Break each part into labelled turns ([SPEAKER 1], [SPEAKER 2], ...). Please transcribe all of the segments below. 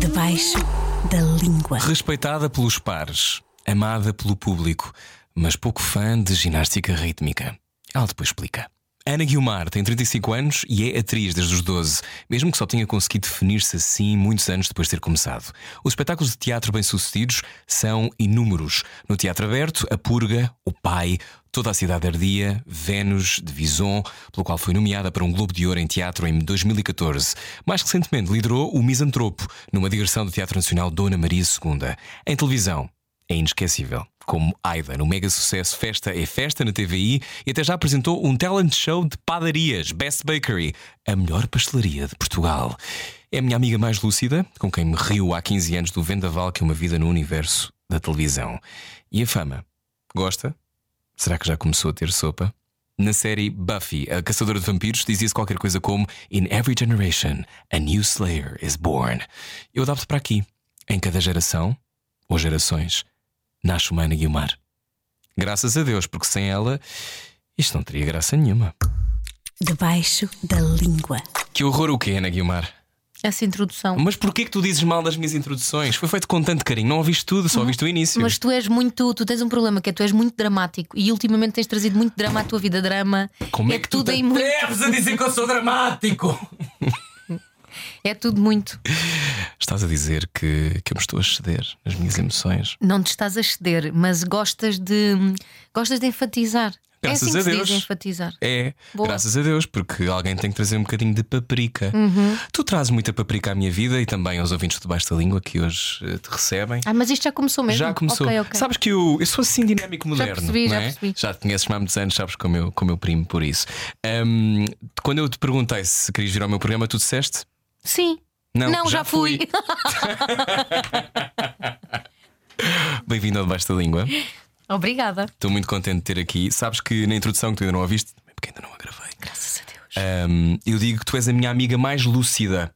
[SPEAKER 1] Debaixo da língua.
[SPEAKER 2] Respeitada pelos pares, amada pelo público, mas pouco fã de ginástica rítmica. Ela depois explica. Ana Guilmar tem 35 anos e é atriz desde os 12, mesmo que só tenha conseguido definir-se assim muitos anos depois de ter começado. Os espetáculos de teatro bem-sucedidos são inúmeros. No Teatro Aberto, A Purga, O Pai, Toda a Cidade Ardia, Vênus, de Vison, pelo qual foi nomeada para um Globo de Ouro em Teatro em 2014. Mais recentemente liderou O Misantropo, numa digressão do Teatro Nacional Dona Maria II. Em televisão, é inesquecível. Como Aida, no mega sucesso Festa é Festa na TVI, e até já apresentou um talent show de padarias, Best Bakery, a melhor pastelaria de Portugal. É a minha amiga mais lúcida, com quem me riu há 15 anos do vendaval que é uma vida no universo da televisão. E a fama? Gosta? Será que já começou a ter sopa? Na série Buffy, a caçadora de vampiros, dizia-se qualquer coisa como In every generation, a new slayer is born. Eu adapto para aqui. Em cada geração, ou gerações, nasce uma Ana Guilmar. Graças a Deus, porque sem ela isto não teria graça nenhuma.
[SPEAKER 1] Debaixo da língua.
[SPEAKER 2] Que horror o quê, Ana Guilmar?
[SPEAKER 3] Essa introdução.
[SPEAKER 2] Mas porquê que tu dizes mal das minhas introduções? Foi feito com tanto carinho, não ouviste tudo, só ouviste o início.
[SPEAKER 3] Uhum. Mas tu és muito, tu tens um problema que é tu és muito dramático e ultimamente tens trazido muito drama à tua vida. Drama
[SPEAKER 2] Como é,
[SPEAKER 3] que
[SPEAKER 2] tu
[SPEAKER 3] tudo
[SPEAKER 2] te
[SPEAKER 3] é muito.
[SPEAKER 2] atreves a dizer que eu sou dramático?
[SPEAKER 3] É tudo muito.
[SPEAKER 2] Estás a dizer que, que eu me estou a ceder nas minhas emoções.
[SPEAKER 3] Não te estás a ceder, mas gostas de gostas de enfatizar.
[SPEAKER 2] Graças
[SPEAKER 3] é assim
[SPEAKER 2] a
[SPEAKER 3] que
[SPEAKER 2] Deus.
[SPEAKER 3] se diz enfatizar.
[SPEAKER 2] É,
[SPEAKER 3] Boa.
[SPEAKER 2] graças a Deus, porque alguém tem que trazer um bocadinho de paprika.
[SPEAKER 3] Uhum.
[SPEAKER 2] Tu trazes muita paprika à minha vida e também aos ouvintes do Baixo da Língua que hoje eh, te recebem.
[SPEAKER 3] Ah, mas isto já começou mesmo.
[SPEAKER 2] Já começou.
[SPEAKER 3] Ok, ok.
[SPEAKER 2] Sabes que eu, eu sou assim dinâmico moderno.
[SPEAKER 3] percebi,
[SPEAKER 2] não
[SPEAKER 3] já
[SPEAKER 2] é?
[SPEAKER 3] percebi.
[SPEAKER 2] te conheces-me há muitos anos, sabes como eu, como eu primo por isso. Ahm, quando eu te perguntei se querias vir ao meu programa, tu disseste?
[SPEAKER 3] Sim.
[SPEAKER 2] Não,
[SPEAKER 3] já,
[SPEAKER 2] já
[SPEAKER 3] fui.
[SPEAKER 2] fui. Bem-vindo ao Debaixo da Língua.
[SPEAKER 3] Obrigada.
[SPEAKER 2] Estou muito contente de ter aqui. Sabes que na introdução que tu ainda não ouviste, também porque ainda não a gravei,
[SPEAKER 3] Graças a Deus.
[SPEAKER 2] ahm, eu digo que tu és a minha amiga mais lúcida.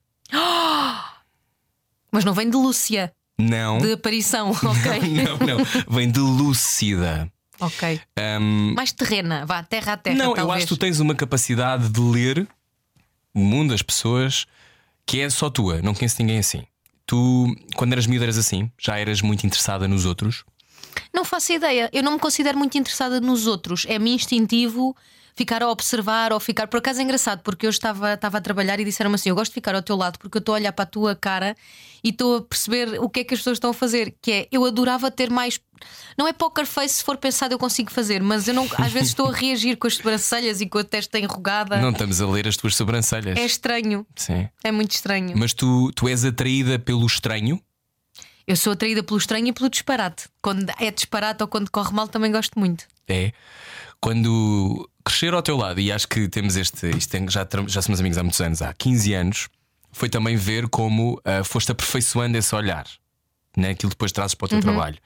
[SPEAKER 3] Mas não vem de Lúcia,
[SPEAKER 2] Não.
[SPEAKER 3] de aparição, ok?
[SPEAKER 2] Não, não. Vem de lúcida.
[SPEAKER 3] ok.
[SPEAKER 2] Ahm,
[SPEAKER 3] Mais terrena, vá, terra a terra.
[SPEAKER 2] Não, eu
[SPEAKER 3] talvez.
[SPEAKER 2] acho que tu tens uma capacidade de ler o mundo, as pessoas, que é só tua. Não conheço ninguém assim. Tu, quando eras miúda, eras assim? Já eras muito interessada nos outros?
[SPEAKER 3] Não faço ideia. Eu não me considero muito interessada nos outros. É-me instintivo ficar a observar ou ficar. Por acaso é engraçado, porque eu estava, estava a trabalhar e disseram-me assim: Eu gosto de ficar ao teu lado porque eu estou a olhar para a tua cara e estou a perceber o que é que as pessoas estão a fazer. Que é, eu adorava ter mais. Não é poker face, se for pensado eu consigo fazer, mas eu não, às vezes estou a reagir com as sobrancelhas e com a testa enrugada.
[SPEAKER 2] Não estamos a ler as tuas sobrancelhas.
[SPEAKER 3] É estranho.
[SPEAKER 2] Sim.
[SPEAKER 3] É muito estranho.
[SPEAKER 2] Mas tu, tu és atraída pelo estranho?
[SPEAKER 3] Eu sou atraída pelo estranho e pelo disparate. Quando é disparate ou quando corre mal, também gosto muito.
[SPEAKER 2] É. Quando crescer ao teu lado, e acho que temos este. Isto tem- já, tra- já somos amigos há muitos anos, há 15 anos, foi também ver como ah, foste aperfeiçoando esse olhar. Né, aquilo depois trazes para o teu trabalho.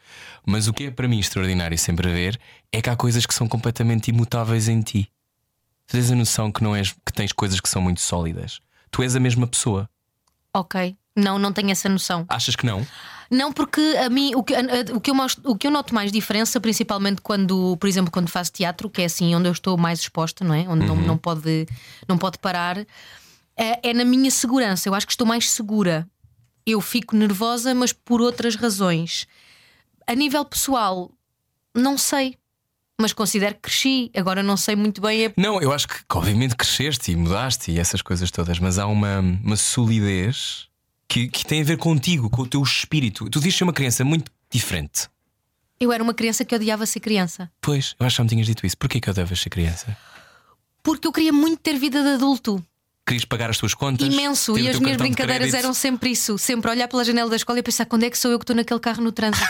[SPEAKER 2] Mas o que é para mim extraordinário sempre a ver é que há coisas que são completamente imutáveis em ti. Tu tens a noção que, não és, que tens coisas que são muito sólidas. Tu és a mesma pessoa.
[SPEAKER 3] Ok. Não, não tenho essa noção.
[SPEAKER 2] Achas que não?
[SPEAKER 3] Não, porque a mim o que, a- a- o, que eu, mos- o que eu noto mais diferença, principalmente quando, por exemplo, quando faço teatro, que é assim onde eu estou mais exposta, não é? Onde não, não, pode, não pode parar, é, é na minha segurança. Eu acho que estou mais segura. Eu fico nervosa, mas por outras razões. A nível pessoal, não sei. Mas considero que cresci. Agora não sei muito bem. é-
[SPEAKER 2] Não, eu acho que que obviamente cresceste e mudaste e essas coisas todas, mas há uma, uma solidez que, que tem a ver contigo, com o teu espírito. Tu devias ser uma criança muito diferente.
[SPEAKER 3] Eu era uma criança que odiava ser criança.
[SPEAKER 2] Pois, eu acho que não me tinhas dito isso. Porquê que eu devas ser criança?
[SPEAKER 3] Porque eu queria muito ter vida de adulto.
[SPEAKER 2] Querias pagar as tuas contas?
[SPEAKER 3] imenso.
[SPEAKER 2] ter o
[SPEAKER 3] E as
[SPEAKER 2] teu
[SPEAKER 3] minhas
[SPEAKER 2] cartão de
[SPEAKER 3] brincadeiras
[SPEAKER 2] crédito?
[SPEAKER 3] eram sempre isso. Sempre olhar pela janela da escola e pensar quando é que sou eu que estou naquele carro no trânsito.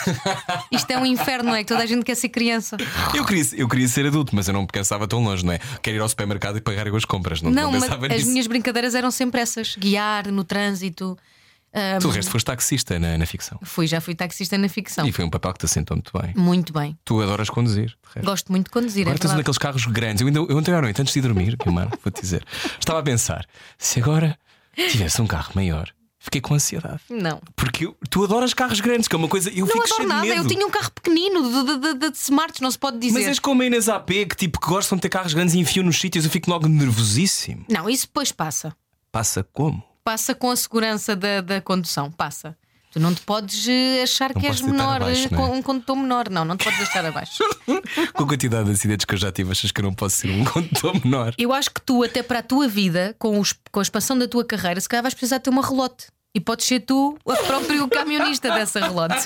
[SPEAKER 3] Isto é um inferno, não é? Que toda a gente quer ser criança.
[SPEAKER 2] Eu queria, eu queria ser adulto, mas eu não pensava tão longe, não é? Quero ir ao supermercado e pagar eu as compras. Não,
[SPEAKER 3] Não,
[SPEAKER 2] não
[SPEAKER 3] mas
[SPEAKER 2] pensava
[SPEAKER 3] as
[SPEAKER 2] nisso.
[SPEAKER 3] minhas brincadeiras eram sempre essas: guiar no trânsito.
[SPEAKER 2] Tu, de resto, foste taxista na, na ficção.
[SPEAKER 3] Fui, já fui taxista na ficção.
[SPEAKER 2] E foi um papel que te assentou muito bem.
[SPEAKER 3] Muito bem.
[SPEAKER 2] Tu adoras conduzir, de resto.
[SPEAKER 3] Gosto muito de conduzir.
[SPEAKER 2] Agora
[SPEAKER 3] é
[SPEAKER 2] estás
[SPEAKER 3] verdade.
[SPEAKER 2] naqueles carros grandes. Eu, ainda, eu ontem à noite, antes de ir dormir, Guilmar, vou-te dizer, estava a pensar: se agora tivesse um carro maior, Fiquei com ansiedade.
[SPEAKER 3] Não.
[SPEAKER 2] Porque eu- tu adoras carros grandes, que é uma coisa. Eu
[SPEAKER 3] Não
[SPEAKER 2] fico
[SPEAKER 3] adoro
[SPEAKER 2] cheio
[SPEAKER 3] nada.
[SPEAKER 2] de medo.
[SPEAKER 3] Eu tinha um carro pequenino de, de, de, de smarts, não se pode dizer.
[SPEAKER 2] Mas és como a Inês AP, que tipo que gostam de ter carros grandes e enfiam nos sítios, eu fico logo nervosíssimo.
[SPEAKER 3] Não, isso depois passa.
[SPEAKER 2] Passa como?
[SPEAKER 3] Passa com a segurança da, da condução. Passa. Tu não te podes eh, achar
[SPEAKER 2] Não
[SPEAKER 3] que és
[SPEAKER 2] posso deitar
[SPEAKER 3] menor,
[SPEAKER 2] abaixo,
[SPEAKER 3] eh,
[SPEAKER 2] não é?
[SPEAKER 3] com um condutor menor. Não, não te podes deixar abaixo.
[SPEAKER 2] Com a quantidade de acidentes que eu já tive, achas que eu não posso ser um condutor menor?
[SPEAKER 3] Eu acho que tu, até para a tua vida, com, os- com a expansão da tua carreira, se calhar vais precisar ter uma relote. E podes ser tu o próprio camionista dessa relote.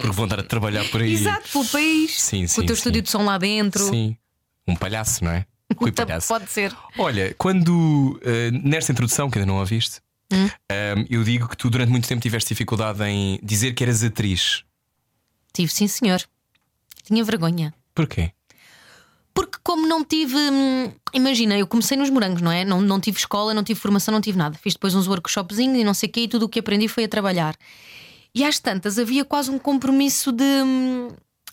[SPEAKER 2] Porque vão estar a trabalhar por aí.
[SPEAKER 3] Exato, pelo país.
[SPEAKER 2] Sim,
[SPEAKER 3] com
[SPEAKER 2] sim,
[SPEAKER 3] o teu
[SPEAKER 2] sim.
[SPEAKER 3] estúdio de som lá dentro.
[SPEAKER 2] Sim. Um palhaço, não é? Rui
[SPEAKER 3] Então,
[SPEAKER 2] palhaço.
[SPEAKER 3] Pode ser.
[SPEAKER 2] Olha, quando eh, nesta introdução, que ainda não a viste,
[SPEAKER 3] Hum?
[SPEAKER 2] ehm, eu digo que tu durante muito tempo tiveste dificuldade em dizer que eras atriz.
[SPEAKER 3] Tive, sim, senhor. Tinha vergonha.
[SPEAKER 2] Porquê?
[SPEAKER 3] Porque como não tive. hum, Imagina, eu comecei nos morangos, não é? Não, não tive escola, não tive formação, não tive nada. Fiz depois uns workshopzinhos e não sei o quê, e tudo o que aprendi foi a trabalhar. E às tantas havia quase um compromisso de. hum,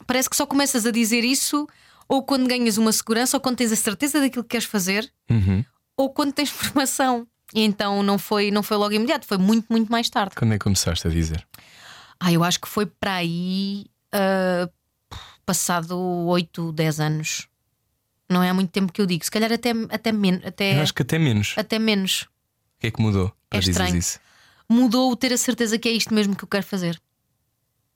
[SPEAKER 3] Parece que só começas a dizer isso ou quando ganhas uma segurança, ou quando tens a certeza daquilo que queres fazer,
[SPEAKER 2] Uhum.
[SPEAKER 3] ou quando tens formação. E então não foi, não foi logo imediato, foi muito, muito mais tarde.
[SPEAKER 2] Quando é que começaste a dizer?
[SPEAKER 3] Ah, eu acho que foi para aí ah, passado 8, 10 anos. Não é há muito tempo que eu digo. Se calhar até, até, men até,
[SPEAKER 2] Eu acho que até menos.
[SPEAKER 3] até menos.
[SPEAKER 2] O que é que mudou para
[SPEAKER 3] É
[SPEAKER 2] dizeres
[SPEAKER 3] estranho.
[SPEAKER 2] isso?
[SPEAKER 3] Mudou o ter a certeza que é isto mesmo que eu quero fazer.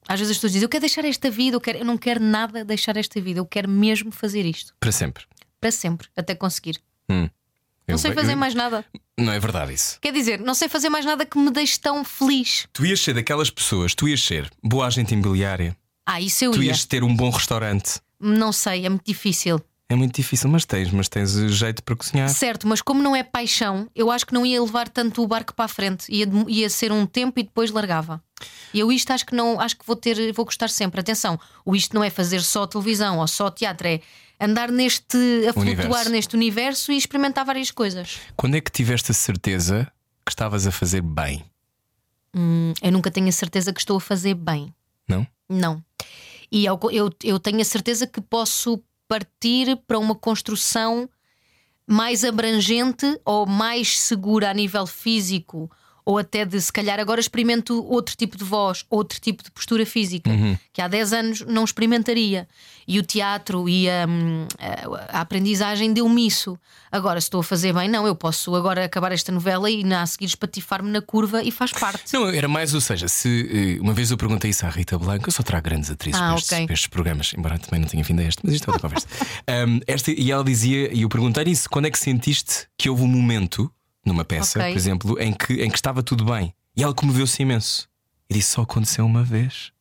[SPEAKER 3] Às vezes as pessoas dizem: Eu quero deixar esta vida, eu, quero... eu não quero nada deixar esta vida, eu quero mesmo fazer isto.
[SPEAKER 2] Para sempre.
[SPEAKER 3] Para sempre, até conseguir.
[SPEAKER 2] Eu-
[SPEAKER 3] Não sei fazer
[SPEAKER 2] eu-
[SPEAKER 3] mais nada.
[SPEAKER 2] Não é verdade isso.
[SPEAKER 3] Quer dizer, não sei fazer mais nada que me deixe tão feliz.
[SPEAKER 2] Tu ias ser daquelas pessoas, tu ias ser boa agente imobiliária,
[SPEAKER 3] Ah, isso eu
[SPEAKER 2] tu
[SPEAKER 3] ia.
[SPEAKER 2] ias ter um bom restaurante.
[SPEAKER 3] Não sei, é muito difícil.
[SPEAKER 2] É muito difícil, mas tens, mas tens jeito para cozinhar.
[SPEAKER 3] Certo, mas como não é paixão, eu acho que não ia levar tanto o barco para a frente. Ia, dem- ia ser um tempo e depois largava. E eu isto acho que não, acho que vou ter, vou gostar sempre. Atenção, o isto não é fazer só televisão ou só teatro, é andar neste, a flutuar
[SPEAKER 2] Universo.
[SPEAKER 3] neste universo e experimentar várias coisas.
[SPEAKER 2] Quando é que tiveste a certeza que estavas a fazer bem?
[SPEAKER 3] Hum, eu nunca tenho a certeza que estou a fazer bem.
[SPEAKER 2] Não?
[SPEAKER 3] Não. E ao co- eu, eu tenho a certeza que posso partir para uma construção mais abrangente ou mais segura a nível físico, ou até de se calhar agora experimento outro tipo de voz, outro tipo de postura física, que há 10 anos não experimentaria. E o teatro e a, hum, a- a aprendizagem deu-me isso. Agora, se estou a fazer bem, não, eu posso agora acabar esta novela e na- a seguir espatifar-me na curva e faz parte.
[SPEAKER 2] Não, era mais, ou seja, se eh, uma vez eu perguntei isso à Rita Blanco, eu só trago grandes atrizes
[SPEAKER 3] Ah,
[SPEAKER 2] para, estes,
[SPEAKER 3] ok.
[SPEAKER 2] para estes programas, embora também não tenha vindo a este, mas isto é outra conversa. Ahm, esta, e ela dizia, e eu perguntei isso, quando é que sentiste que houve um momento numa peça,
[SPEAKER 3] Ok.
[SPEAKER 2] por exemplo, em que, em que estava tudo bem? E ela comoveu-se imenso. E disse, só aconteceu uma vez.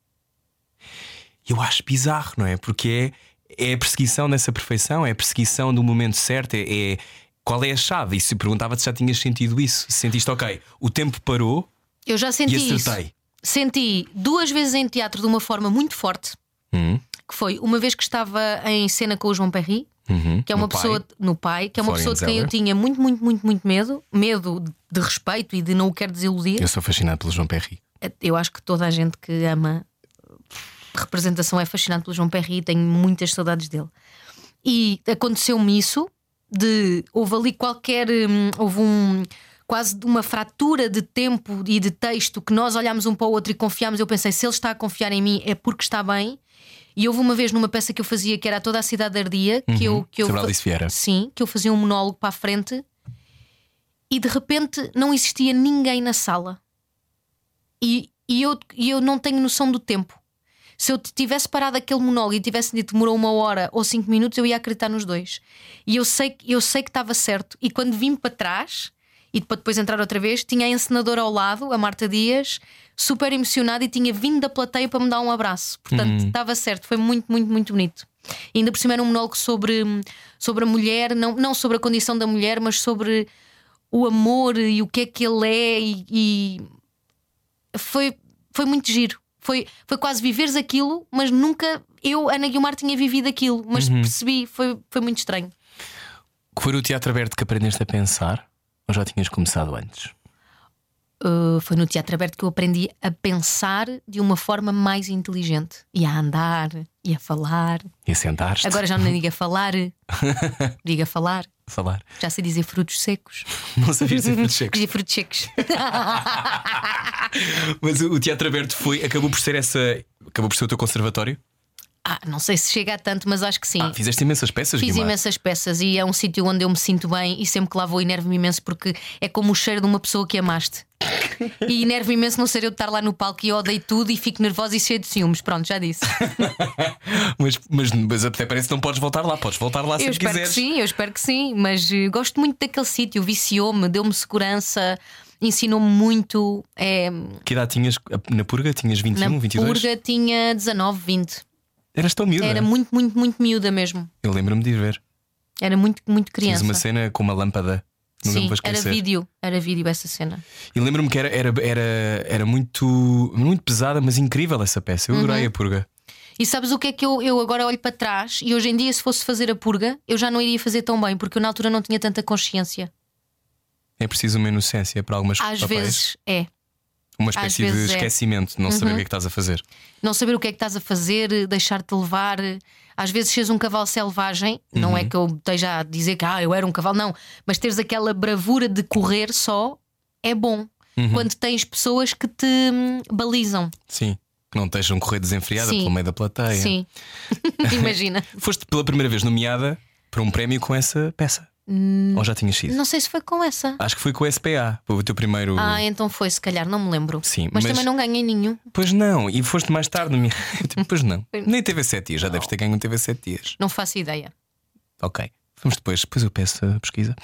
[SPEAKER 2] Eu acho bizarro, não é? Porque é, é a perseguição dessa perfeição, é a perseguição do momento certo, é, é- qual é a chave? E se perguntava se já tinhas sentido isso, se sentiste, ok, o tempo parou
[SPEAKER 3] Eu já
[SPEAKER 2] e
[SPEAKER 3] senti isso.
[SPEAKER 2] acertei.
[SPEAKER 3] Senti duas vezes em teatro de uma forma muito forte,
[SPEAKER 2] Hum,
[SPEAKER 3] que foi uma vez que estava em cena com o João Perry,
[SPEAKER 2] uhum.
[SPEAKER 3] que é uma
[SPEAKER 2] No pai.
[SPEAKER 3] pessoa no pai, que é uma
[SPEAKER 2] Florian
[SPEAKER 3] pessoa de quem
[SPEAKER 2] Zeller.
[SPEAKER 3] eu tinha muito, muito, muito, muito medo, medo de respeito e de não o quero desiludir.
[SPEAKER 2] Eu sou fascinado pelo João Perry.
[SPEAKER 3] É, Eu acho que toda a gente que ama representação é fascinante pelo João Perry e tenho muitas saudades dele. E aconteceu-me isso de houve ali qualquer hum, houve um quase de uma fratura de tempo e de texto que nós olhámos um para o outro e confiámos. Eu pensei, se ele está a confiar em mim é porque está bem. E houve uma vez numa peça que eu fazia que era toda a cidade ardia, que eu que eu
[SPEAKER 2] Uhum. Sobre Alice Vieira.
[SPEAKER 3] Sim, que eu fazia um monólogo para a frente e de repente não existia ninguém na sala. E, e eu, e eu não tenho noção do tempo. Se eu tivesse parado aquele monólogo e tivesse dito demorou uma hora ou cinco minutos, eu ia acreditar nos dois. E eu sei, que- eu sei que estava certo. E quando vim para trás, e para depois entrar outra vez, tinha a encenadora ao lado, a Marta Dias, super emocionada e tinha vindo da plateia para me dar um abraço. Portanto, estava certo. Foi muito, muito, muito bonito. E ainda por cima era um monólogo sobre, sobre a mulher, não, não sobre a condição da mulher, mas sobre o amor e o que é que ele é e, e foi, foi muito giro. Foi, foi quase viveres aquilo, mas nunca eu, Ana Guilmar, tinha vivido aquilo. Mas percebi, foi, foi muito estranho.
[SPEAKER 2] Que foi o teatro aberto que aprendeste a pensar? Ou já tinhas começado antes?
[SPEAKER 3] Uh, foi no teatro aberto que eu aprendi a pensar de uma forma mais inteligente e a andar e a falar.
[SPEAKER 2] E a sentar-te?
[SPEAKER 3] Agora já não digo a falar, digo a falar,
[SPEAKER 2] a falar.
[SPEAKER 3] já sei dizer frutos secos.
[SPEAKER 2] Não sabias dizer frutos secos.
[SPEAKER 3] Os frutos secos.
[SPEAKER 2] Mas o o teatro aberto foi, acabou por ser essa. Acabou por ser o teu conservatório?
[SPEAKER 3] Ah, não sei se chega a tanto, mas acho que sim.
[SPEAKER 2] Ah, fizeste imensas peças,
[SPEAKER 3] Fiz
[SPEAKER 2] Guimar.
[SPEAKER 3] imensas peças e é um sítio onde eu me sinto bem e sempre que lá vou enervo-me imenso porque é como o cheiro de uma pessoa que amaste. E enervo-me imenso não ser eu de estar lá no palco e eu odeio tudo e fico nervosa e cheia de ciúmes. Pronto, já disse.
[SPEAKER 2] Tá, Mas, mas, mas até parece que não podes voltar lá, podes voltar lá
[SPEAKER 3] eu
[SPEAKER 2] sempre
[SPEAKER 3] espero
[SPEAKER 2] quiseres.
[SPEAKER 3] que sim, eu espero que sim, mas eh, gosto muito daquele sítio, viciou-me, deu-me segurança, ensinou-me muito. É,
[SPEAKER 2] Que idade tinhas? Na purga tinhas 21,
[SPEAKER 3] na
[SPEAKER 2] 22?
[SPEAKER 3] Purga tinha 19, 20.
[SPEAKER 2] Eras tão miúda.
[SPEAKER 3] Era muito, muito, muito miúda mesmo.
[SPEAKER 2] Eu lembro-me de ir ver.
[SPEAKER 3] Era muito, muito
[SPEAKER 2] Tinhas
[SPEAKER 3] criança.
[SPEAKER 2] uma cena com uma lâmpada. Nunca me
[SPEAKER 3] Sim,
[SPEAKER 2] vais
[SPEAKER 3] era
[SPEAKER 2] esquecer.
[SPEAKER 3] vídeo, era vídeo essa cena.
[SPEAKER 2] E lembro-me que era, era, era, era muito, muito pesada, mas incrível essa peça. Eu
[SPEAKER 3] Uhum.
[SPEAKER 2] adorei a purga.
[SPEAKER 3] E sabes o que é que eu, eu agora olho para trás e hoje em dia, se fosse fazer a purga, eu já não iria fazer tão bem, porque eu na altura não tinha tanta consciência.
[SPEAKER 2] É preciso uma inocência para algumas
[SPEAKER 3] Às
[SPEAKER 2] papéis.
[SPEAKER 3] vezes é.
[SPEAKER 2] Uma
[SPEAKER 3] às
[SPEAKER 2] espécie
[SPEAKER 3] vezes
[SPEAKER 2] de
[SPEAKER 3] é. Uhum.
[SPEAKER 2] esquecimento, de não saber o que é que estás a fazer.
[SPEAKER 3] Não saber o que é que estás a fazer, deixar-te levar. Às vezes seres um cavalo selvagem, não é
[SPEAKER 2] Uhum.
[SPEAKER 3] que eu esteja a dizer que ah, eu era um cavalo, não, mas teres aquela bravura de correr só é bom.
[SPEAKER 2] Uhum.
[SPEAKER 3] Quando tens pessoas que te hum, balizam.
[SPEAKER 2] Sim. Que não te deixam correr desenfreada
[SPEAKER 3] Sim.
[SPEAKER 2] pelo meio da plateia.
[SPEAKER 3] Sim. Imagina.
[SPEAKER 2] Foste pela primeira vez nomeada para um prémio com essa peça. Ou já tinhas sido?
[SPEAKER 3] Hum. Não sei se foi com essa.
[SPEAKER 2] Acho que foi com o SPA, o teu primeiro.
[SPEAKER 3] Ah, então foi, se calhar, não me lembro.
[SPEAKER 2] Sim,
[SPEAKER 3] mas
[SPEAKER 2] mas-
[SPEAKER 3] também não ganhei nenhum.
[SPEAKER 2] Pois não, e foste mais tarde nomeada. pois não. Nem teve sete dias, já deves ter ganho um TV sete dias.
[SPEAKER 3] Não faço ideia.
[SPEAKER 2] Ok. Vamos depois, depois eu peço a pesquisa.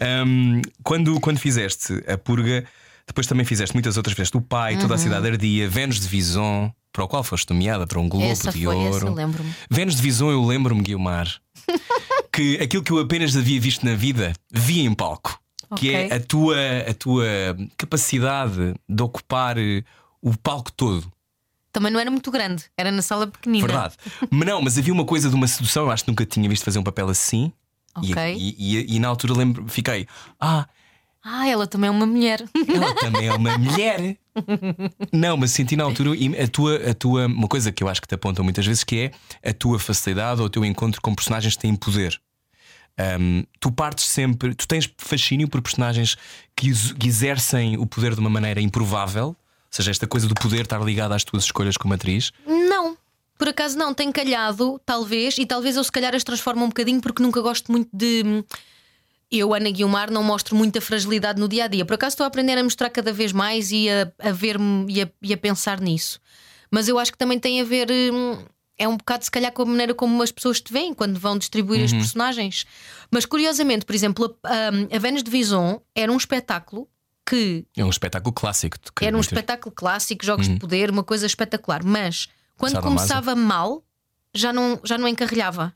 [SPEAKER 2] Ahm, quando, quando fizeste a purga, depois também fizeste muitas outras, fizeste o pai, toda a
[SPEAKER 3] Uhum.
[SPEAKER 2] cidade ardia, Vênus de Vison, para o qual foste nomeada para um Globo
[SPEAKER 3] essa
[SPEAKER 2] de
[SPEAKER 3] foi, essa
[SPEAKER 2] Ouro.
[SPEAKER 3] lembro-me.
[SPEAKER 2] Vênus de Vison, eu lembro-me, Guilmar, que aquilo que eu apenas havia visto na vida, vi em palco, que é
[SPEAKER 3] Ok.
[SPEAKER 2] a tua, a tua capacidade de ocupar eh, o palco todo.
[SPEAKER 3] Também não era muito grande, era na sala pequenina.
[SPEAKER 2] Verdade. Mas não, mas havia uma coisa de uma sedução, eu acho que nunca tinha visto fazer um papel assim. E-
[SPEAKER 3] Ok.
[SPEAKER 2] E, e- e na altura lembro, fiquei, ah,
[SPEAKER 3] Ah, ela também é uma mulher.
[SPEAKER 2] ela também é uma mulher. Não, mas senti na altura e a tua, a tua, uma coisa que eu acho que te apontam muitas vezes que é a tua facilidade ou o teu encontro com personagens que têm poder. Ahm, tu partes sempre, tu tens fascínio por personagens que, ex- que exercem o poder de uma maneira improvável, ou seja, esta coisa do poder estar ligada às tuas escolhas como atriz.
[SPEAKER 3] Não, por acaso não, tem calhado, talvez, e talvez eu se calhar as transformo um bocadinho porque nunca gosto muito de. hum, Eu, Ana Guilmar, não mostro muita fragilidade no dia a dia. Por acaso estou a aprender a mostrar cada vez mais e a, a ver-me e a, e a pensar nisso. Mas eu acho que também tem a ver. hum, É um bocado, se calhar, com a maneira como as pessoas te veem quando vão distribuir as personagens. Mas curiosamente, por exemplo, a, a Vênus de Vison era um espetáculo que
[SPEAKER 2] É um espetáculo clássico. de que
[SPEAKER 3] era um
[SPEAKER 2] muitas-
[SPEAKER 3] espetáculo clássico, jogos de poder, uma coisa espetacular. Mas quando
[SPEAKER 2] Sadomaso.
[SPEAKER 3] começava mal, já não, já não encarrilhava.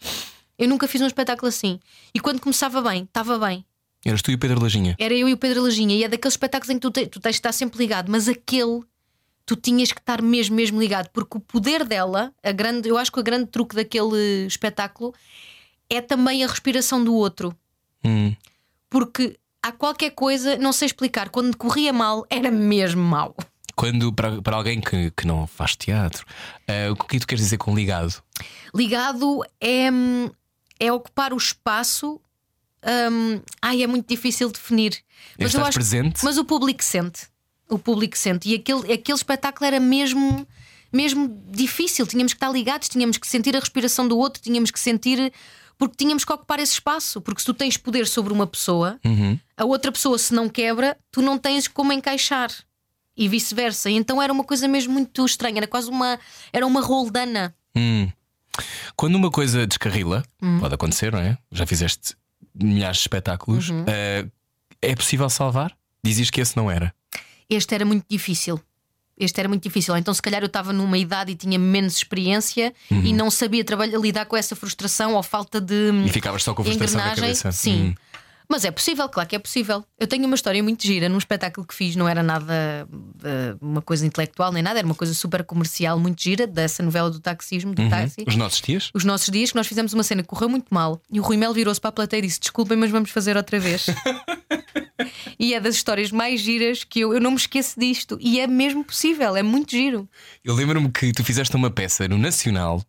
[SPEAKER 3] Eu nunca fiz um espetáculo assim. E quando começava bem, estava bem.
[SPEAKER 2] Eras tu e o Pedro Lajinha.
[SPEAKER 3] Era eu e o Pedro Lajinha. E é daqueles espetáculos em que tu, te- tu tens de estar sempre ligado, mas aquele tu tinhas que estar mesmo, mesmo ligado, porque o poder dela, a grande, eu acho que o grande truque daquele espetáculo é também a respiração do outro
[SPEAKER 2] Hum.
[SPEAKER 3] porque há qualquer coisa, não sei explicar, quando corria mal, era mesmo mal.
[SPEAKER 2] Quando, para, para alguém que, que não faz teatro, eh, o que tu queres dizer com ligado?
[SPEAKER 3] Ligado é, hum, é ocupar o espaço. hum, ai, é muito difícil definir.
[SPEAKER 2] É estar presente?
[SPEAKER 3] mas o público sente. O público sente. E aquele, aquele espetáculo era mesmo. Mesmo difícil, tínhamos que estar ligados, tínhamos que sentir a respiração do outro, tínhamos que sentir. Porque tínhamos que ocupar esse espaço. Porque se tu tens poder sobre uma pessoa,
[SPEAKER 2] Uhum,
[SPEAKER 3] a outra pessoa se não quebra, tu não tens como encaixar e vice-versa. E Então era uma coisa mesmo muito estranha, era quase uma era uma roldana.
[SPEAKER 2] Hum. Quando uma coisa descarrila,
[SPEAKER 3] Hum.
[SPEAKER 2] pode acontecer, não é? Já fizeste milhares de espetáculos,
[SPEAKER 3] Uhum.
[SPEAKER 2] eh, é possível salvar? Dizes que esse não era.
[SPEAKER 3] Este era muito difícil. Este era muito difícil. Ou Então se calhar eu estava numa idade e tinha menos experiência e não sabia trabalhar, lidar com essa frustração ou falta de
[SPEAKER 2] Uhum.
[SPEAKER 3] hum,
[SPEAKER 2] E ficavas só com a frustração na
[SPEAKER 3] engrenagem.
[SPEAKER 2] cabeça.
[SPEAKER 3] Sim.
[SPEAKER 2] Hum.
[SPEAKER 3] Mas é possível, claro que é possível. Eu tenho uma história muito gira num espetáculo que fiz, não era nada eh, uma coisa intelectual nem nada, era uma coisa super comercial, muito gira, dessa novela do taxismo,
[SPEAKER 2] Uhum.
[SPEAKER 3] do táxi.
[SPEAKER 2] Os nossos tias?
[SPEAKER 3] os nossos dias que nós fizemos uma cena que correu muito mal e o Rui Mel virou-se para a plateia e disse: Desculpem, mas vamos fazer outra vez. e é das histórias mais giras que eu, eu não me esqueço disto. E é mesmo possível, é muito giro.
[SPEAKER 2] Eu lembro-me que tu fizeste uma peça no Nacional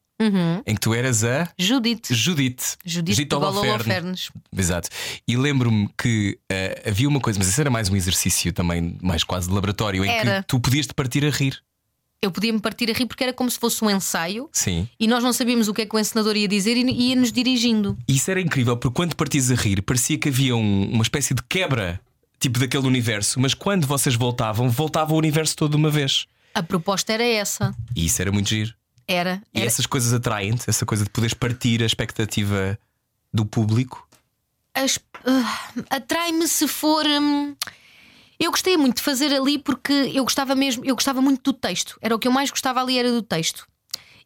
[SPEAKER 2] em que tu eras a
[SPEAKER 3] Judite.
[SPEAKER 2] Judite.
[SPEAKER 3] Judite de
[SPEAKER 2] Holofernes.
[SPEAKER 3] Golofernes.
[SPEAKER 2] Exato. E lembro-me que eh, havia uma coisa, mas isso era mais um exercício também, mais quase de laboratório, em
[SPEAKER 3] Era.
[SPEAKER 2] que tu podias te partir a rir.
[SPEAKER 3] Eu podia-me partir a rir porque era como se fosse um ensaio
[SPEAKER 2] Sim.
[SPEAKER 3] e nós não sabíamos o que é que o encenador ia dizer e ia nos dirigindo.
[SPEAKER 2] E isso era incrível, porque quando partias a rir, parecia que havia um- uma espécie de quebra, tipo daquele universo, mas quando vocês voltavam, voltava o universo todo de uma vez.
[SPEAKER 3] A proposta era essa.
[SPEAKER 2] E isso era muito giro.
[SPEAKER 3] Era.
[SPEAKER 2] E
[SPEAKER 3] era.
[SPEAKER 2] essas coisas atraem-te, essa coisa de poderes partir a expectativa do público.
[SPEAKER 3] As- ah, Atrai-me se for. hum, eu gostei muito de fazer ali porque eu gostava mesmo, eu gostava muito do texto. Era o que eu mais gostava ali, era do texto.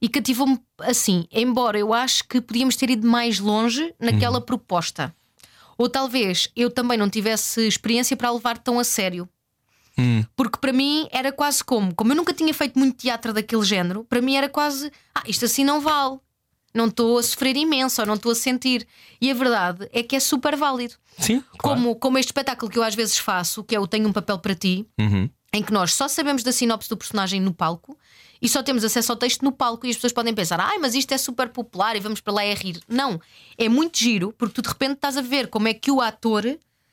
[SPEAKER 3] E cativou-me assim, embora eu acho que podíamos ter ido mais longe naquela proposta. Ou talvez eu também não tivesse experiência para a levar tão a sério. Porque para mim era quase como, como eu nunca tinha feito muito teatro daquele género, para mim era quase, ah, isto assim não vale. Não estou a sofrer imenso, ou não estou a sentir. E a verdade é que é super válido.
[SPEAKER 2] Sim,
[SPEAKER 3] Como, como este espetáculo que eu às vezes faço, que é o Tenho um Papel para Ti,
[SPEAKER 2] Uhum.
[SPEAKER 3] em que nós só sabemos da sinopse do personagem no palco e só temos acesso ao texto no palco e as pessoas podem pensar, ai, mas isto é super popular e vamos para lá e é rir. Não, é muito giro porque tu de repente estás a ver como é que o ator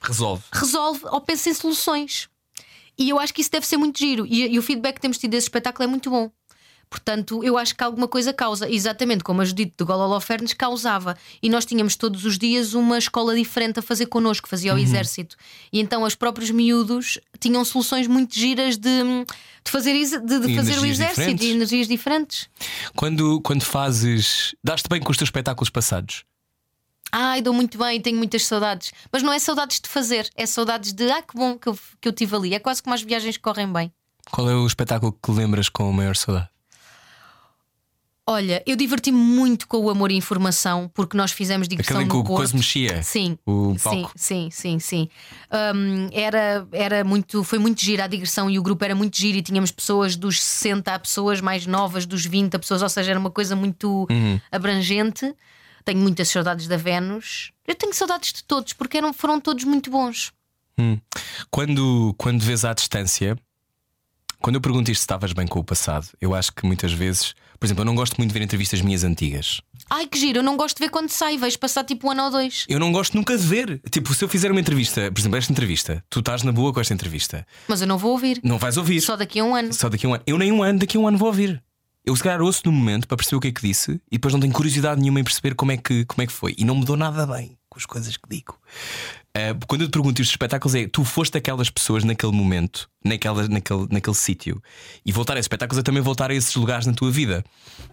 [SPEAKER 2] Resolve.
[SPEAKER 3] resolve ou pensa em soluções. E eu acho que isso deve ser muito giro. E, e o feedback que temos tido desse espetáculo é muito bom. Portanto, eu acho que alguma coisa causa, exatamente como a Judite de Gololó Fernes causava. E nós tínhamos todos os dias uma escola diferente a fazer connosco, fazia
[SPEAKER 2] Uhum.
[SPEAKER 3] o exército. E então os próprios miúdos tinham soluções muito giras de, de fazer, exe- de, de
[SPEAKER 2] E
[SPEAKER 3] fazer o
[SPEAKER 2] energias
[SPEAKER 3] exército
[SPEAKER 2] diferentes.
[SPEAKER 3] e energias diferentes.
[SPEAKER 2] Quando, quando fazes. Daste bem com os teus espetáculos passados.
[SPEAKER 3] Ai, dou muito bem, tenho muitas saudades. Mas não é saudades de fazer, é saudades de, ah, que bom que eu, que eu tive ali. É quase como as viagens que correm bem.
[SPEAKER 2] Qual é o espetáculo que lembras com a maior saudade?
[SPEAKER 3] Olha, eu diverti-me muito com o Amor e Informação, porque nós fizemos digressão
[SPEAKER 2] Aquele em que
[SPEAKER 3] no
[SPEAKER 2] o
[SPEAKER 3] Porto.
[SPEAKER 2] coisa mexia.
[SPEAKER 3] Sim.
[SPEAKER 2] O
[SPEAKER 3] Sim,
[SPEAKER 2] palco.
[SPEAKER 3] sim, sim, sim. Hum, era, era muito, foi muito gira a digressão e o grupo era muito giro e tínhamos pessoas dos 60 a pessoas mais novas, dos 20 a pessoas, ou seja, era uma coisa muito
[SPEAKER 2] Uhum.
[SPEAKER 3] abrangente. Tenho muitas saudades da Vênus. Eu tenho saudades de todos, porque eram, foram todos muito bons.
[SPEAKER 2] Quando, quando vês à distância, quando eu pergunto isto se estavas bem com o passado, eu acho que muitas vezes. Por exemplo, eu não gosto muito de ver entrevistas minhas antigas.
[SPEAKER 3] Ai que giro, eu não gosto de ver quando sai, vejo passar tipo um ano ou dois.
[SPEAKER 2] Eu não gosto nunca de ver. Tipo, se eu fizer uma entrevista, por exemplo, esta entrevista, tu estás na boa com esta entrevista,
[SPEAKER 3] Mas eu não vou ouvir.
[SPEAKER 2] não vais ouvir.
[SPEAKER 3] Só daqui a um ano.
[SPEAKER 2] Só daqui a um ano. Eu nem um ano, daqui a um ano vou ouvir. Eu se calhar ouço no momento para perceber o que é que disse e depois não tenho curiosidade nenhuma em perceber como é que, como é que foi. E não mudou nada bem com as coisas que digo. Ah, quando eu te pergunto isto dos espetáculos, é tu foste aquelas pessoas naquele momento, naquela, naquele, naquele sítio. E voltar a esses espetáculos é também voltar a esses lugares na tua vida.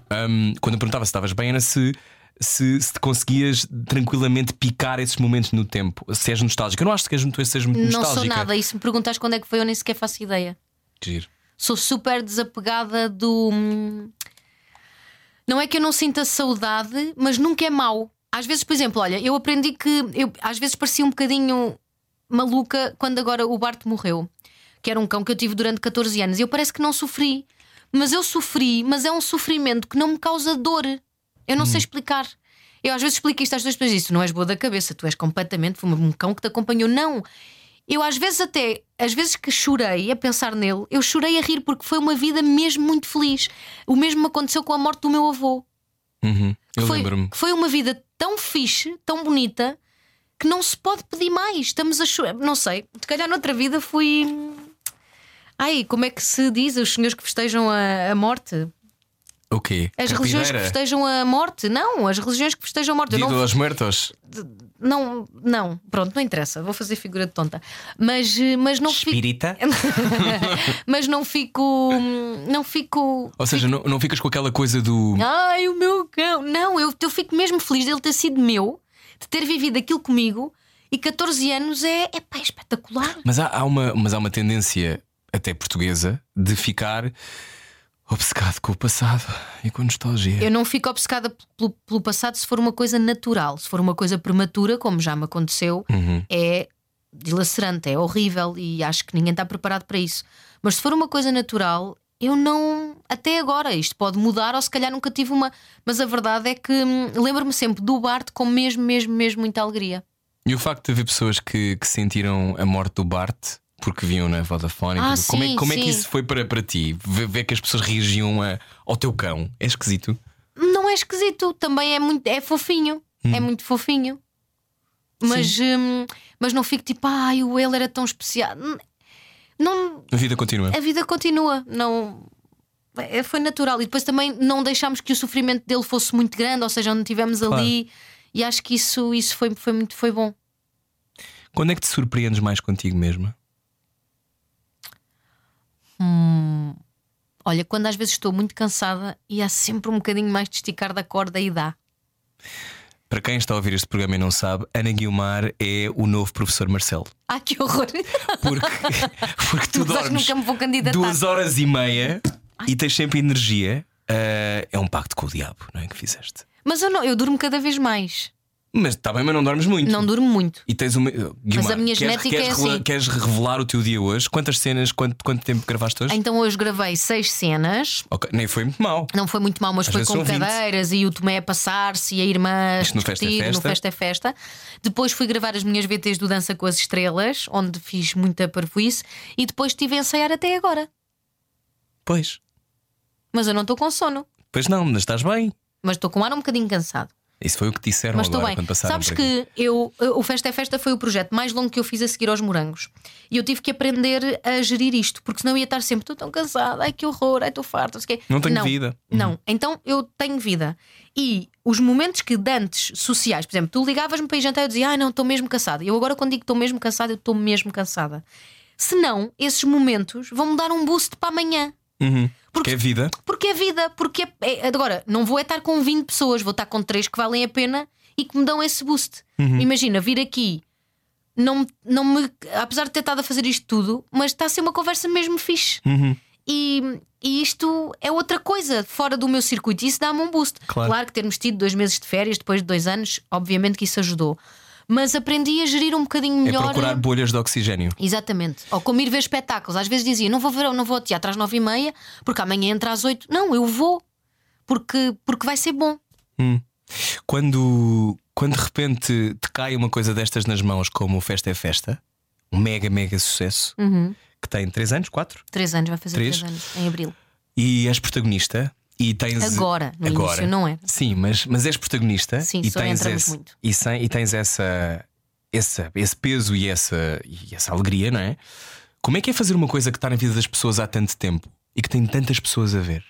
[SPEAKER 2] Ahm, quando eu perguntava se estavas bem, era se. Se, se te conseguias tranquilamente picar esses momentos no tempo, se és nostálgico. Eu não acho que sejas muito, sejas muito
[SPEAKER 3] Não sou
[SPEAKER 2] nostálgica.
[SPEAKER 3] nada. E se me perguntas quando é que foi, eu nem sequer faço ideia.
[SPEAKER 2] Giro.
[SPEAKER 3] Sou super desapegada do. hum, Não é que eu não sinta saudade, mas nunca é mau. Às vezes, por exemplo, olha, eu aprendi que. Eu, às vezes parecia um bocadinho maluca quando agora o Bart morreu, que era um cão que eu tive durante 14 anos. Eu parece que não sofri. Mas eu sofri, mas é um sofrimento que não me causa dor. Eu não
[SPEAKER 2] Hum.
[SPEAKER 3] sei explicar. Eu às vezes explico isto às duas pessoas: isso não és boa da cabeça, tu és completamente. Foi um cão que te acompanhou. Não. Eu às vezes até, às vezes que chorei a pensar nele, eu chorei a rir porque foi uma vida mesmo muito feliz. O mesmo me aconteceu com a morte do meu avô.
[SPEAKER 2] Uhum.
[SPEAKER 3] Que
[SPEAKER 2] Eu
[SPEAKER 3] foi,
[SPEAKER 2] lembro-me.
[SPEAKER 3] que foi uma vida tão fixe, tão bonita, que não se pode pedir mais. Estamos a chorar. Não sei, se calhar noutra vida fui. Ai, como é que se diz os senhores que festejam a, a morte?
[SPEAKER 2] O quê?
[SPEAKER 3] As religiões que
[SPEAKER 2] Carpineira?
[SPEAKER 3] festejam a morte? Não, as religiões que festejam a morte. Eu
[SPEAKER 2] Dia
[SPEAKER 3] não
[SPEAKER 2] dos Muertos.
[SPEAKER 3] não, não, pronto, não interessa, vou fazer figura de tonta. Mas, eh, mas não fico.
[SPEAKER 2] Espírita.
[SPEAKER 3] mas não fico. hum, Não fico.
[SPEAKER 2] Ou seja, não, não ficas com aquela coisa do.
[SPEAKER 3] Ai, o meu cão! Não, eu, eu fico mesmo feliz dele ter sido meu, de ter vivido aquilo comigo e 14 anos é, é, pá, é espetacular.
[SPEAKER 2] Mas há, há uma, mas há uma tendência, até portuguesa, de ficar obcecado com o passado e com a nostalgia.
[SPEAKER 3] Eu não fico obcecada pelo, pelo passado se for uma coisa natural, se for uma coisa prematura, como já me aconteceu,
[SPEAKER 2] Uhum.
[SPEAKER 3] é dilacerante, é horrível e acho que ninguém está preparado para isso. Mas se for uma coisa natural, eu não. Até agora, isto pode mudar, ou se calhar nunca tive uma. Mas a verdade é que hum, lembro-me sempre do Bart com mesmo, mesmo, mesmo muita alegria.
[SPEAKER 2] E o facto de haver pessoas que, que sentiram a morte do Bart porque viam na Vodafone. e
[SPEAKER 3] Ah,
[SPEAKER 2] tudo. como é,
[SPEAKER 3] sim,
[SPEAKER 2] como é que
[SPEAKER 3] sim.
[SPEAKER 2] isso foi para, para ti? Ver, ver que as pessoas reagiam a- ao teu cão? É esquisito.
[SPEAKER 3] Não é esquisito, também é muito, é fofinho, é muito fofinho. Mas, hum, mas não fico tipo, ai, o ele era tão especial. Não,
[SPEAKER 2] A vida continua.
[SPEAKER 3] a vida continua, não. é, Foi natural. E depois também não deixámos que o sofrimento dele fosse muito grande, ou seja, não tivemos ali. E acho que isso, isso foi, foi muito foi bom.
[SPEAKER 2] Quando é que te surpreendes mais contigo mesma?
[SPEAKER 3] Olha, quando às vezes estou muito cansada e há sempre um bocadinho mais de esticar da corda e dá.
[SPEAKER 2] Para quem está a ouvir este programa e não sabe, Ana Guiomar é o novo professor Marcelo.
[SPEAKER 3] Ah, que horror!
[SPEAKER 2] Porque, porque tu
[SPEAKER 3] Mas acho que
[SPEAKER 2] dormes
[SPEAKER 3] nunca me vou candidatar.
[SPEAKER 2] duas horas e meia e tens sempre energia. Ah, é um pacto com o diabo, não é? Que fizeste.
[SPEAKER 3] Mas eu não, eu durmo cada vez mais.
[SPEAKER 2] Mas está bem, mas não dormes muito.
[SPEAKER 3] Não durmo muito.
[SPEAKER 2] E tens uma. Guiomar,
[SPEAKER 3] Mas a minha
[SPEAKER 2] queres,
[SPEAKER 3] genética
[SPEAKER 2] queres
[SPEAKER 3] é
[SPEAKER 2] revela-
[SPEAKER 3] assim.
[SPEAKER 2] Queres revelar o teu dia hoje? Quantas cenas, quanto, quanto tempo gravaste hoje?
[SPEAKER 3] Então hoje gravei seis cenas.
[SPEAKER 2] Ok, Nem foi muito mal.
[SPEAKER 3] Não foi muito mal, mas
[SPEAKER 2] Às
[SPEAKER 3] foi
[SPEAKER 2] vezes
[SPEAKER 3] com
[SPEAKER 2] são 20.
[SPEAKER 3] cadeiras e o Tomé a passar-se e a irmã a
[SPEAKER 2] Isto no Festa é
[SPEAKER 3] discutir no
[SPEAKER 2] Festa.
[SPEAKER 3] Festa é Festa. Depois fui gravar as minhas VTs do Dança com as Estrelas, onde fiz muita parvoíce e depois estive a ensaiar até agora.
[SPEAKER 2] Pois.
[SPEAKER 3] Mas eu não estou com sono,
[SPEAKER 2] Pois não, mas estás bem.
[SPEAKER 3] mas estou com ar um bocadinho cansado.
[SPEAKER 2] Isso foi o que disseram
[SPEAKER 3] Mas estou
[SPEAKER 2] agora
[SPEAKER 3] bem.
[SPEAKER 2] quando passaram
[SPEAKER 3] Sabes
[SPEAKER 2] por aqui.
[SPEAKER 3] que eu, o Festa é Festa foi o projeto mais longo que eu fiz a seguir aos morangos. E eu tive que aprender a gerir isto, porque senão eu ia estar sempre, estou tão cansada, ai que horror, ai estou farta, não sei o quê.
[SPEAKER 2] Não tenho vida.
[SPEAKER 3] Não, então eu tenho vida. E os momentos que de antes sociais, por exemplo, tu ligavas-me para ir jantar e eu dizia, ai não, estou mesmo cansada. Eu agora quando digo estou mesmo cansada, eu estou mesmo cansada. Senão, esses momentos vão me dar um boost para amanhã.
[SPEAKER 2] Uhum. Porque
[SPEAKER 3] Porque-
[SPEAKER 2] é vida.
[SPEAKER 3] Porque é vida, porque é, é- agora não vou é estar com 20 pessoas, vou estar com 3 que valem a pena e que me dão esse boost.
[SPEAKER 2] Uhum.
[SPEAKER 3] Imagina, vir aqui, não, não me, apesar de ter estado a fazer isto tudo, mas está a ser uma conversa mesmo fixe.
[SPEAKER 2] Uhum.
[SPEAKER 3] E, e isto é outra coisa fora do meu circuito e isso dá-me um boost.
[SPEAKER 2] Claro.
[SPEAKER 3] que termos tido dois meses de férias depois de dois anos, obviamente que isso ajudou. Mas aprendi a gerir um bocadinho
[SPEAKER 2] É
[SPEAKER 3] melhor.
[SPEAKER 2] procurar bolhas de oxigênio.
[SPEAKER 3] Exatamente. Ou como ir ver espetáculos. Às vezes dizia, não vou ver, não vou ao teatro às nove e meia, porque amanhã entra às oito. Não, eu vou, porque, porque vai ser bom.
[SPEAKER 2] Quando, quando de repente te cai uma coisa destas nas mãos, como o Festa é Festa, um mega, mega sucesso, que tem 3 anos, 4,
[SPEAKER 3] Três anos, vai fazer três,
[SPEAKER 2] Três?
[SPEAKER 3] anos, em abril.
[SPEAKER 2] e és protagonista. E tens
[SPEAKER 3] Agora, no início não é? era.
[SPEAKER 2] Sim, mas, mas és protagonista
[SPEAKER 3] Sim,
[SPEAKER 2] e
[SPEAKER 3] só
[SPEAKER 2] tens
[SPEAKER 3] entramos
[SPEAKER 2] esse,
[SPEAKER 3] muito.
[SPEAKER 2] E, sem- e tens essa, essa esse peso e essa e essa alegria, não é? Como é que é fazer uma coisa que está na vida das pessoas há tanto tempo e que tem tantas pessoas a ver?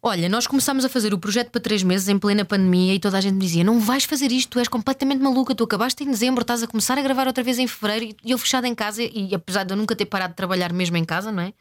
[SPEAKER 3] Olha, nós começámos a fazer o projeto para três meses em plena pandemia e toda a gente me dizia: não vais fazer isto, tu és completamente maluca, tu acabaste em dezembro, estás a começar a gravar outra vez em fevereiro e eu fechada em casa, e apesar de eu nunca ter parado de trabalhar mesmo em casa, não é?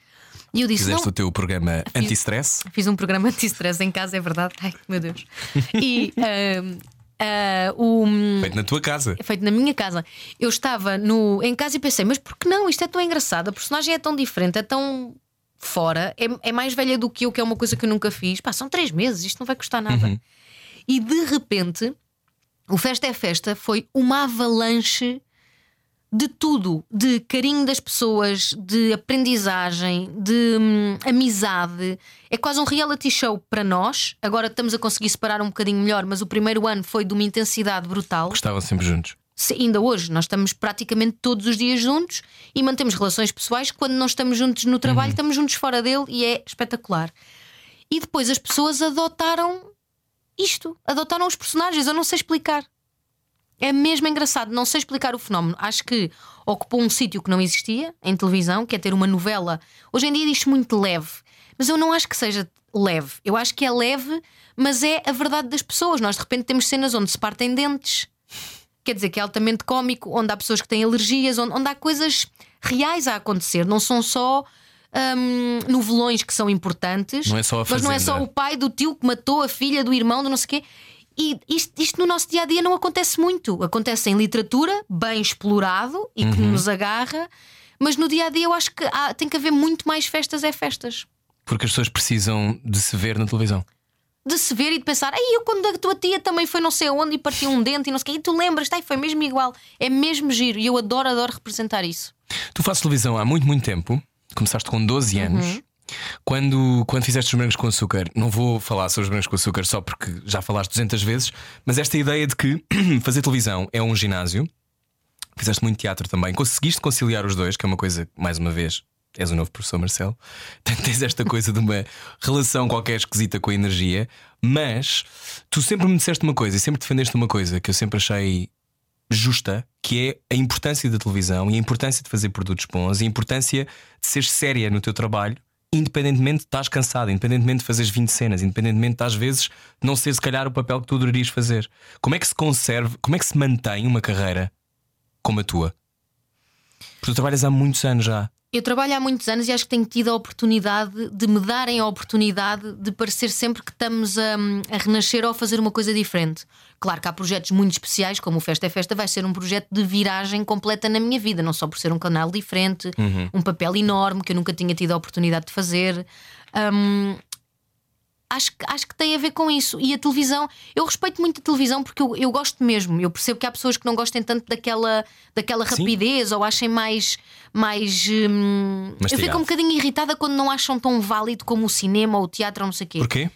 [SPEAKER 3] E eu disse:
[SPEAKER 2] Fizeste
[SPEAKER 3] não,
[SPEAKER 2] o teu programa anti-stress?
[SPEAKER 3] Fiz um programa anti-stress em casa, é verdade. Ai, meu Deus. E ahm, ah, o.
[SPEAKER 2] Feito na tua casa.
[SPEAKER 3] É Feito na minha casa. Eu estava no, em casa e pensei, mas por que não? Isto é tão engraçado, a personagem é tão diferente, é tão fora, é, é mais velha do que eu, que é uma coisa que eu nunca fiz. Pá, são três meses, isto não vai custar nada. E de repente, o Festa é Festa foi uma avalanche de tudo, de carinho das pessoas, de aprendizagem, de hum, amizade. É quase um reality show para nós. Agora estamos a conseguir separar um bocadinho melhor, mas o primeiro ano foi de uma intensidade brutal.
[SPEAKER 2] Porque estavam sempre juntos.
[SPEAKER 3] Se- ainda hoje, nós estamos praticamente todos os dias juntos e mantemos relações pessoais. Quando não estamos juntos no trabalho, estamos juntos fora dele e é espetacular. E depois as pessoas adotaram isto, adotaram os personagens. Eu não sei explicar. É mesmo engraçado, não sei explicar o fenómeno. Acho que ocupou um sítio que não existia em televisão, que é ter uma novela. Hoje em dia diz muito leve, mas eu não acho que seja leve. Eu acho que é leve, mas é a verdade das pessoas. Nós de repente temos cenas onde se partem dentes. Quer dizer, que é altamente cómico, onde há pessoas que têm alergias, onde, onde há coisas reais a acontecer, não são só hum, novelões que são importantes,
[SPEAKER 2] Não é só a
[SPEAKER 3] mas não é
[SPEAKER 2] Fazenda.
[SPEAKER 3] só o pai do tio que matou a filha do irmão do não sei quê. E isto, isto no nosso dia a dia não acontece muito. Acontece em literatura, bem explorado e
[SPEAKER 2] Uhum.
[SPEAKER 3] que nos agarra, mas no dia a dia eu acho que há- tem que haver muito mais festas é festas.
[SPEAKER 2] Porque as pessoas precisam de se ver na televisão.
[SPEAKER 3] De se ver e de pensar, aí eu quando a tua tia também foi não sei aonde e partiu um dente e não sei o quê, e tu lembras, tá, e foi mesmo igual. É mesmo giro e eu adoro, adoro representar isso.
[SPEAKER 2] Tu fazes televisão há muito, muito tempo. Começaste com 12 anos. Quando, quando fizeste os morangos com açúcar, não vou falar sobre os morangos com açúcar só porque já falaste 200 vezes, mas esta ideia de que fazer televisão é um ginásio, fizeste muito teatro também, conseguiste conciliar os dois, que é uma coisa, mais uma vez, És o novo professor Marcelo. Portanto, tens esta coisa de uma relação qualquer esquisita com a energia, mas tu sempre me disseste uma coisa e sempre defendeste uma coisa que eu sempre achei justa, que é a importância da televisão e a importância de fazer produtos bons e a importância de ser séria no teu trabalho, independentemente de estás cansado, independentemente de fazeres 20 cenas, independentemente de às vezes não ser se calhar o papel que tu deverias fazer. Como é que se conserva, como é que se mantém uma carreira como a tua? Porque tu trabalhas há muitos anos já.
[SPEAKER 3] Eu trabalho há muitos anos e acho que tenho tido a oportunidade de me darem a oportunidade de parecer sempre que estamos a, a renascer ou a fazer uma coisa diferente. Claro que há projetos muito especiais, como o Festa é Festa, vai ser um projeto de viragem completa na minha vida, não só por ser um canal diferente, um papel enorme que eu nunca tinha tido a oportunidade de fazer. Hum, acho, que- acho que tem a ver com isso. E a televisão, eu respeito muito a televisão porque eu, eu gosto mesmo. Eu percebo que há pessoas que não gostem tanto daquela, daquela
[SPEAKER 2] Sim.
[SPEAKER 3] rapidez ou achem mais. mais hum, eu
[SPEAKER 2] Mastigado.
[SPEAKER 3] fico um bocadinho irritada quando não acham tão válido como o cinema ou o teatro ou não sei o quê.
[SPEAKER 2] Porquê?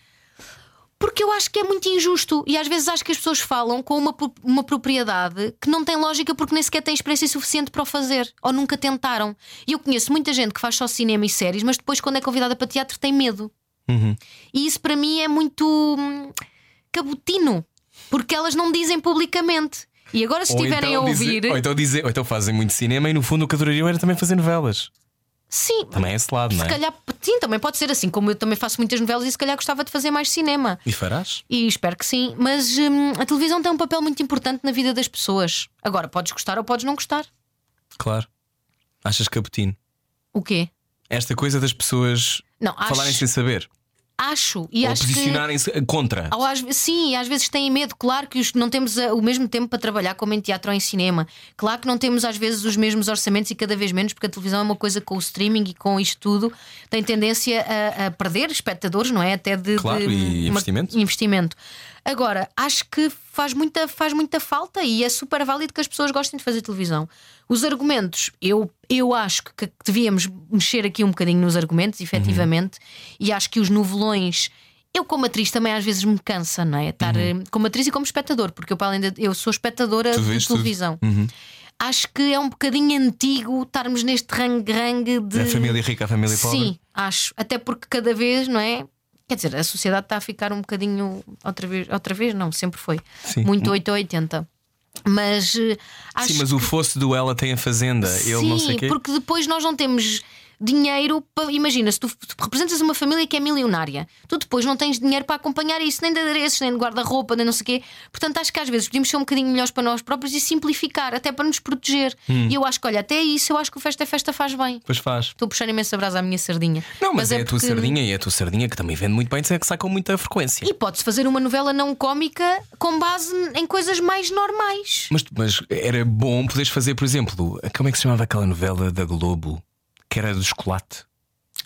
[SPEAKER 3] Porque eu acho que é muito injusto e às vezes acho que as pessoas falam com uma, pro- uma propriedade que não tem lógica porque nem sequer têm experiência suficiente para o fazer ou nunca tentaram. E eu conheço muita gente que faz só cinema e séries, mas depois, quando é convidada para teatro, tem medo.
[SPEAKER 2] Uhum.
[SPEAKER 3] E isso para mim é muito hum, cabotino porque elas não dizem publicamente. E agora, se estiverem a
[SPEAKER 2] dizer-
[SPEAKER 3] ouvir.
[SPEAKER 2] ou, então dizer- ou então fazem muito cinema e no fundo o que adorariam era também fazer novelas.
[SPEAKER 3] Sim,
[SPEAKER 2] Também é esse lado, não
[SPEAKER 3] se
[SPEAKER 2] é?
[SPEAKER 3] calhar. Sim, também pode ser assim, como eu também faço muitas novelas e se calhar gostava de fazer mais cinema.
[SPEAKER 2] E farás?
[SPEAKER 3] E espero que sim, mas hum, a televisão tem um papel muito importante na vida das pessoas. Agora, podes gostar ou podes não gostar.
[SPEAKER 2] Claro. Achas é caputino?
[SPEAKER 3] O quê?
[SPEAKER 2] Esta coisa das pessoas
[SPEAKER 3] Não, acho.
[SPEAKER 2] falarem sem saber
[SPEAKER 3] Acho. E
[SPEAKER 2] ou
[SPEAKER 3] acho que.
[SPEAKER 2] posicionarem-se contra.
[SPEAKER 3] Ou às ve- sim, e às vezes têm medo. Claro que os- não temos ah, o mesmo tempo para trabalhar como em teatro ou em cinema. Claro que não temos às vezes os mesmos orçamentos e cada vez menos, porque a televisão é uma coisa com o streaming e com isto tudo tem tendência a, a perder espectadores, não é? Até de.
[SPEAKER 2] Claro,
[SPEAKER 3] de-
[SPEAKER 2] e
[SPEAKER 3] uma-
[SPEAKER 2] investimento.
[SPEAKER 3] investimento. Agora, acho que faz muita, faz muita falta e é super válido que as pessoas gostem de fazer televisão. Os argumentos, eu, eu acho que devíamos mexer aqui um bocadinho nos argumentos, efetivamente, e acho que os novelões. Eu, como atriz, também às vezes me cansa, não é? Estar eh, como atriz e como espectador, porque eu, para além de, eu sou espectadora
[SPEAKER 2] Uhum. Tu vês
[SPEAKER 3] de
[SPEAKER 2] tudo. Uhum.
[SPEAKER 3] televisão. Acho que é um bocadinho antigo estarmos neste rangue-rangue de.
[SPEAKER 2] A família rica, a família pobre.
[SPEAKER 3] Sim, acho. Até porque cada vez, não é? Quer dizer, a sociedade está a ficar um bocadinho outra vez, outra vez não, sempre foi.
[SPEAKER 2] Sim.
[SPEAKER 3] Muito 8 ou 80. Mas eh, acho
[SPEAKER 2] Sim, mas o fosse do ela tem a fazenda, ele não sei
[SPEAKER 3] Sim,
[SPEAKER 2] o quê.
[SPEAKER 3] porque depois nós não temos dinheiro para. Imagina, se tu, tu representas uma família que é milionária, tu depois não tens dinheiro para acompanhar isso, nem de adereços, nem de guarda-roupa, nem não sei o quê. Portanto, acho que às vezes podíamos ser um bocadinho melhores para nós próprios e simplificar, até para nos proteger.
[SPEAKER 2] Hum.
[SPEAKER 3] E eu acho que, olha, até isso eu acho que o Festa é Festa faz bem.
[SPEAKER 2] Depois faz.
[SPEAKER 3] Estou a puxar imensa brasa à minha sardinha.
[SPEAKER 2] Não, mas, é, a tua
[SPEAKER 3] porque-
[SPEAKER 2] sardinha e é a tua sardinha que também vende muito bem, é que sai com muita frequência.
[SPEAKER 3] E pode-se fazer uma novela não cómica com base em coisas mais normais.
[SPEAKER 2] Mas, mas era bom poderes fazer, por exemplo, como é que se chamava aquela novela da Globo que era do chocolate?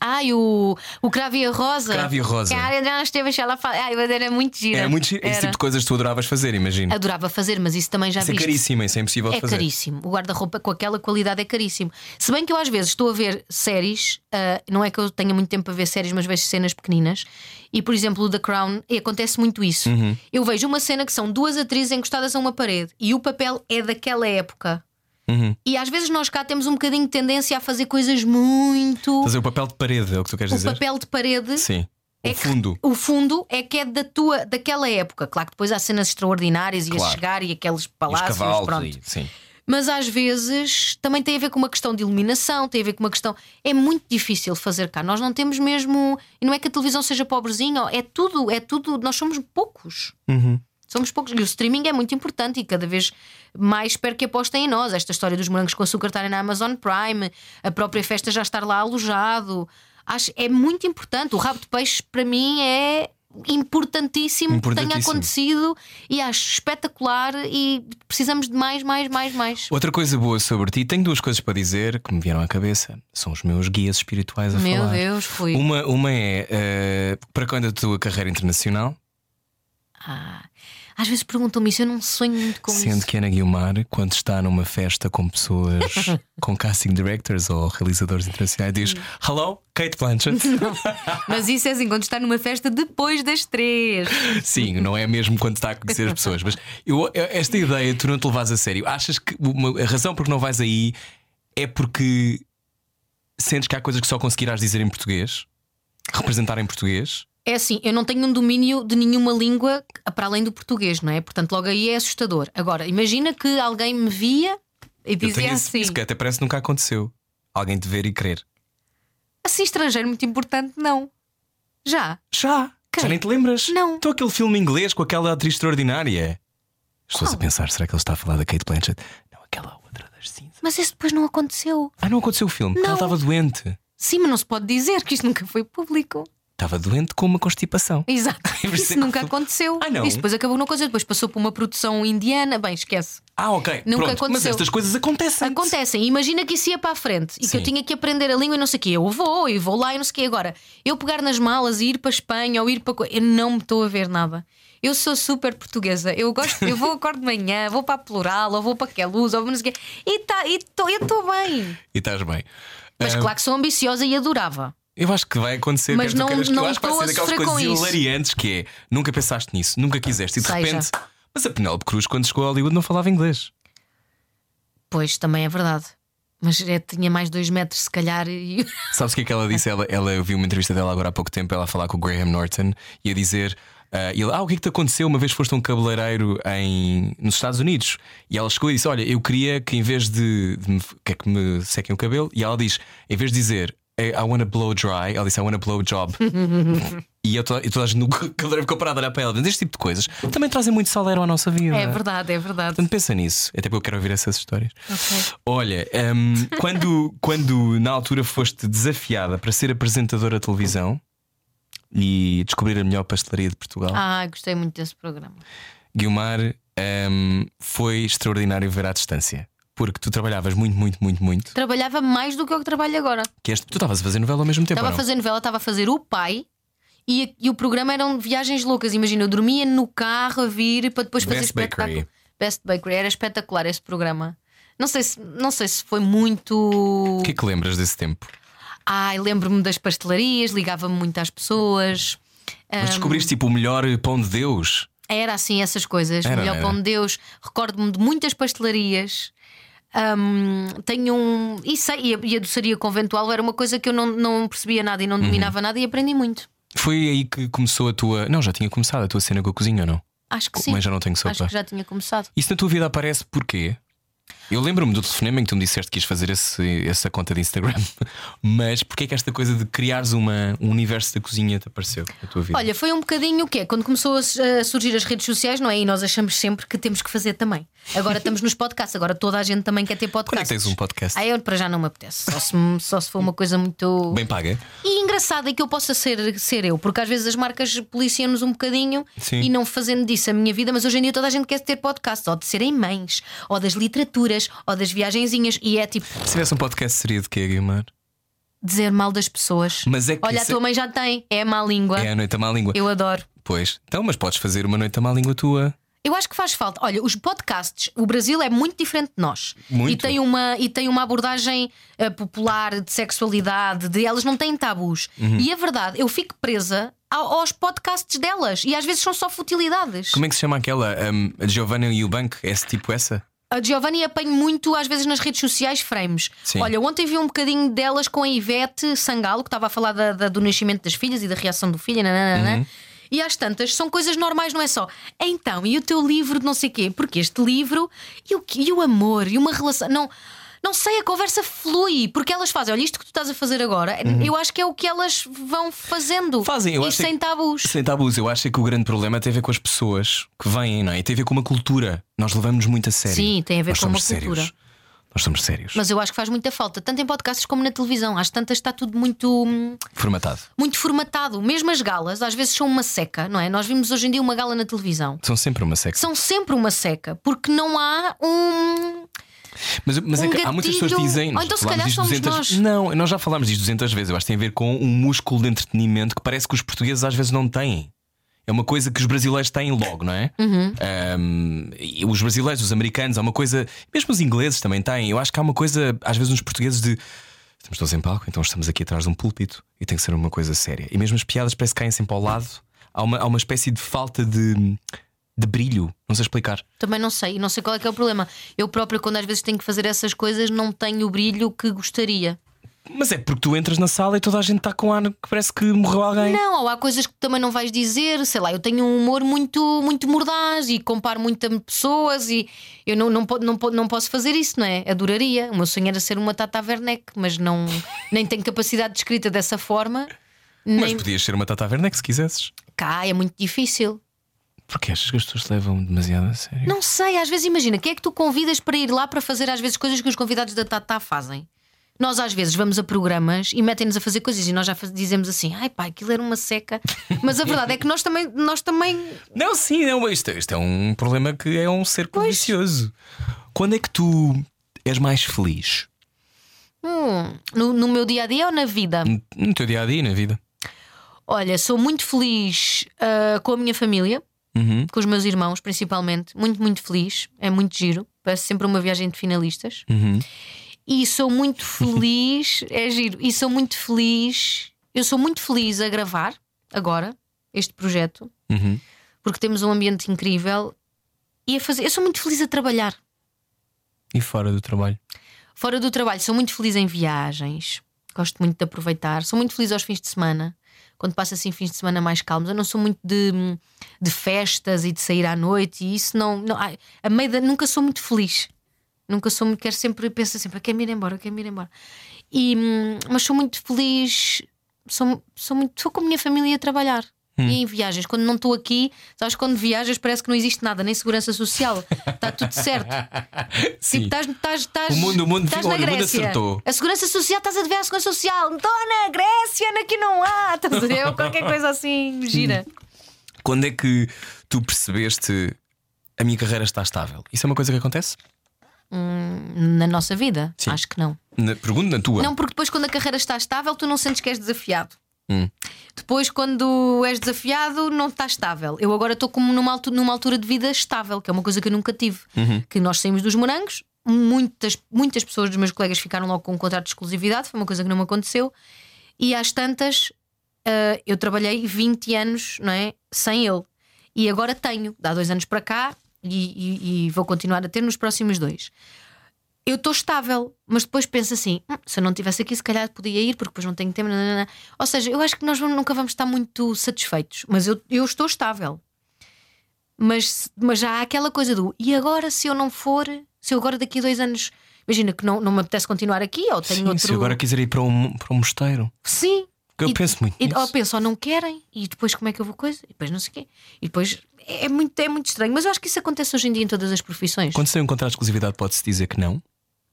[SPEAKER 3] Ai, o, o Cravo e a Rosa.
[SPEAKER 2] Cravo e a Rosa.
[SPEAKER 3] Que a Adriana Esteves, ela fala. Ai, mas era muito gira.
[SPEAKER 2] Era muito giro. Esse
[SPEAKER 3] Era.
[SPEAKER 2] tipo de coisas que tu adoravas fazer, imagino.
[SPEAKER 3] Adorava fazer, mas isso também já
[SPEAKER 2] Isso é
[SPEAKER 3] viste.
[SPEAKER 2] caríssimo, isso é impossível de
[SPEAKER 3] É
[SPEAKER 2] fazer.
[SPEAKER 3] caríssimo. O guarda-roupa com aquela qualidade é caríssimo. Se bem que eu às vezes estou a ver séries, ah, não é que eu tenha muito tempo para ver séries, mas vejo cenas pequeninas. E por exemplo, o The Crown, e acontece muito isso.
[SPEAKER 2] Uhum.
[SPEAKER 3] Eu vejo uma cena que são duas atrizes encostadas a uma parede e o papel é daquela época.
[SPEAKER 2] Uhum.
[SPEAKER 3] E às vezes nós cá temos um bocadinho de tendência a fazer coisas muito.
[SPEAKER 2] Fazer o papel de parede, é o que tu queres
[SPEAKER 3] O
[SPEAKER 2] dizer?
[SPEAKER 3] papel de parede
[SPEAKER 2] Sim.
[SPEAKER 3] é
[SPEAKER 2] o
[SPEAKER 3] que-
[SPEAKER 2] fundo.
[SPEAKER 3] o fundo é que é da tua, daquela época. Claro que depois há cenas extraordinárias e a
[SPEAKER 2] Claro.
[SPEAKER 3] chegar e aqueles
[SPEAKER 2] Os
[SPEAKER 3] palácios,
[SPEAKER 2] cavalos.
[SPEAKER 3] pronto.
[SPEAKER 2] E, sim.
[SPEAKER 3] Mas às vezes também tem a ver com uma questão de iluminação, tem a ver com uma questão. É muito difícil fazer cá. Nós não temos mesmo. E não é que a televisão seja pobrezinha, é tudo, é tudo. Nós somos poucos. Somos poucos. E o streaming é muito importante e cada vez mais espero que apostem em nós. Esta história dos morangos com açúcar estarem na Amazon Prime, a própria festa já estar lá alojado. Acho, é muito importante. O rabo de peixe, para mim, é importantíssimo, que tenha
[SPEAKER 2] Importantíssimo.
[SPEAKER 3] acontecido e acho espetacular e precisamos de mais, mais, mais, mais.
[SPEAKER 2] Outra coisa boa sobre ti, tenho duas coisas para dizer que me vieram à cabeça. São os meus guias espirituais a
[SPEAKER 3] Meu
[SPEAKER 2] falar.
[SPEAKER 3] Deus, fui.
[SPEAKER 2] Uma, uma é eh, para quando a tua carreira internacional,
[SPEAKER 3] Ah, às vezes perguntam-me isso, eu não sonho muito com
[SPEAKER 2] sendo
[SPEAKER 3] isso.
[SPEAKER 2] que Ana Guilmar, quando está numa festa com pessoas, com casting directors ou realizadores internacionais, diz:
[SPEAKER 3] Hum.
[SPEAKER 2] Hello, Kate Blanchett.
[SPEAKER 3] Mas isso é assim, quando está numa festa depois das três.
[SPEAKER 2] Sim, não é mesmo quando está a conhecer as pessoas. Mas eu- eu- esta ideia tu não te levas a sério. Achas que uma- a razão por que não vais aí é porque Sentes que há coisas que só conseguirás dizer em português? Representar em português?
[SPEAKER 3] É assim, eu não tenho um domínio de nenhuma língua para além do português, não é? Portanto, logo aí é assustador. Agora, imagina que alguém me via e
[SPEAKER 2] Eu
[SPEAKER 3] dizia
[SPEAKER 2] tenho esse-
[SPEAKER 3] assim.
[SPEAKER 2] Isso que até parece que nunca aconteceu. Alguém te ver e querer. é-
[SPEAKER 3] Assim, estrangeiro muito importante, não. Já.
[SPEAKER 2] Já!
[SPEAKER 3] Quem?
[SPEAKER 2] Já nem te lembras?
[SPEAKER 3] Não.
[SPEAKER 2] Então aquele filme inglês com aquela atriz extraordinária. Estou a
[SPEAKER 3] Qual?
[SPEAKER 2] pensar, será que ele está a falar da Kate Blanchett? Não, aquela outra das cinzas.
[SPEAKER 3] Mas isso depois não aconteceu.
[SPEAKER 2] Ah, não aconteceu o filme. porque
[SPEAKER 3] Não.
[SPEAKER 2] Ela estava doente.
[SPEAKER 3] Sim, mas não se pode dizer que isto nunca foi público.
[SPEAKER 2] Estava doente com uma constipação.
[SPEAKER 3] Exato.
[SPEAKER 2] Por isso é
[SPEAKER 3] Isso
[SPEAKER 2] que
[SPEAKER 3] nunca
[SPEAKER 2] tu-
[SPEAKER 3] aconteceu.
[SPEAKER 2] Ah, não?
[SPEAKER 3] Isso depois acabou numa coisa, depois passou por uma produção indiana. Bem, esquece.
[SPEAKER 2] Ah, ok.
[SPEAKER 3] Nunca
[SPEAKER 2] Pronto. Mas
[SPEAKER 3] aconteceu.
[SPEAKER 2] estas coisas acontecem.
[SPEAKER 3] Acontecem. Imagina que isso ia para a frente e
[SPEAKER 2] Sim.
[SPEAKER 3] que eu tinha que aprender a língua e não sei o quê. Eu vou e vou lá e não sei o quê. Agora, eu pegar nas malas e ir para a Espanha ou ir para. co- Eu não me estou a ver nada. Eu sou super portuguesa. Eu gosto, eu vou acordo de manhã, vou para a plural, ou vou para aquela luz, ou vou não sei o quê. E, tá, e tô- eu estou bem.
[SPEAKER 2] E estás bem.
[SPEAKER 3] Mas
[SPEAKER 2] Ah,
[SPEAKER 3] claro que sou ambiciosa e adorava.
[SPEAKER 2] Eu acho que vai acontecer,
[SPEAKER 3] Mas
[SPEAKER 2] quer tu
[SPEAKER 3] não-
[SPEAKER 2] queiras, que
[SPEAKER 3] não
[SPEAKER 2] eu acho que vai
[SPEAKER 3] estou
[SPEAKER 2] ser
[SPEAKER 3] a
[SPEAKER 2] daquelas
[SPEAKER 3] sofrer
[SPEAKER 2] coisas
[SPEAKER 3] com isso.
[SPEAKER 2] hilariantes que é. Nunca pensaste nisso, nunca quiseste. E de
[SPEAKER 3] Seja.
[SPEAKER 2] repente. Mas a Penélope Cruz, quando chegou a Hollywood, não falava inglês.
[SPEAKER 3] Pois também é verdade. Mas é, tinha mais dois metros, se calhar, e
[SPEAKER 2] Sabes o que é que ela disse? Ela, ela, eu vi uma entrevista dela agora há pouco tempo, ela a falar com o Graham Norton e a dizer. ah, e ele, ah, o que é que te aconteceu? Uma vez foste a um cabeleireiro em, nos Estados Unidos e ela chegou e disse: Olha, eu queria que em vez de, de me, quer que me sequem o cabelo, e ela diz: Em vez de dizer eh, I, I wanna blow dry, ela disse I wanna blow job. e eu, to- e toda a gente no cabeleireiro ficou parada a olhar para ela. Mas Este tipo de coisas também trazem muito salero à nossa vida.
[SPEAKER 3] É verdade, é verdade.
[SPEAKER 2] Portanto, pensa nisso, até porque eu quero ouvir essas histórias. Olha, hum, quando, quando na altura foste desafiada para ser apresentadora de televisão e descobrir a melhor pastelaria de Portugal,
[SPEAKER 3] Ah, gostei muito desse programa.
[SPEAKER 2] Guilmar, hum, foi extraordinário ver à distância. Porque tu trabalhavas muito, muito, muito, muito.
[SPEAKER 3] Trabalhava mais do que eu que trabalho agora.
[SPEAKER 2] Que este- tu estavas a fazer novela ao mesmo tempo.
[SPEAKER 3] Estava a
[SPEAKER 2] ou não?
[SPEAKER 3] fazer novela, estava a fazer o pai. E, e o programa eram viagens loucas. Imagina, eu dormia no carro a vir para depois fazer
[SPEAKER 2] Best
[SPEAKER 3] espetáculo.
[SPEAKER 2] Bakery.
[SPEAKER 3] Best Bakery. Era espetacular esse programa. Não sei se, não sei se foi muito.
[SPEAKER 2] O que é que lembras desse tempo?
[SPEAKER 3] Ai, lembro-me das pastelarias, ligava-me muito às pessoas.
[SPEAKER 2] Mas
[SPEAKER 3] Hum.
[SPEAKER 2] descobriste tipo o melhor pão de Deus.
[SPEAKER 3] Era assim essas coisas.
[SPEAKER 2] Era,
[SPEAKER 3] Melhor
[SPEAKER 2] era.
[SPEAKER 3] pão de Deus. Recordo-me de muitas pastelarias. Hum, tenho um. E, sei, e, a, e a doçaria conventual era uma coisa que eu não, não percebia nada e
[SPEAKER 2] Uhum.
[SPEAKER 3] não dominava nada e aprendi muito.
[SPEAKER 2] Foi aí que começou a tua. Não, já tinha começado a tua cena com a cozinha ou não?
[SPEAKER 3] Acho que sim.
[SPEAKER 2] Mas já não tenho sopa.
[SPEAKER 3] Acho que já tinha começado.
[SPEAKER 2] Isso na tua vida aparece porquê? Eu lembro-me do telefonema em que tu me disseste que ias fazer esse- essa conta de Instagram, mas porquê é que esta coisa de criares uma, um universo da cozinha te apareceu na tua vida?
[SPEAKER 3] Olha, foi um bocadinho o que é? Quando começou a, su- a surgir as redes sociais, não é? E nós achamos sempre que temos que fazer também. Agora estamos nos podcasts, agora toda a gente também quer ter
[SPEAKER 2] Quando é que
[SPEAKER 3] podcasts.
[SPEAKER 2] tens um podcast?
[SPEAKER 3] Ah, eu para já não me apetece. Só se, me- só se for uma coisa muito.
[SPEAKER 2] Bem paga?
[SPEAKER 3] E engraçado é que eu possa ser, ser eu, porque às vezes as marcas policiam-nos um bocadinho
[SPEAKER 2] Sim.
[SPEAKER 3] e não fazendo disso a minha vida, mas hoje em dia toda a gente quer ter podcasts, ou de serem mães, ou das literaturas, ou das viagenzinhas, e é tipo
[SPEAKER 2] Se tivesse um podcast seria de quê, Guilmar?
[SPEAKER 3] dizer mal das pessoas.
[SPEAKER 2] Mas é que
[SPEAKER 3] Olha, a
[SPEAKER 2] isso
[SPEAKER 3] tua mãe já tem, é a má língua.
[SPEAKER 2] é a noite à má língua.
[SPEAKER 3] Eu adoro.
[SPEAKER 2] Pois, então, mas podes fazer uma noite à má língua tua.
[SPEAKER 3] Eu acho que faz falta. Olha, os podcasts, o Brasil é muito diferente de nós.
[SPEAKER 2] Muito.
[SPEAKER 3] E tem uma, e tem uma abordagem eh, popular de sexualidade, de elas não têm tabus. E a verdade, eu fico presa ao- aos podcasts delas e às vezes são só futilidades.
[SPEAKER 2] Como é que se chama aquela? Um, a Giovanna e o Banco? É esse tipo essa?
[SPEAKER 3] A Giovanni apanho muito, às vezes, nas redes sociais, frames.
[SPEAKER 2] Sim.
[SPEAKER 3] Olha, ontem vi um bocadinho delas com a Ivete Sangalo, que estava a falar da- da- do nascimento das filhas e da reação do filho, nananana.
[SPEAKER 2] Uhum.
[SPEAKER 3] E às tantas, são coisas normais, não é só. Então, e o teu livro de não sei quê? Porque este livro e o, que- e o amor e uma relação. Não. Não sei, a conversa flui, porque elas fazem. Olha, isto que tu estás a fazer agora, eu acho que é o que elas vão fazendo.
[SPEAKER 2] Uhum. Fazem, eu
[SPEAKER 3] e
[SPEAKER 2] acho
[SPEAKER 3] sem
[SPEAKER 2] que-
[SPEAKER 3] tabus.
[SPEAKER 2] Sem tabus, eu acho que o grande problema tem a ver com as pessoas que vêm, não é? E tem a ver com uma cultura. Nós levamos-nos muito a sério.
[SPEAKER 3] Sim, tem a ver
[SPEAKER 2] Nós
[SPEAKER 3] com uma
[SPEAKER 2] somos sérios.
[SPEAKER 3] cultura.
[SPEAKER 2] Nós somos sérios.
[SPEAKER 3] Mas eu acho que faz muita falta, tanto em podcasts como na televisão. Às tantas está tudo muito. hum,
[SPEAKER 2] Formatado.
[SPEAKER 3] muito formatado. Mesmo as galas, às vezes são uma seca, não é? Nós vimos hoje em dia uma gala na televisão.
[SPEAKER 2] São sempre uma seca.
[SPEAKER 3] São sempre uma seca, porque não há um.
[SPEAKER 2] Mas, mas é
[SPEAKER 3] um
[SPEAKER 2] que há muitas pessoas que
[SPEAKER 3] gatilho.
[SPEAKER 2] dizem.
[SPEAKER 3] Ou
[SPEAKER 2] nós
[SPEAKER 3] então, se
[SPEAKER 2] falámos
[SPEAKER 3] calhar,
[SPEAKER 2] disto
[SPEAKER 3] somos
[SPEAKER 2] 200
[SPEAKER 3] nós.
[SPEAKER 2] Não, nós já falámos disto 200 vezes. Eu acho que tem a ver com um músculo de entretenimento que parece que os portugueses às vezes não têm. É uma coisa que os brasileiros têm logo, não é?
[SPEAKER 3] Uhum.
[SPEAKER 2] Ahm, e os brasileiros, os americanos, há uma coisa. Mesmo os ingleses também têm. Eu acho que há uma coisa, às vezes, nos portugueses de. Estamos todos em palco, então estamos aqui atrás de um púlpito e tem que ser uma coisa séria. E mesmo as piadas parece que caem sempre ao lado. Há uma, há uma espécie de falta de, de brilho. Não sei explicar.
[SPEAKER 3] Também não sei, e não sei qual é que é o problema. Eu própria, quando às vezes tenho que fazer essas coisas, não tenho o brilho que gostaria.
[SPEAKER 2] Mas é porque tu entras na sala e toda a gente está com ar que parece que morreu alguém.
[SPEAKER 3] Não, ou há coisas que também não vais dizer, sei lá, eu tenho um humor muito, muito mordaz e comparo muito a pessoas e eu não, não, po- não, po- não posso fazer isso, não é? Adoraria. O meu sonho era ser uma Tata Werneck, mas não, nem tenho capacidade de escrita dessa forma.
[SPEAKER 2] Mas
[SPEAKER 3] Nem...
[SPEAKER 2] podias ser uma Tata Werneck se quisesses.
[SPEAKER 3] Cá, é muito difícil.
[SPEAKER 2] Porque achas que as pessoas te levam demasiado a sério?
[SPEAKER 3] Não sei, às vezes imagina, quem é que tu convidas para ir lá para fazer às vezes coisas que os convidados da Tata fazem? Nós às vezes vamos a programas e metem-nos a fazer coisas e nós já faz- dizemos assim, ai pá, aquilo era uma seca. Mas a verdade é que nós também, nós também
[SPEAKER 2] Não, sim, não, isto, isto é um problema que é um cerco vicioso. Quando é que tu és mais feliz?
[SPEAKER 3] Hum, no, no meu dia a dia ou na vida?
[SPEAKER 2] No- No teu dia a dia e na vida?
[SPEAKER 3] Olha, sou muito feliz ah, com a minha família,
[SPEAKER 2] Uhum.
[SPEAKER 3] com os meus irmãos principalmente. Muito, muito feliz. É muito giro. Parece sempre uma viagem de finalistas.
[SPEAKER 2] Uhum.
[SPEAKER 3] E sou muito feliz. é giro. E sou muito feliz. Eu sou muito feliz a gravar agora este projeto,
[SPEAKER 2] Uhum.
[SPEAKER 3] porque temos um ambiente incrível. E a fazer. Eu sou muito feliz a trabalhar.
[SPEAKER 2] E fora do trabalho?
[SPEAKER 3] Fora do trabalho, sou muito feliz em viagens, gosto muito de aproveitar, sou muito feliz aos fins de semana, quando passo assim fins de semana mais calmos. Eu não sou muito de, de festas e de sair à noite e isso não. não ai, a meio da, nunca sou muito feliz. Nunca sou muito, quero sempre, penso sempre, quero ir embora, quero ir embora. E, hum, mas sou muito feliz, sou, sou muito, sou com a minha família a trabalhar. E em viagens, quando não estou aqui, sabes, quando viajas parece que não existe nada, nem segurança social, está tudo certo. Tipo,
[SPEAKER 2] Sim.
[SPEAKER 3] estás, estás, estás,
[SPEAKER 2] O mundo- o mundo-
[SPEAKER 3] estás
[SPEAKER 2] olha,
[SPEAKER 3] na
[SPEAKER 2] o mundo
[SPEAKER 3] Grécia.
[SPEAKER 2] acertou.
[SPEAKER 3] A segurança social, estás a dever à segurança social. Estou na Grécia, na que não há. Estás a ver? Ou qualquer coisa assim,
[SPEAKER 2] Hum.
[SPEAKER 3] gira.
[SPEAKER 2] Quando é que tu percebeste a minha carreira está estável? Isso é uma coisa que acontece?
[SPEAKER 3] Hum, na nossa vida?
[SPEAKER 2] Sim.
[SPEAKER 3] Acho que não.
[SPEAKER 2] Na, pergunta na tua.
[SPEAKER 3] Não, porque depois, quando a carreira está estável, tu não sentes que és desafiado.
[SPEAKER 2] Hum.
[SPEAKER 3] Depois, quando és desafiado, não está estável. Eu agora estou como numa altura, numa altura de vida estável, que é uma coisa que eu nunca tive.
[SPEAKER 2] Uhum.
[SPEAKER 3] Que nós saímos dos morangos, muitas, muitas pessoas dos meus colegas ficaram logo com um contrato de exclusividade, foi uma coisa que não me aconteceu. E às tantas, ah, eu trabalhei 20 anos não é, sem ele. E agora tenho, dá dois anos para cá e- e- e vou continuar a ter nos próximos dois eu estou estável, mas depois penso assim: "Hum, se eu não estivesse aqui, se calhar podia ir, porque depois não tenho tempo. nananã." Ou seja, eu acho que nós vamos- nunca vamos estar muito satisfeitos, mas eu, eu estou estável. Mas, se- mas já há aquela coisa do e agora se eu não for, se eu agora daqui a dois anos, imagina que não, não me apetece continuar aqui, ou tenho
[SPEAKER 2] Sim,
[SPEAKER 3] outro.
[SPEAKER 2] se eu agora quiser ir para um, para um mosteiro.
[SPEAKER 3] Sim,
[SPEAKER 2] Porque eu
[SPEAKER 3] E-
[SPEAKER 2] penso muito
[SPEAKER 3] e, oh,
[SPEAKER 2] nisso.
[SPEAKER 3] ou pensam, não querem, e depois como é que eu vou coisa? E depois não sei o quê. E depois é muito, é muito estranho, mas eu acho que isso acontece hoje em dia em todas as profissões.
[SPEAKER 2] Quando se tem um contrato de exclusividade, pode-se dizer que não.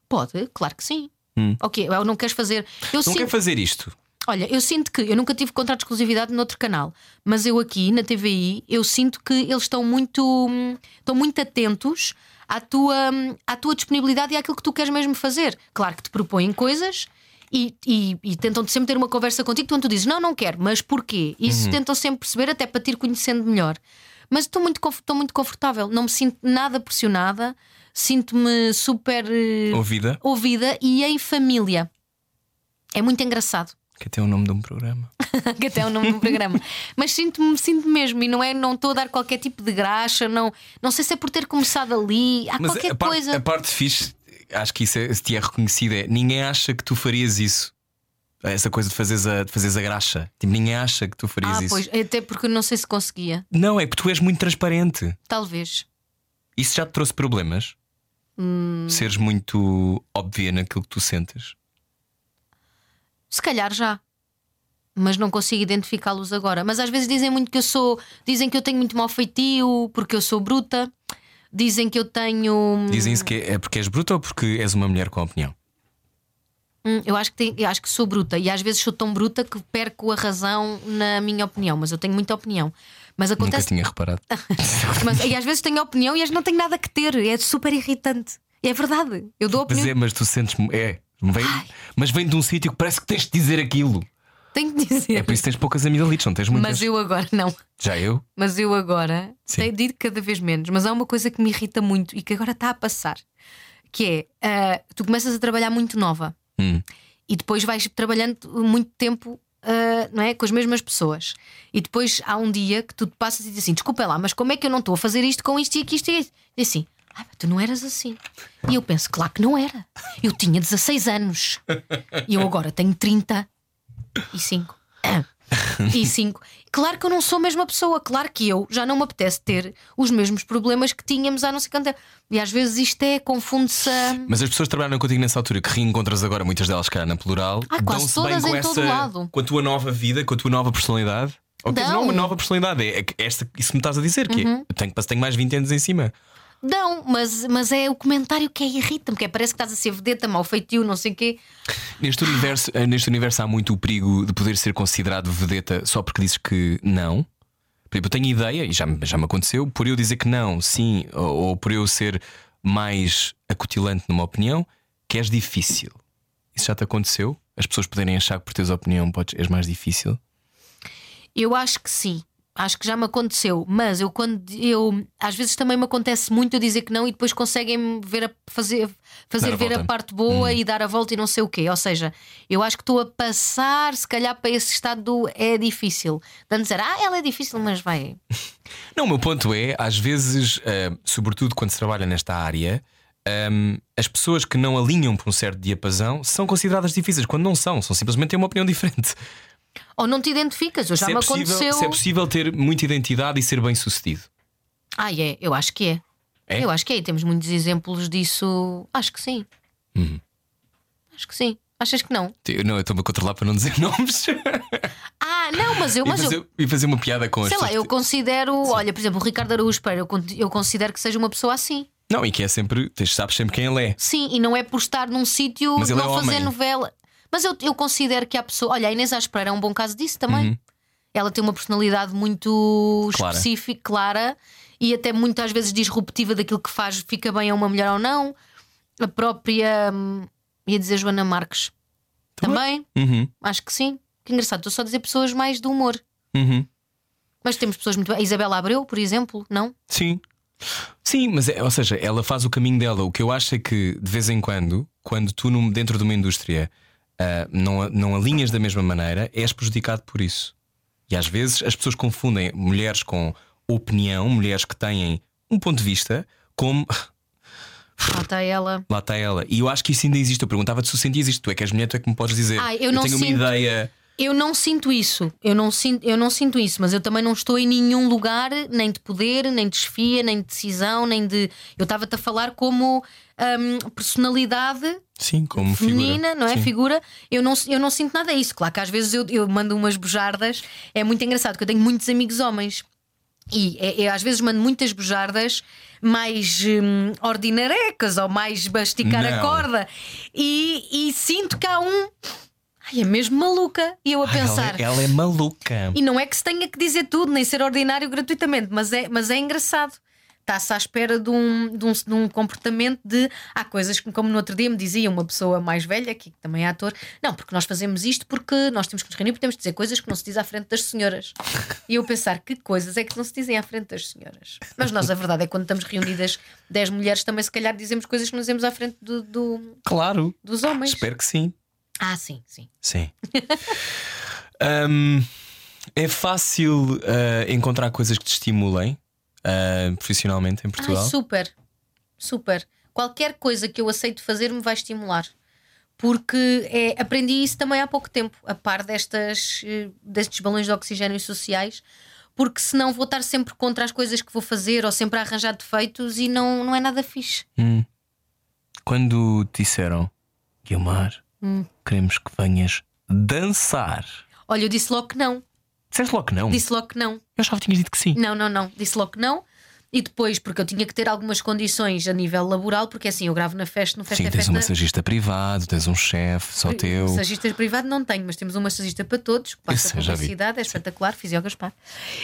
[SPEAKER 3] Pode, claro que sim.
[SPEAKER 2] Hum.
[SPEAKER 3] Ok, eu não queres fazer. Eu
[SPEAKER 2] Não
[SPEAKER 3] sinto
[SPEAKER 2] Então, quer fazer isto.
[SPEAKER 3] Olha, eu sinto que eu nunca tive contrato de exclusividade noutro canal, mas eu aqui na TVI eu sinto que eles estão muito hum, estão muito atentos à tua, hum, à tua disponibilidade e àquilo que tu queres mesmo fazer. Claro que te propõem coisas e, e, e tentam-te sempre ter uma conversa contigo quando tu dizes não, não quero, mas porquê? Isso tentam sempre perceber até para te ir conhecendo melhor. Mas estou muito, conf- estou muito confortável, não me sinto nada pressionada, sinto-me super eh,
[SPEAKER 2] Ouvida,
[SPEAKER 3] ouvida e em família. É muito engraçado
[SPEAKER 2] que até é o nome de um programa.
[SPEAKER 3] que até é o nome do programa. Mas sinto-me, sinto mesmo, e não é, não estou a dar qualquer tipo de graxa, não, não sei se é por ter começado ali, há
[SPEAKER 2] Mas
[SPEAKER 3] Ah, qualquer
[SPEAKER 2] a, parte-
[SPEAKER 3] coisa.
[SPEAKER 2] a parte fixe, acho que isso é, se te é reconhecido, é ninguém acha que tu farias isso. É Essa coisa de fazeres a, de fazeres a graxa. Tipo, ninguém acha que tu farias
[SPEAKER 3] ah,
[SPEAKER 2] isso.
[SPEAKER 3] pois, até porque eu não sei se conseguia,
[SPEAKER 2] Não, é que tu és muito transparente.
[SPEAKER 3] talvez.
[SPEAKER 2] Isso já te trouxe problemas?
[SPEAKER 3] Hum.
[SPEAKER 2] Seres muito óbvia naquilo que tu sentes.
[SPEAKER 3] Se calhar já. Mas não consigo identificá-los agora. Mas às vezes dizem muito que eu sou. Dizem que eu tenho muito mau feitio porque eu sou bruta. Dizem que eu tenho.
[SPEAKER 2] Dizem isso que é é porque és bruta ou porque és uma mulher com opinião?
[SPEAKER 3] Hum, eu, acho que tenho- eu acho que sou bruta e às vezes sou tão bruta que perco a razão na minha opinião. Mas eu tenho muita opinião. Mas
[SPEAKER 2] Nunca
[SPEAKER 3] acontece
[SPEAKER 2] tinha reparado.
[SPEAKER 3] Mas, e às vezes tenho opinião e às não tenho nada que ter. É super irritante. É verdade. Eu dou
[SPEAKER 2] Mas
[SPEAKER 3] opinião.
[SPEAKER 2] é, mas tu sentes. É. Vem, mas vem de um sítio que parece que tens de dizer aquilo.
[SPEAKER 3] Tenho que
[SPEAKER 2] É
[SPEAKER 3] dizer.
[SPEAKER 2] por isso que tens poucas amigdalites, não tens muitas.
[SPEAKER 3] Mas eu agora não.
[SPEAKER 2] Já eu?
[SPEAKER 3] Mas eu agora
[SPEAKER 2] Sim.
[SPEAKER 3] tenho dito cada vez menos. Mas há uma coisa que me irrita muito e que agora está a passar: que é ah, tu começas a trabalhar muito nova
[SPEAKER 2] Hum.
[SPEAKER 3] e depois vais trabalhando muito tempo. ah, não é? Com as mesmas pessoas E depois há um dia que tu te passas e dizes assim Desculpa lá, mas como é que eu não estou a fazer isto com isto e aqui, isto e isto E assim, Ah, mas tu não eras assim. E eu penso, claro que não era. Eu tinha 16 anos. E eu agora tenho 30 e 5. E 5. Claro que eu não sou a mesma pessoa. Claro que eu já não me apetece ter os mesmos problemas que tínhamos há não sei quanto tempo. E às vezes isto é, confunde-se a.
[SPEAKER 2] Mas as pessoas que trabalharam contigo nessa altura, que reencontras agora, muitas delas cá na plural,
[SPEAKER 3] Ah, quase
[SPEAKER 2] dão-se bem
[SPEAKER 3] todas
[SPEAKER 2] com
[SPEAKER 3] em todo
[SPEAKER 2] essa-
[SPEAKER 3] lado.
[SPEAKER 2] Com a tua nova vida, com a tua nova personalidade? Ou quer dizer, não
[SPEAKER 3] Dão.
[SPEAKER 2] uma nova personalidade, é é que esta, isso que me estás a dizer, que é,
[SPEAKER 3] Uhum.
[SPEAKER 2] eu tenho, mas tenho mais 20 anos em cima.
[SPEAKER 3] Não, mas, mas é o comentário que é irrita-me, que é, parece que estás a ser vedeta, mau feitio, não sei o quê.
[SPEAKER 2] Neste universo, eh, neste universo há muito o perigo de poder ser considerado vedeta só porque dizes que não. Por exemplo, eu tenho ideia, e já, me- já me aconteceu, por eu dizer que não, sim, ou, ou por eu ser mais acutilante numa opinião, que és difícil. Isso já te aconteceu? As pessoas poderem achar que por teres opinião podes, és mais difícil?
[SPEAKER 3] Eu acho que sim. Acho que já me aconteceu, mas eu quando eu às vezes também me acontece muito eu dizer que não e depois conseguem ver a, fazer, fazer
[SPEAKER 2] Dar a
[SPEAKER 3] ver
[SPEAKER 2] volta. Hum.
[SPEAKER 3] a parte boa e dar a volta e não sei o quê. Ou seja, eu acho que estou a passar se calhar para esse estado do é difícil. De antes era, ah, ela é difícil, mas vai.
[SPEAKER 2] Não, o meu ponto é, às vezes, ah, sobretudo quando se trabalha nesta área, ahm, as pessoas que não alinham por um certo diapasão são consideradas difíceis, quando não são, são simplesmente têm uma opinião diferente.
[SPEAKER 3] Ou não te identificas, ou já
[SPEAKER 2] se, é
[SPEAKER 3] me
[SPEAKER 2] possível,
[SPEAKER 3] aconteceu.
[SPEAKER 2] se é possível ter muita identidade e ser bem sucedido.
[SPEAKER 3] Ah, é, eu acho que é.
[SPEAKER 2] É?
[SPEAKER 3] Eu acho que é, e temos muitos exemplos disso. Acho que sim.
[SPEAKER 2] Uhum.
[SPEAKER 3] Acho que sim. Achas que não?
[SPEAKER 2] Eu- Não, eu estou-me a controlar para não dizer nomes
[SPEAKER 3] Ah, não, mas eu.
[SPEAKER 2] e,
[SPEAKER 3] Mas eu-
[SPEAKER 2] fazer, e fazer uma piada com as
[SPEAKER 3] Sei lá,
[SPEAKER 2] pessoas.
[SPEAKER 3] eu considero, olha, por exemplo, o Ricardo Araújo Pereira, eu con- eu considero que seja uma pessoa assim.
[SPEAKER 2] Não, e que é sempre, tens- sabes sempre quem ele é.
[SPEAKER 3] Sim, e não é por estar num sítio,
[SPEAKER 2] Mas ele é
[SPEAKER 3] não fazer
[SPEAKER 2] homem.
[SPEAKER 3] novela. Mas eu, eu considero que há pessoa. Olha, a Inês Aires Pereira é um bom caso disso também. Ela tem uma personalidade muito
[SPEAKER 2] Uhum. Clara.
[SPEAKER 3] específica, clara, e até muitas vezes disruptiva daquilo que faz, fica bem a uma mulher ou não. A própria. hum, ia dizer Joana Marques. Também,
[SPEAKER 2] Uhum,
[SPEAKER 3] acho que sim. Que engraçado, estou só a dizer pessoas mais do humor.
[SPEAKER 2] uhum.
[SPEAKER 3] Mas temos pessoas muito. A Isabela Abreu, por exemplo, não?
[SPEAKER 2] Sim. Sim, mas é- ou seja, ela faz o caminho dela. O que eu acho é que de vez em quando, quando tu num- dentro de uma indústria ah, não, a- não alinhas da mesma maneira, és prejudicado por isso. E às vezes as pessoas confundem mulheres com opinião, mulheres que têm um ponto de vista, como
[SPEAKER 3] Lá está ela.
[SPEAKER 2] lá está ela. E eu acho que isso ainda existe. Eu perguntava-te se o sentias isto. Tu é que és mulher, tu é que me podes dizer.
[SPEAKER 3] Ai, eu não
[SPEAKER 2] tenho
[SPEAKER 3] sinto.
[SPEAKER 2] uma ideia.
[SPEAKER 3] Eu não sinto isso, eu não sinto, eu não sinto isso, mas eu também não estou em nenhum lugar, nem de poder, nem de chefia, nem de decisão, nem de. Eu estava-te a falar como hum, personalidade
[SPEAKER 2] Sim, como
[SPEAKER 3] feminina,
[SPEAKER 2] figura.
[SPEAKER 3] não é?
[SPEAKER 2] Sim.
[SPEAKER 3] Figura, eu não, eu não sinto nada disso. Claro que às vezes eu, eu mando umas bujardas, é muito engraçado, porque eu tenho muitos amigos homens. E é- é- às vezes mando muitas bujardas mais hum, ordinarecas ou mais basticar a
[SPEAKER 2] Não.
[SPEAKER 3] corda. E, e sinto que há um. Ai, é mesmo maluca. E eu a
[SPEAKER 2] Ai, ela é-
[SPEAKER 3] pensar.
[SPEAKER 2] Ela, é maluca.
[SPEAKER 3] E não é que se tenha que dizer tudo, nem ser ordinário gratuitamente, mas é, mas é engraçado. Está-se à espera de um, de, um, de um comportamento de. Há coisas que, como no outro dia me dizia uma pessoa mais velha, que também é ator, não, porque nós fazemos isto porque nós temos que nos reunir, porque temos de dizer coisas que não se diz à frente das senhoras. E eu pensar que coisas é que não se dizem à frente das senhoras. Mas nós, a verdade é que quando estamos reunidas 10 mulheres, também se calhar dizemos coisas que não dizemos à frente do- do-
[SPEAKER 2] Claro.
[SPEAKER 3] dos homens.
[SPEAKER 2] Espero que sim.
[SPEAKER 3] Ah, sim, sim.
[SPEAKER 2] Sim. Hum, é fácil ah, encontrar coisas que te estimulem ah, profissionalmente em Portugal.
[SPEAKER 3] Ai, super, super. Qualquer coisa que eu aceito fazer me vai estimular. Porque é, aprendi isso também há pouco tempo, a par destas, eh, destes balões de oxigênio sociais, porque senão vou estar sempre contra as coisas que vou fazer ou sempre a arranjar defeitos e não, não é nada fixe.
[SPEAKER 2] Hum. Quando te disseram, Guilmar,
[SPEAKER 3] Hum.
[SPEAKER 2] queremos que venhas dançar.
[SPEAKER 3] Olha, eu disse logo que não,
[SPEAKER 2] Disseste logo que não.
[SPEAKER 3] disse Hum. logo que não.
[SPEAKER 2] Eu já tinhas dito que sim.
[SPEAKER 3] Não, não, não. Disse logo que não. E depois, porque eu tinha que ter algumas condições a nível laboral, porque assim, eu gravo na festa, no festa
[SPEAKER 2] Sim,
[SPEAKER 3] é
[SPEAKER 2] tens
[SPEAKER 3] festa.
[SPEAKER 2] um massagista privado, tens um chefe, só teu.
[SPEAKER 3] Massagista privado não tenho, mas temos um massagista para todos. que Passa
[SPEAKER 2] Isso,
[SPEAKER 3] por
[SPEAKER 2] já vi.
[SPEAKER 3] publicidade, é espetacular. Fisio Gaspar.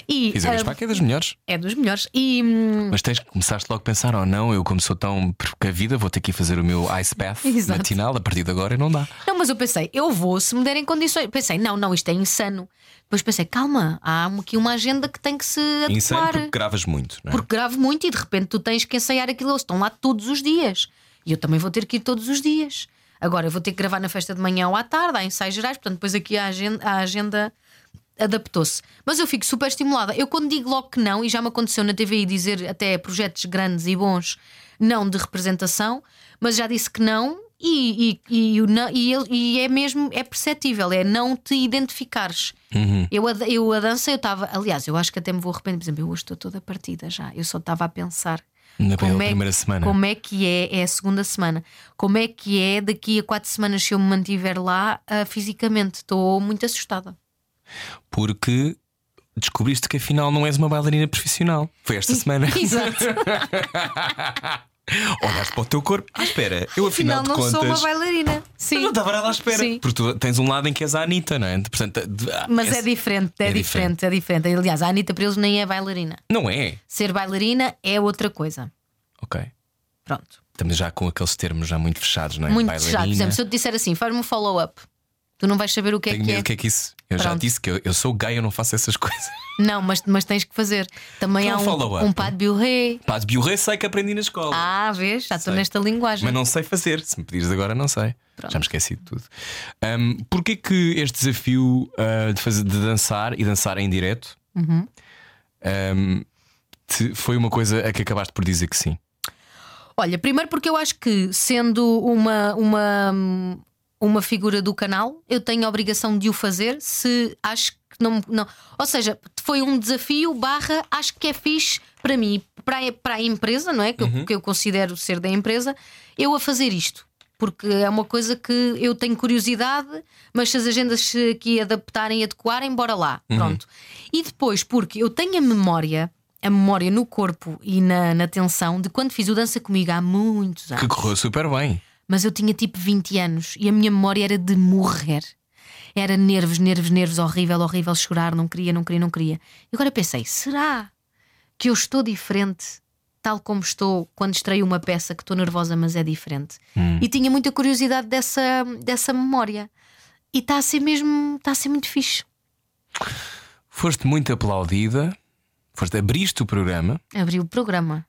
[SPEAKER 3] E,
[SPEAKER 2] Fiz a
[SPEAKER 3] ah,
[SPEAKER 2] que é das melhores.
[SPEAKER 3] é dos melhores. E hum,
[SPEAKER 2] Mas tens que começaste logo a pensar, oh não, eu como sou tão precavida, vou ter que ir fazer o meu ice bath
[SPEAKER 3] Exato.
[SPEAKER 2] matinal, a partir de agora e não dá.
[SPEAKER 3] não, mas eu pensei, eu vou se me derem condições. Pensei, não, não, isto é insano. Depois pensei, calma, há um aqui uma agenda que tem que se
[SPEAKER 2] Insano
[SPEAKER 3] adequar.
[SPEAKER 2] porque gravas muito, não é?
[SPEAKER 3] Porque gravo muito e de repente tu tens que ensaiar aquilo, eles estão lá todos os dias. E eu também vou ter que ir todos os dias. Agora eu vou ter que gravar na festa de manhã ou à tarde, há ensaios gerais, portanto, depois aqui há agen- há agenda, adaptou-se. Mas eu fico super estimulada. Eu, quando digo logo que não, e já me aconteceu na TVI dizer até projetos grandes e bons, não de representação, mas já disse que não. E, e, e, o não- e ele- e é mesmo, é perceptível, é não te identificares. Eu, a, eu a dança, eu estava, aliás, eu acho que até me vou arrepender, por exemplo, eu hoje estou toda partida já, eu só estava a pensar
[SPEAKER 2] Na
[SPEAKER 3] como é,
[SPEAKER 2] primeira semana.
[SPEAKER 3] como é que é, é a segunda semana. Como é que é daqui a quatro semanas se eu me mantiver lá ah, fisicamente? Estou muito assustada.
[SPEAKER 2] Porque descobriste que afinal não és uma bailarina profissional. Foi esta semana.
[SPEAKER 3] Exato.
[SPEAKER 2] Olhaste para o teu corpo. Ah, espera, eu afinal,
[SPEAKER 3] Afinal,
[SPEAKER 2] de
[SPEAKER 3] não
[SPEAKER 2] contas.
[SPEAKER 3] sou uma bailarina. Sim.
[SPEAKER 2] Eu não estava nada à espera.
[SPEAKER 3] Sim.
[SPEAKER 2] Porque tu tens um lado em que és a Anitta, não é? Portanto, de- ah,
[SPEAKER 3] Mas
[SPEAKER 2] esse-
[SPEAKER 3] é diferente, é,
[SPEAKER 2] é diferente.
[SPEAKER 3] diferente, é diferente. Aliás, a Anitta Preso nem é bailarina.
[SPEAKER 2] Não é?
[SPEAKER 3] Ser bailarina é outra coisa.
[SPEAKER 2] Ok.
[SPEAKER 3] Pronto.
[SPEAKER 2] Estamos já com aqueles termos já muito fechados, não é?
[SPEAKER 3] Muito
[SPEAKER 2] Bailarina.
[SPEAKER 3] já. Por exemplo, se eu te disser assim, faz-me um follow-up, tu não vais saber o que é
[SPEAKER 2] Tenho
[SPEAKER 3] que
[SPEAKER 2] medo
[SPEAKER 3] é.
[SPEAKER 2] do que é que isso. Eu já
[SPEAKER 3] Pronto.
[SPEAKER 2] disse que eu, eu sou gay, eu não faço essas coisas.
[SPEAKER 3] Não, mas, mas tens que fazer. Também
[SPEAKER 2] Que é
[SPEAKER 3] há
[SPEAKER 2] um
[SPEAKER 3] um,
[SPEAKER 2] follow-up,
[SPEAKER 3] um
[SPEAKER 2] não?
[SPEAKER 3] pas de biorré.
[SPEAKER 2] Pá, de biorré sei que aprendi na escola.
[SPEAKER 3] Ah, vês? Já estou
[SPEAKER 2] Sei.
[SPEAKER 3] nesta linguagem.
[SPEAKER 2] Mas não sei fazer. Se me pedires agora, não sei.
[SPEAKER 3] Pronto.
[SPEAKER 2] Já me esqueci de tudo. Hum, Porquê que este desafio ah, de, fazer, de dançar e dançar em direto
[SPEAKER 3] Uhum.
[SPEAKER 2] hum, te- foi uma coisa a que acabaste por dizer que sim?
[SPEAKER 3] Olha, primeiro porque eu acho que, sendo uma, uma, hum, uma figura do canal, eu tenho a obrigação de o fazer se acho que não. não. Ou seja, foi um desafio barra acho que é fixe para mim, para, a- para a empresa, não é? Que, eu, que eu considero ser da empresa, eu a fazer isto. Porque é uma coisa que eu tenho curiosidade, mas se as agendas se aqui adaptarem e adequarem, bora lá. Pronto. E depois, porque eu tenho a memória, a memória no corpo e na, na tensão de quando fiz o Dança Comigo há muitos anos
[SPEAKER 2] Que correu super bem.
[SPEAKER 3] mas eu tinha tipo 20 anos e a minha memória era de morrer. Era nervos, nervos, nervos, horrível, horrível, chorar, não queria, não queria, não queria. E agora pensei, será que eu estou diferente, tal como estou quando estreio uma peça que estou nervosa, mas é diferente?
[SPEAKER 2] Hum.
[SPEAKER 3] E tinha muita curiosidade dessa, dessa memória. E está a ser mesmo, está a ser muito fixe.
[SPEAKER 2] Foste muito aplaudida. Foste, abriste o programa.
[SPEAKER 3] Abri o programa.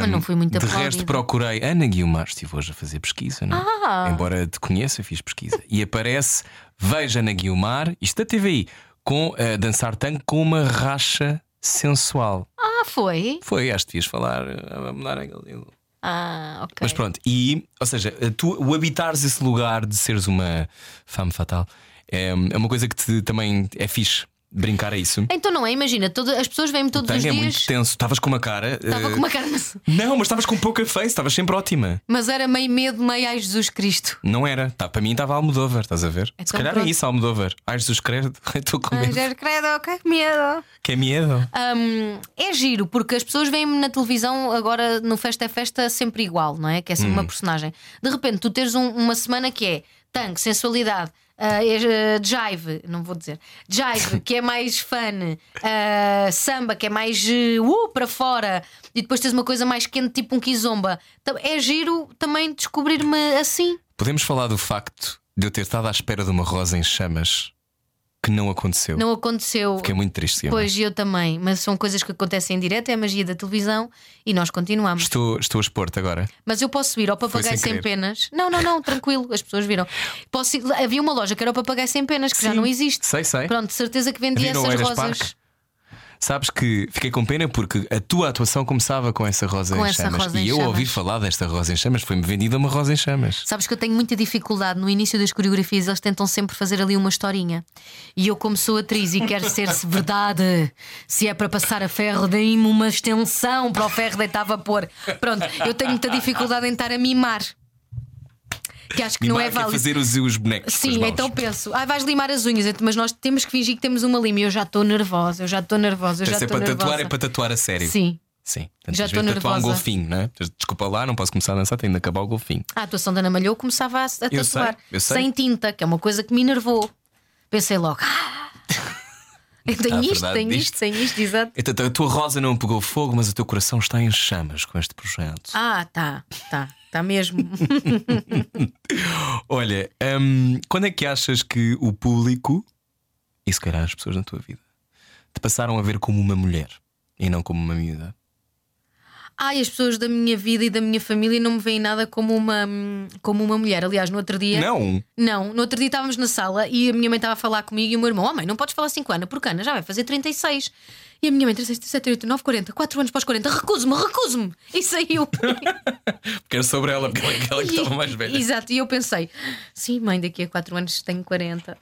[SPEAKER 3] mas não fui muito
[SPEAKER 2] Hum, de
[SPEAKER 3] aplaudida.
[SPEAKER 2] resto, procurei Ana Guilmar. Estive hoje a fazer pesquisa, não é?
[SPEAKER 3] Ah!
[SPEAKER 2] Embora te conheça, fiz pesquisa. E aparece, veja Ana Guilmar, isto da TVI, com a dançar tango com uma racha sensual.
[SPEAKER 3] Ah, foi?
[SPEAKER 2] Foi, acho que devias falar eh, a mudar aquilo.
[SPEAKER 3] Ah, ok.
[SPEAKER 2] Mas pronto, e, ou seja, tu, o habitares esse lugar de seres uma fama fatal é, é uma coisa que te, também é fixe brincar a isso.
[SPEAKER 3] Então não é, imagina, toda- as pessoas vêm-me todos os
[SPEAKER 2] Tenho, é muito
[SPEAKER 3] dias.
[SPEAKER 2] tenso. Estavas com uma cara.
[SPEAKER 3] Estava
[SPEAKER 2] eh,
[SPEAKER 3] com uma cara. assim.
[SPEAKER 2] Não, mas estavas com pouca face, estavas sempre ótima.
[SPEAKER 3] Mas era meio medo, meio ai Jesus Cristo.
[SPEAKER 2] Não era. Tá, para mim estava Almodóvar, estás a ver? Se
[SPEAKER 3] Então
[SPEAKER 2] calhar é
[SPEAKER 3] pronto. Ah,
[SPEAKER 2] isso, Almodóvar. Ai, Jesus credo, estou com
[SPEAKER 3] Ai,
[SPEAKER 2] medo.
[SPEAKER 3] Jesus credo, que medo.
[SPEAKER 2] Que é medo.
[SPEAKER 3] Hum, é giro, porque as pessoas veem-me na televisão agora no Festa é Festa sempre igual, não é? Que é sempre
[SPEAKER 2] Hum.
[SPEAKER 3] uma personagem. De repente, tu tens um- uma semana que é tanque, sensualidade. ah, eh, jive, não vou dizer Jive, que é mais fun ah, Samba, que é mais eh, uh, para fora E depois tens uma coisa mais quente Tipo um kizomba Então, É giro também descobrir-me assim
[SPEAKER 2] Podemos falar do facto de eu ter estado à espera de uma rosa em chamas que não aconteceu.
[SPEAKER 3] Não aconteceu
[SPEAKER 2] Fiquei muito triste. Emma.
[SPEAKER 3] Pois, e eu também, mas são coisas que acontecem em direto, é a magia da televisão e nós continuamos.
[SPEAKER 2] Estou, estou a expor-te agora.
[SPEAKER 3] Mas eu posso ir ao papagaio
[SPEAKER 2] sem
[SPEAKER 3] sem,
[SPEAKER 2] querer.
[SPEAKER 3] penas. Não, não, não, tranquilo, as pessoas viram. Posso ir- havia uma loja que era o papagaio sem penas, que já
[SPEAKER 2] Sim.
[SPEAKER 3] não existe.
[SPEAKER 2] Sei, sei.
[SPEAKER 3] Pronto, de certeza que vendia
[SPEAKER 2] Havia no
[SPEAKER 3] essas
[SPEAKER 2] Oeiras
[SPEAKER 3] rosas
[SPEAKER 2] Parque. Sabes que fiquei com pena porque a tua atuação começava com essa rosa
[SPEAKER 3] Com
[SPEAKER 2] em
[SPEAKER 3] essa
[SPEAKER 2] chamas.
[SPEAKER 3] rosa
[SPEAKER 2] e
[SPEAKER 3] em
[SPEAKER 2] eu ouvi
[SPEAKER 3] chamas.
[SPEAKER 2] falar desta rosa em chamas, foi-me vendida uma rosa em chamas.
[SPEAKER 3] Sabes que eu tenho muita dificuldade no início das coreografias, eles tentam sempre fazer ali uma historinha. E eu, como sou atriz e quero ser-se verdade, se é para passar a ferro, dei-me uma extensão para o ferro deitava a pôr. Pronto, eu tenho muita dificuldade em estar a mimar. Que acho que não é
[SPEAKER 2] Mimar, que
[SPEAKER 3] válido.
[SPEAKER 2] fazer os, os bonecos. com as
[SPEAKER 3] Sim,
[SPEAKER 2] mãos.
[SPEAKER 3] então penso, ai vais limar as unhas, mas nós temos que fingir que temos uma lima. E Eu já estou nervosa, eu já estou nervosa, eu
[SPEAKER 2] Então,
[SPEAKER 3] já
[SPEAKER 2] se é
[SPEAKER 3] estou
[SPEAKER 2] para
[SPEAKER 3] nervosa.
[SPEAKER 2] tatuar, é para tatuar a sério.
[SPEAKER 3] Sim.
[SPEAKER 2] Sim. Portanto,
[SPEAKER 3] Já
[SPEAKER 2] às
[SPEAKER 3] estou
[SPEAKER 2] vezes tatuar um
[SPEAKER 3] nervosa.
[SPEAKER 2] golfinho, não é? Desculpa lá, não posso começar a dançar, tenho de acabar o golfinho.
[SPEAKER 3] Ah, A atuação da Ana Malhou começava a, a tatuar
[SPEAKER 2] Eu sei, eu sei.
[SPEAKER 3] sem tinta, que é uma coisa que me enervou. Pensei logo, ah, eu tenho
[SPEAKER 2] Ah,
[SPEAKER 3] isto,
[SPEAKER 2] verdade,
[SPEAKER 3] tenho
[SPEAKER 2] disto.
[SPEAKER 3] isto, tenho isto, exato.
[SPEAKER 2] Então, a tua rosa não pegou fogo, mas o teu coração está em chamas com este projeto.
[SPEAKER 3] Ah, tá, tá, tá mesmo.
[SPEAKER 2] Olha, hum, quando é que achas que o público, e se calhar as pessoas na tua vida, te passaram a ver como uma mulher e não como uma miúda?
[SPEAKER 3] Ai, as pessoas da minha vida e da minha família não me veem nada como uma, como uma mulher. Aliás, no outro dia.
[SPEAKER 2] Não.
[SPEAKER 3] Não, no outro dia estávamos na sala e a minha mãe estava a falar comigo e o meu irmão, oh mãe, não podes falar assim com a Ana, porque a Ana já vai fazer 36. E a minha mãe, 36, 37, 8, 9, 40, 4 anos para os 40, recuso-me, recuso-me. E saiu.
[SPEAKER 2] Porque era sobre ela, porque ela, aquela que estava então mais velha.
[SPEAKER 3] Exato, e eu pensei, sim, mãe, daqui a 4 anos tenho 40.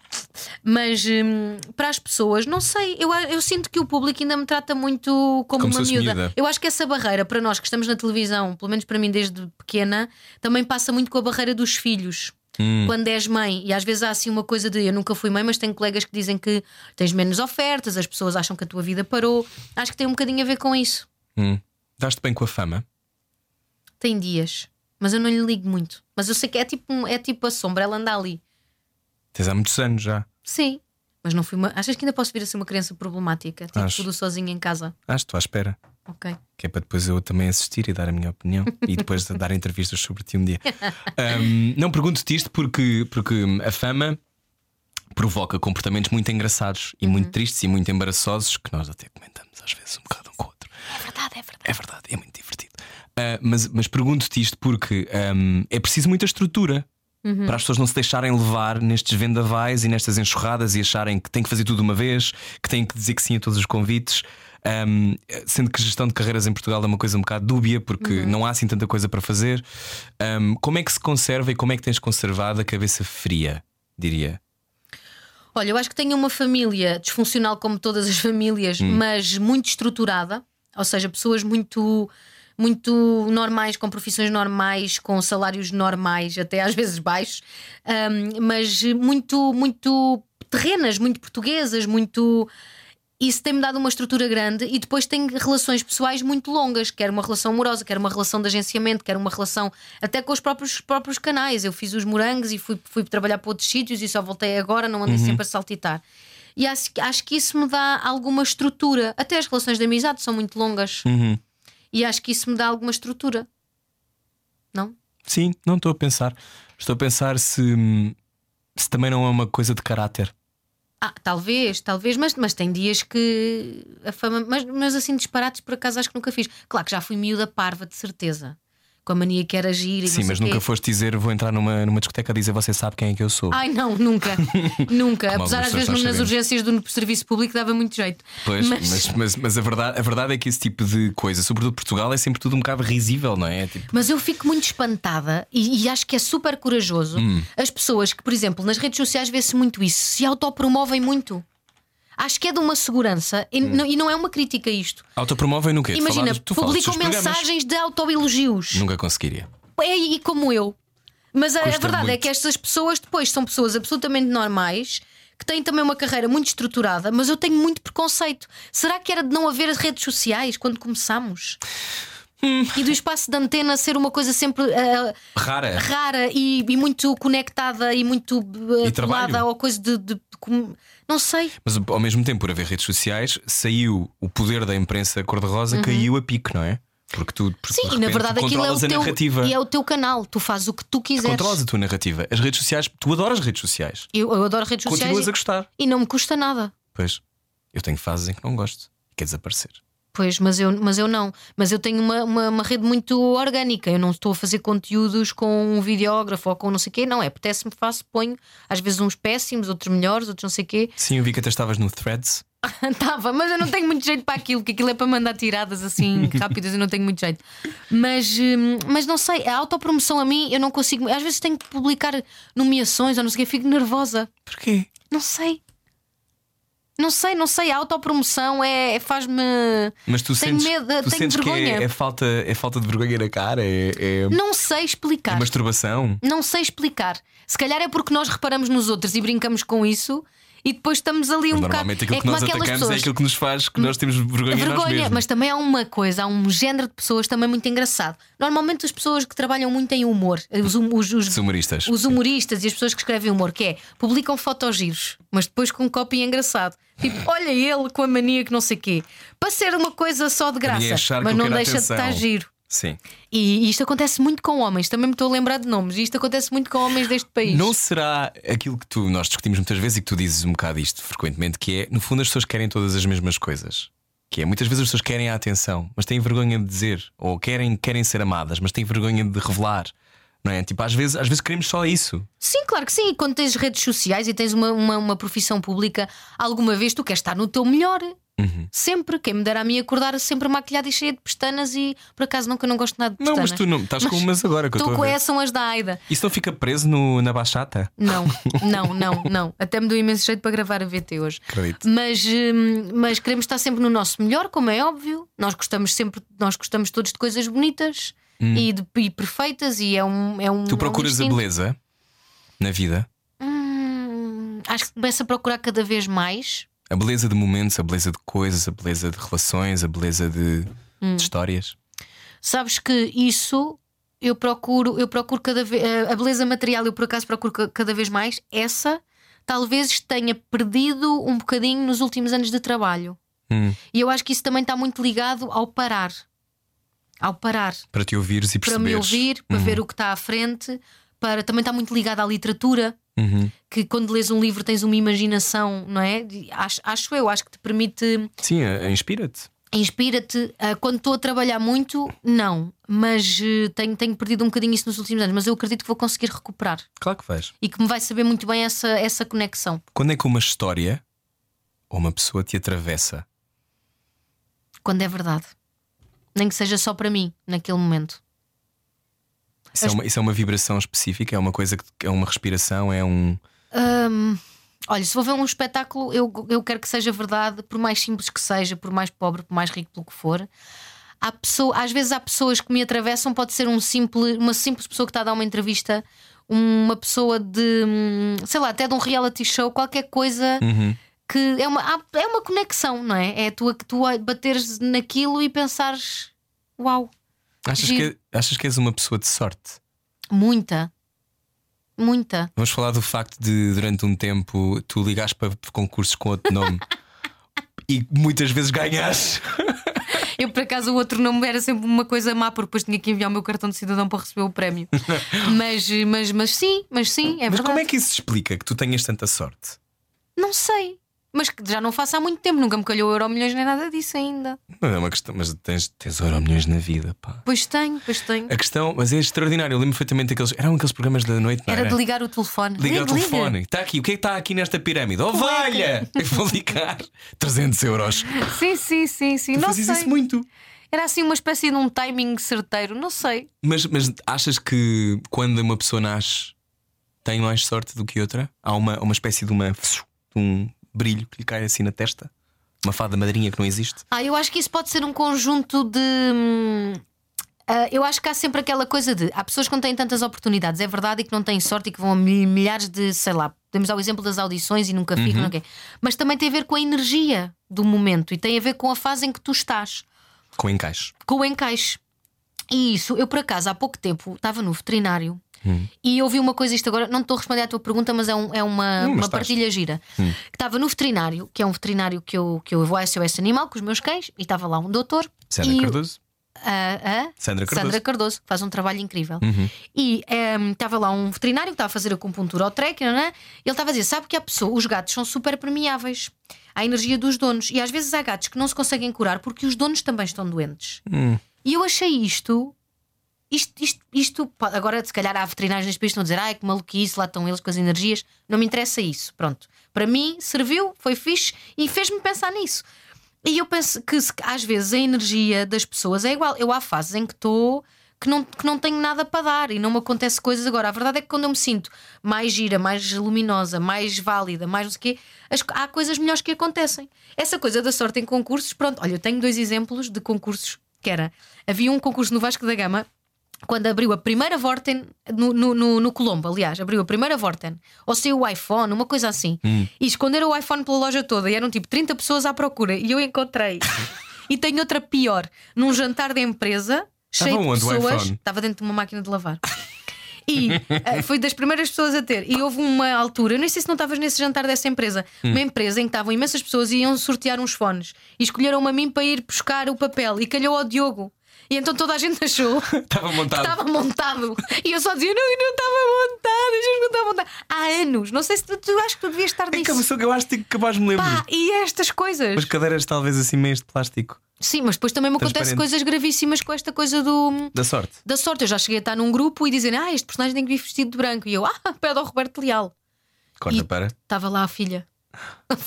[SPEAKER 3] Mas hum, para as pessoas, não sei, eu, eu sinto que o público ainda me trata muito como,
[SPEAKER 2] Como se
[SPEAKER 3] uma
[SPEAKER 2] fosse
[SPEAKER 3] miúda.
[SPEAKER 2] miúda.
[SPEAKER 3] Eu acho que essa barreira, para nós que estamos na televisão, pelo menos para mim desde pequena, também passa muito com a barreira dos filhos.
[SPEAKER 2] Hum.
[SPEAKER 3] Quando és mãe, e às vezes há assim uma coisa de eu nunca fui mãe, mas tenho colegas que dizem que tens menos ofertas, as pessoas acham que a tua vida parou. Acho que tem um bocadinho a ver com isso.
[SPEAKER 2] Hum. Daste bem com a fama?
[SPEAKER 3] Tem dias, mas eu não lhe ligo muito. Mas eu sei que é tipo, um- é tipo a sombra, ela anda ali.
[SPEAKER 2] Tens há muitos anos já.
[SPEAKER 3] Sim, mas não fui uma. Achas que ainda posso vir a ser uma criança problemática? Tipo
[SPEAKER 2] Acho.
[SPEAKER 3] tudo sozinha em casa.
[SPEAKER 2] Ah, estou à espera.
[SPEAKER 3] Ok.
[SPEAKER 2] Que é para depois eu também assistir e dar a minha opinião e depois de dar entrevistas sobre ti um dia. Ahm, não pergunto-te isto porque, porque a fama provoca comportamentos muito engraçados
[SPEAKER 3] Uhum.
[SPEAKER 2] e muito tristes e muito embaraçosos que nós até comentamos às vezes um bocado um com o outro.
[SPEAKER 3] É verdade, é verdade.
[SPEAKER 2] É verdade, é muito divertido. Ah, mas mas pergunto-te isto porque ahm, é preciso muita estrutura
[SPEAKER 3] Hum.
[SPEAKER 2] para as pessoas não se deixarem levar nestes vendavais e nestas enxurradas e acharem que têm que fazer tudo de uma vez, que têm que dizer que sim a todos os convites. Ahm, sendo que gestão de carreiras em Portugal é uma coisa um bocado dúbia porque
[SPEAKER 3] Uhum.
[SPEAKER 2] não há assim tanta coisa para fazer. Ahm, como é que se conserva e como é que tens conservado a cabeça fria, diria?
[SPEAKER 3] Olha, eu acho que tenho uma família disfuncional como todas as famílias, mas muito estruturada, ou seja, pessoas muito muito normais, com profissões normais, com salários normais, até às vezes baixos, hum, mas muito muito terrenas, muito portuguesas, muito isso tem-me dado uma estrutura grande e depois tenho relações pessoais muito longas, quer uma relação amorosa, quer uma relação de agenciamento, quer uma relação até com os próprios, próprios canais. Eu fiz os morangos e fui, fui trabalhar para outros sítios e só voltei agora, não andei sempre a saltitar. E acho, que- acho que isso me dá alguma estrutura. Até as relações de amizade são muito longas e acho que isso me dá alguma estrutura. Não?
[SPEAKER 2] Sim, não estou a pensar. Estou a pensar se, hum, se também não é uma coisa de caráter.
[SPEAKER 3] Ah, talvez, talvez, mas, mas tem dias que a fama. Mas, mas assim, disparates por acaso acho que nunca fiz. Claro que já fui miúda parva, de certeza. Com a mania que era agir e
[SPEAKER 2] Sim,
[SPEAKER 3] não
[SPEAKER 2] mas
[SPEAKER 3] sei
[SPEAKER 2] nunca
[SPEAKER 3] quê.
[SPEAKER 2] foste dizer vou entrar numa, numa discoteca a dizer você sabe quem é que eu sou.
[SPEAKER 3] Ai, não, nunca. nunca.
[SPEAKER 2] Como
[SPEAKER 3] Apesar,
[SPEAKER 2] algumas pessoas
[SPEAKER 3] às vezes, nas
[SPEAKER 2] nós sabemos.
[SPEAKER 3] urgências do serviço público dava muito jeito.
[SPEAKER 2] pois, mas, mas, mas a, verdade, a verdade é que esse tipo de coisa, sobretudo Portugal, é sempre tudo um bocado risível, não é? É tipo,
[SPEAKER 3] Mas eu fico muito espantada e, e acho que é super corajoso
[SPEAKER 2] Hum.
[SPEAKER 3] as pessoas que, por exemplo, nas redes sociais vê-se muito isso, se autopromovem muito. Acho que é de uma segurança
[SPEAKER 2] Hum.
[SPEAKER 3] e, não, e não é uma crítica isto.
[SPEAKER 2] autopromovem no quê? Tu
[SPEAKER 3] Imagina,
[SPEAKER 2] falavas- tu falas dos
[SPEAKER 3] publicam
[SPEAKER 2] teus programas.
[SPEAKER 3] mensagens de autoelogios.
[SPEAKER 2] Nunca conseguiria.
[SPEAKER 3] é e como eu. Mas a, a
[SPEAKER 2] Custa
[SPEAKER 3] verdade é
[SPEAKER 2] muito.
[SPEAKER 3] que estas pessoas depois são pessoas absolutamente normais. Que têm também uma carreira muito estruturada, mas eu tenho muito preconceito. Será que era de não haver as redes sociais quando começámos?
[SPEAKER 2] Hum.
[SPEAKER 3] E do espaço de antena ser uma coisa sempre ah,
[SPEAKER 2] Rara.
[SPEAKER 3] rara e, e muito conectada e muito
[SPEAKER 2] E
[SPEAKER 3] ah,
[SPEAKER 2] trabalho.
[SPEAKER 3] colada ao coisa de. de- de com- não sei.
[SPEAKER 2] Mas ao mesmo tempo, por haver redes sociais, saiu o poder da imprensa cor-de-rosa, caiu a pico, não é? Porque tu porque
[SPEAKER 3] Uhum.
[SPEAKER 2] de
[SPEAKER 3] Sim, e na
[SPEAKER 2] repente,
[SPEAKER 3] verdade
[SPEAKER 2] tu
[SPEAKER 3] aquilo é o
[SPEAKER 2] controlas a
[SPEAKER 3] teu.
[SPEAKER 2] narrativa.
[SPEAKER 3] E é o teu canal. Tu fazes o que tu
[SPEAKER 2] Tu
[SPEAKER 3] quiseres.
[SPEAKER 2] Controlas a tua narrativa. As redes sociais, tu adoras redes sociais.
[SPEAKER 3] Eu, eu adoro redes
[SPEAKER 2] Continuas
[SPEAKER 3] sociais
[SPEAKER 2] a gostar.
[SPEAKER 3] e, e não me custa nada.
[SPEAKER 2] Pois. Eu tenho fases em que não gosto. Quer desaparecer.
[SPEAKER 3] Pois, mas eu, mas eu não. Mas eu tenho uma, uma, uma rede muito orgânica. Eu não estou a fazer conteúdos com um videógrafo ou com não sei o quê. Não, é apetece-me, faço, ponho. Às vezes uns péssimos, outros melhores, outros não sei o quê.
[SPEAKER 2] Sim, eu vi que até estavas no Threads.
[SPEAKER 3] Estava, mas eu não tenho muito jeito para aquilo, que aquilo é para mandar tiradas assim rápidas. Eu não tenho muito jeito. Mas, hum, mas não sei, a autopromoção a mim, eu não consigo. Às vezes tenho que publicar nomeações ou não sei o quê, fico nervosa.
[SPEAKER 2] Porquê?
[SPEAKER 3] Não sei. Não sei, não sei. A autopromoção é, é- faz-me.
[SPEAKER 2] Mas tu
[SPEAKER 3] Tenho
[SPEAKER 2] sentes,
[SPEAKER 3] medo,
[SPEAKER 2] tu
[SPEAKER 3] tenho
[SPEAKER 2] sentes que
[SPEAKER 3] vergonha.
[SPEAKER 2] é, é falta, é falta de vergonha na cara? É, é-
[SPEAKER 3] Não sei
[SPEAKER 2] é
[SPEAKER 3] explicar.
[SPEAKER 2] masturbação?
[SPEAKER 3] Não sei explicar. Se calhar é porque nós reparamos nos outros e brincamos com isso e depois estamos ali
[SPEAKER 2] Mas
[SPEAKER 3] um bocado.
[SPEAKER 2] normalmente aquilo
[SPEAKER 3] é
[SPEAKER 2] que
[SPEAKER 3] como
[SPEAKER 2] nós
[SPEAKER 3] aquelas
[SPEAKER 2] atacamos é
[SPEAKER 3] pessoas.
[SPEAKER 2] aquilo que nos faz que nós temos vergonha, a nós
[SPEAKER 3] Vergonha,
[SPEAKER 2] mesmos.
[SPEAKER 3] mas também há uma coisa, há um género de pessoas também muito engraçado. Normalmente as pessoas que trabalham muito em humor, os, hum- os, os-
[SPEAKER 2] Os humoristas.
[SPEAKER 3] os humoristas e as pessoas que escrevem humor, que é publicam fotogiros, mas depois com um copy engraçado. Tipo, olha ele com a mania que não sei quê. Para ser uma coisa só de
[SPEAKER 2] ninguém
[SPEAKER 3] graça,
[SPEAKER 2] é achar que
[SPEAKER 3] mas
[SPEAKER 2] eu
[SPEAKER 3] não
[SPEAKER 2] quero
[SPEAKER 3] deixa
[SPEAKER 2] atenção.
[SPEAKER 3] de estar giro.
[SPEAKER 2] Sim.
[SPEAKER 3] E, e isto acontece muito com homens, também me estou a lembrar de nomes, e isto acontece muito com homens deste país.
[SPEAKER 2] Não será aquilo que tu nós discutimos muitas vezes e que tu dizes um bocado isto frequentemente, que é, no fundo, as pessoas querem todas as mesmas coisas. que é. Muitas vezes as pessoas querem a atenção, mas têm vergonha de dizer, ou querem, querem ser amadas, mas têm vergonha de revelar. Não é? Tipo, às vezes, às vezes queremos só isso.
[SPEAKER 3] Sim, claro que sim. E quando tens redes sociais e tens uma, uma, uma profissão pública, alguma vez tu queres estar no teu melhor.
[SPEAKER 2] Uhum.
[SPEAKER 3] Sempre, quem me dera a mim acordar sempre maquilhada e cheia de pestanas e por acaso nunca não gosto nada de
[SPEAKER 2] Não,
[SPEAKER 3] pestanas.
[SPEAKER 2] mas tu não estás com umas agora que eu
[SPEAKER 3] Estou
[SPEAKER 2] estou a
[SPEAKER 3] né? com
[SPEAKER 2] ver.
[SPEAKER 3] essas são as da Aida.
[SPEAKER 2] Isso não fica preso no- na baixata?
[SPEAKER 3] Não, não, não, não. Até me deu imenso jeito para gravar a VT hoje.
[SPEAKER 2] Acredito.
[SPEAKER 3] Mas, hum, mas queremos estar sempre no nosso melhor, como é óbvio. Nós gostamos sempre, nós gostamos todos de coisas bonitas e, de, e perfeitas e é um. É um é
[SPEAKER 2] Hum. Tu
[SPEAKER 3] um
[SPEAKER 2] procuras a
[SPEAKER 3] instinto.
[SPEAKER 2] beleza na vida?
[SPEAKER 3] Hum, acho que começo a procurar cada vez mais.
[SPEAKER 2] A beleza de momentos, a beleza de coisas, a beleza de relações, a beleza de,
[SPEAKER 3] Hum.
[SPEAKER 2] de histórias.
[SPEAKER 3] Sabes que isso eu procuro, eu procuro cada vez a beleza material eu por acaso procuro ca- cada vez mais. Essa talvez tenha perdido um bocadinho nos últimos anos de trabalho.
[SPEAKER 2] Hum,
[SPEAKER 3] E eu acho que isso também está muito ligado ao parar. Ao parar.
[SPEAKER 2] para te ouvires e
[SPEAKER 3] Para
[SPEAKER 2] perceberes. Uhum.
[SPEAKER 3] me ouvir, para ver o que está à frente, para também está muito ligado à literatura.
[SPEAKER 2] Uhum.
[SPEAKER 3] Que quando lês um livro tens uma imaginação, não é? De- Acho, acho eu, acho que te permite
[SPEAKER 2] Sim, eh, inspira-te.
[SPEAKER 3] Inspira-te. Ah, quando estou a trabalhar muito, não. Mas eh, tenho, tenho perdido um bocadinho isso nos últimos anos. Mas eu acredito que vou conseguir recuperar
[SPEAKER 2] Claro que vais.
[SPEAKER 3] e que me vai saber muito bem essa, essa conexão.
[SPEAKER 2] Quando é que uma história ou uma pessoa te atravessa?
[SPEAKER 3] Quando é verdade. Nem que seja só para mim, naquele momento.
[SPEAKER 2] Isso, é, uma, isso é uma vibração específica? É uma coisa que que é uma respiração? É um.
[SPEAKER 3] Olha, se vou ver um espetáculo, eu, eu quero que seja verdade, por mais simples que seja, por mais pobre, por mais rico, pelo que for. Há pessoa, às vezes há pessoas que me atravessam, pode ser um simples, uma simples pessoa que está a dar uma entrevista, uma pessoa de, hum, sei lá, até de um reality show, qualquer coisa
[SPEAKER 2] uhum.
[SPEAKER 3] que é uma, há- é uma conexão, não é? É tu, a- tu a bateres naquilo e pensares, uau,
[SPEAKER 2] Achas
[SPEAKER 3] Giro.
[SPEAKER 2] que, achas que és uma pessoa de sorte?
[SPEAKER 3] muita, muita.
[SPEAKER 2] Vamos falar do facto de, durante um tempo, tu ligares para concursos com outro nome e muitas vezes ganhas.
[SPEAKER 3] Eu, por acaso, o outro nome era sempre uma coisa má, porque depois tinha que enviar o meu cartão de cidadão para receber o prémio. mas, mas, mas sim, mas sim, é
[SPEAKER 2] Mas
[SPEAKER 3] verdade.
[SPEAKER 2] como é que isso explica que tu tenhas tanta sorte?
[SPEAKER 3] Não sei. Mas que já não faço há muito tempo, nunca me calhou euro milhões nem nada disso ainda.
[SPEAKER 2] Não é uma questão, mas tens, tens euro milhões na vida, pá.
[SPEAKER 3] Pois tenho, pois tenho.
[SPEAKER 2] A questão, mas é extraordinário. Eu lembro perfeitamente daqueles. Eram aqueles programas da noite, não
[SPEAKER 3] Era
[SPEAKER 2] era?
[SPEAKER 3] de ligar o telefone.
[SPEAKER 2] Liga é. o
[SPEAKER 3] Liga, liga.
[SPEAKER 2] telefone. Está aqui. O que é que está aqui nesta pirâmide? Ovelha! Eu vou ligar. 300 euros.
[SPEAKER 3] Sim, sim, sim, sim.
[SPEAKER 2] Tu
[SPEAKER 3] não
[SPEAKER 2] fazes
[SPEAKER 3] sei.
[SPEAKER 2] isso muito.
[SPEAKER 3] Era assim uma espécie de um timing certeiro, não sei.
[SPEAKER 2] Mas, mas achas que quando uma pessoa nasce tem mais sorte do que outra? Há uma, uma espécie de, uma, de um brilho que lhe cai assim na testa? Uma fada madrinha que não existe?
[SPEAKER 3] Ah, eu acho que isso pode ser um conjunto de. hum, ah, eu acho que há sempre aquela coisa de. Há pessoas que não têm tantas oportunidades, é verdade, e que não têm sorte e que vão a mi- milhares de, sei lá, podemos dar o exemplo das audições e nunca ficam, não sei o quê. Mas também tem a ver com a energia do momento e tem a ver com a fase em que tu estás,
[SPEAKER 2] Com encaixe.
[SPEAKER 3] com o encaixe. E isso, eu por acaso, há pouco tempo estava no veterinário e ouvi uma coisa, isto agora, não te estou a responder à tua pergunta, mas é, um- é
[SPEAKER 2] Hum. Hum,
[SPEAKER 3] uma,
[SPEAKER 2] mas
[SPEAKER 3] uma
[SPEAKER 2] estás. Hum.
[SPEAKER 3] partilha gira. Que estava no veterinário, que é um veterinário que eu, que eu vou a SOS Animal com os meus cães, e estava lá um doutor.
[SPEAKER 2] Sandra
[SPEAKER 3] e,
[SPEAKER 2] Cardoso?
[SPEAKER 3] a- a
[SPEAKER 2] Sandra Cardoso. Uhum.
[SPEAKER 3] Sandra Cardoso, que faz um trabalho incrível. E ehm, estava lá um veterinário que estava a fazer acupuntura ao trek, não é? ele estava a dizer: sabe que há pessoa, os gatos são super permeáveis à energia dos donos. E às vezes há gatos que não se conseguem curar porque os donos também estão doentes.
[SPEAKER 2] Hum.
[SPEAKER 3] E eu achei isto. Isto, isto, isto- pá, agora se calhar há veterinários neste país que estão a dizer ai que maluquice, lá estão eles com as energias, não me interessa isso, pronto. Para mim serviu, foi fixe e fez-me pensar nisso. E eu penso que se- às vezes a energia das pessoas é igual. Eu há fases em que estou que não, que não tenho nada para dar e não me acontece coisas agora. A verdade é que quando eu me sinto mais gira, mais luminosa, mais válida, mais não sei o quê, as co- há coisas melhores que acontecem. Essa coisa da sorte em concursos, pronto, olha, eu tenho dois exemplos de concursos que era. Havia um concurso no Vasco da Gama quando abriu a primeira Vorten no, no, no, no Colombo, aliás, abriu a primeira Vorten, ou saiu o iPhone, uma coisa assim,
[SPEAKER 2] Hum.
[SPEAKER 3] e esconderam o iPhone pela loja toda e eram tipo 30 pessoas à procura e eu encontrei. e tenho outra pior, num jantar da empresa, cheio de
[SPEAKER 2] onde o
[SPEAKER 3] pessoas,
[SPEAKER 2] iPhone?
[SPEAKER 3] estava dentro de uma máquina de lavar. E eh, fui das primeiras pessoas a ter. E houve uma altura, eu não sei se não estavas nesse jantar dessa empresa,
[SPEAKER 2] Hum.
[SPEAKER 3] uma empresa em que estavam imensas pessoas e iam sortear uns fones. E escolheram-me a mim para ir buscar o papel e calhou ao Diogo. E então toda a gente achou que
[SPEAKER 2] Estava montado.
[SPEAKER 3] estava montado. E eu só dizia: não, eu não estava montado, eu juro que não estava montado. Ah, anos. Não sei se tu, tu acho que tu devias estar
[SPEAKER 2] É que
[SPEAKER 3] nisso.
[SPEAKER 2] eu sou- eu acho que capaz me lembro.
[SPEAKER 3] Pá, e estas coisas.
[SPEAKER 2] As cadeiras talvez assim meias de plástico.
[SPEAKER 3] Sim, mas depois também me acontece
[SPEAKER 2] Transparente.
[SPEAKER 3] coisas gravíssimas com esta coisa do.
[SPEAKER 2] Da sorte.
[SPEAKER 3] Da sorte, eu já cheguei a estar num grupo e dizerem Ah, este personagem tem que vir vestido de branco. E eu, ah, pede ao Roberto Leal.
[SPEAKER 2] Corta
[SPEAKER 3] E-
[SPEAKER 2] para.
[SPEAKER 3] Estava lá a filha.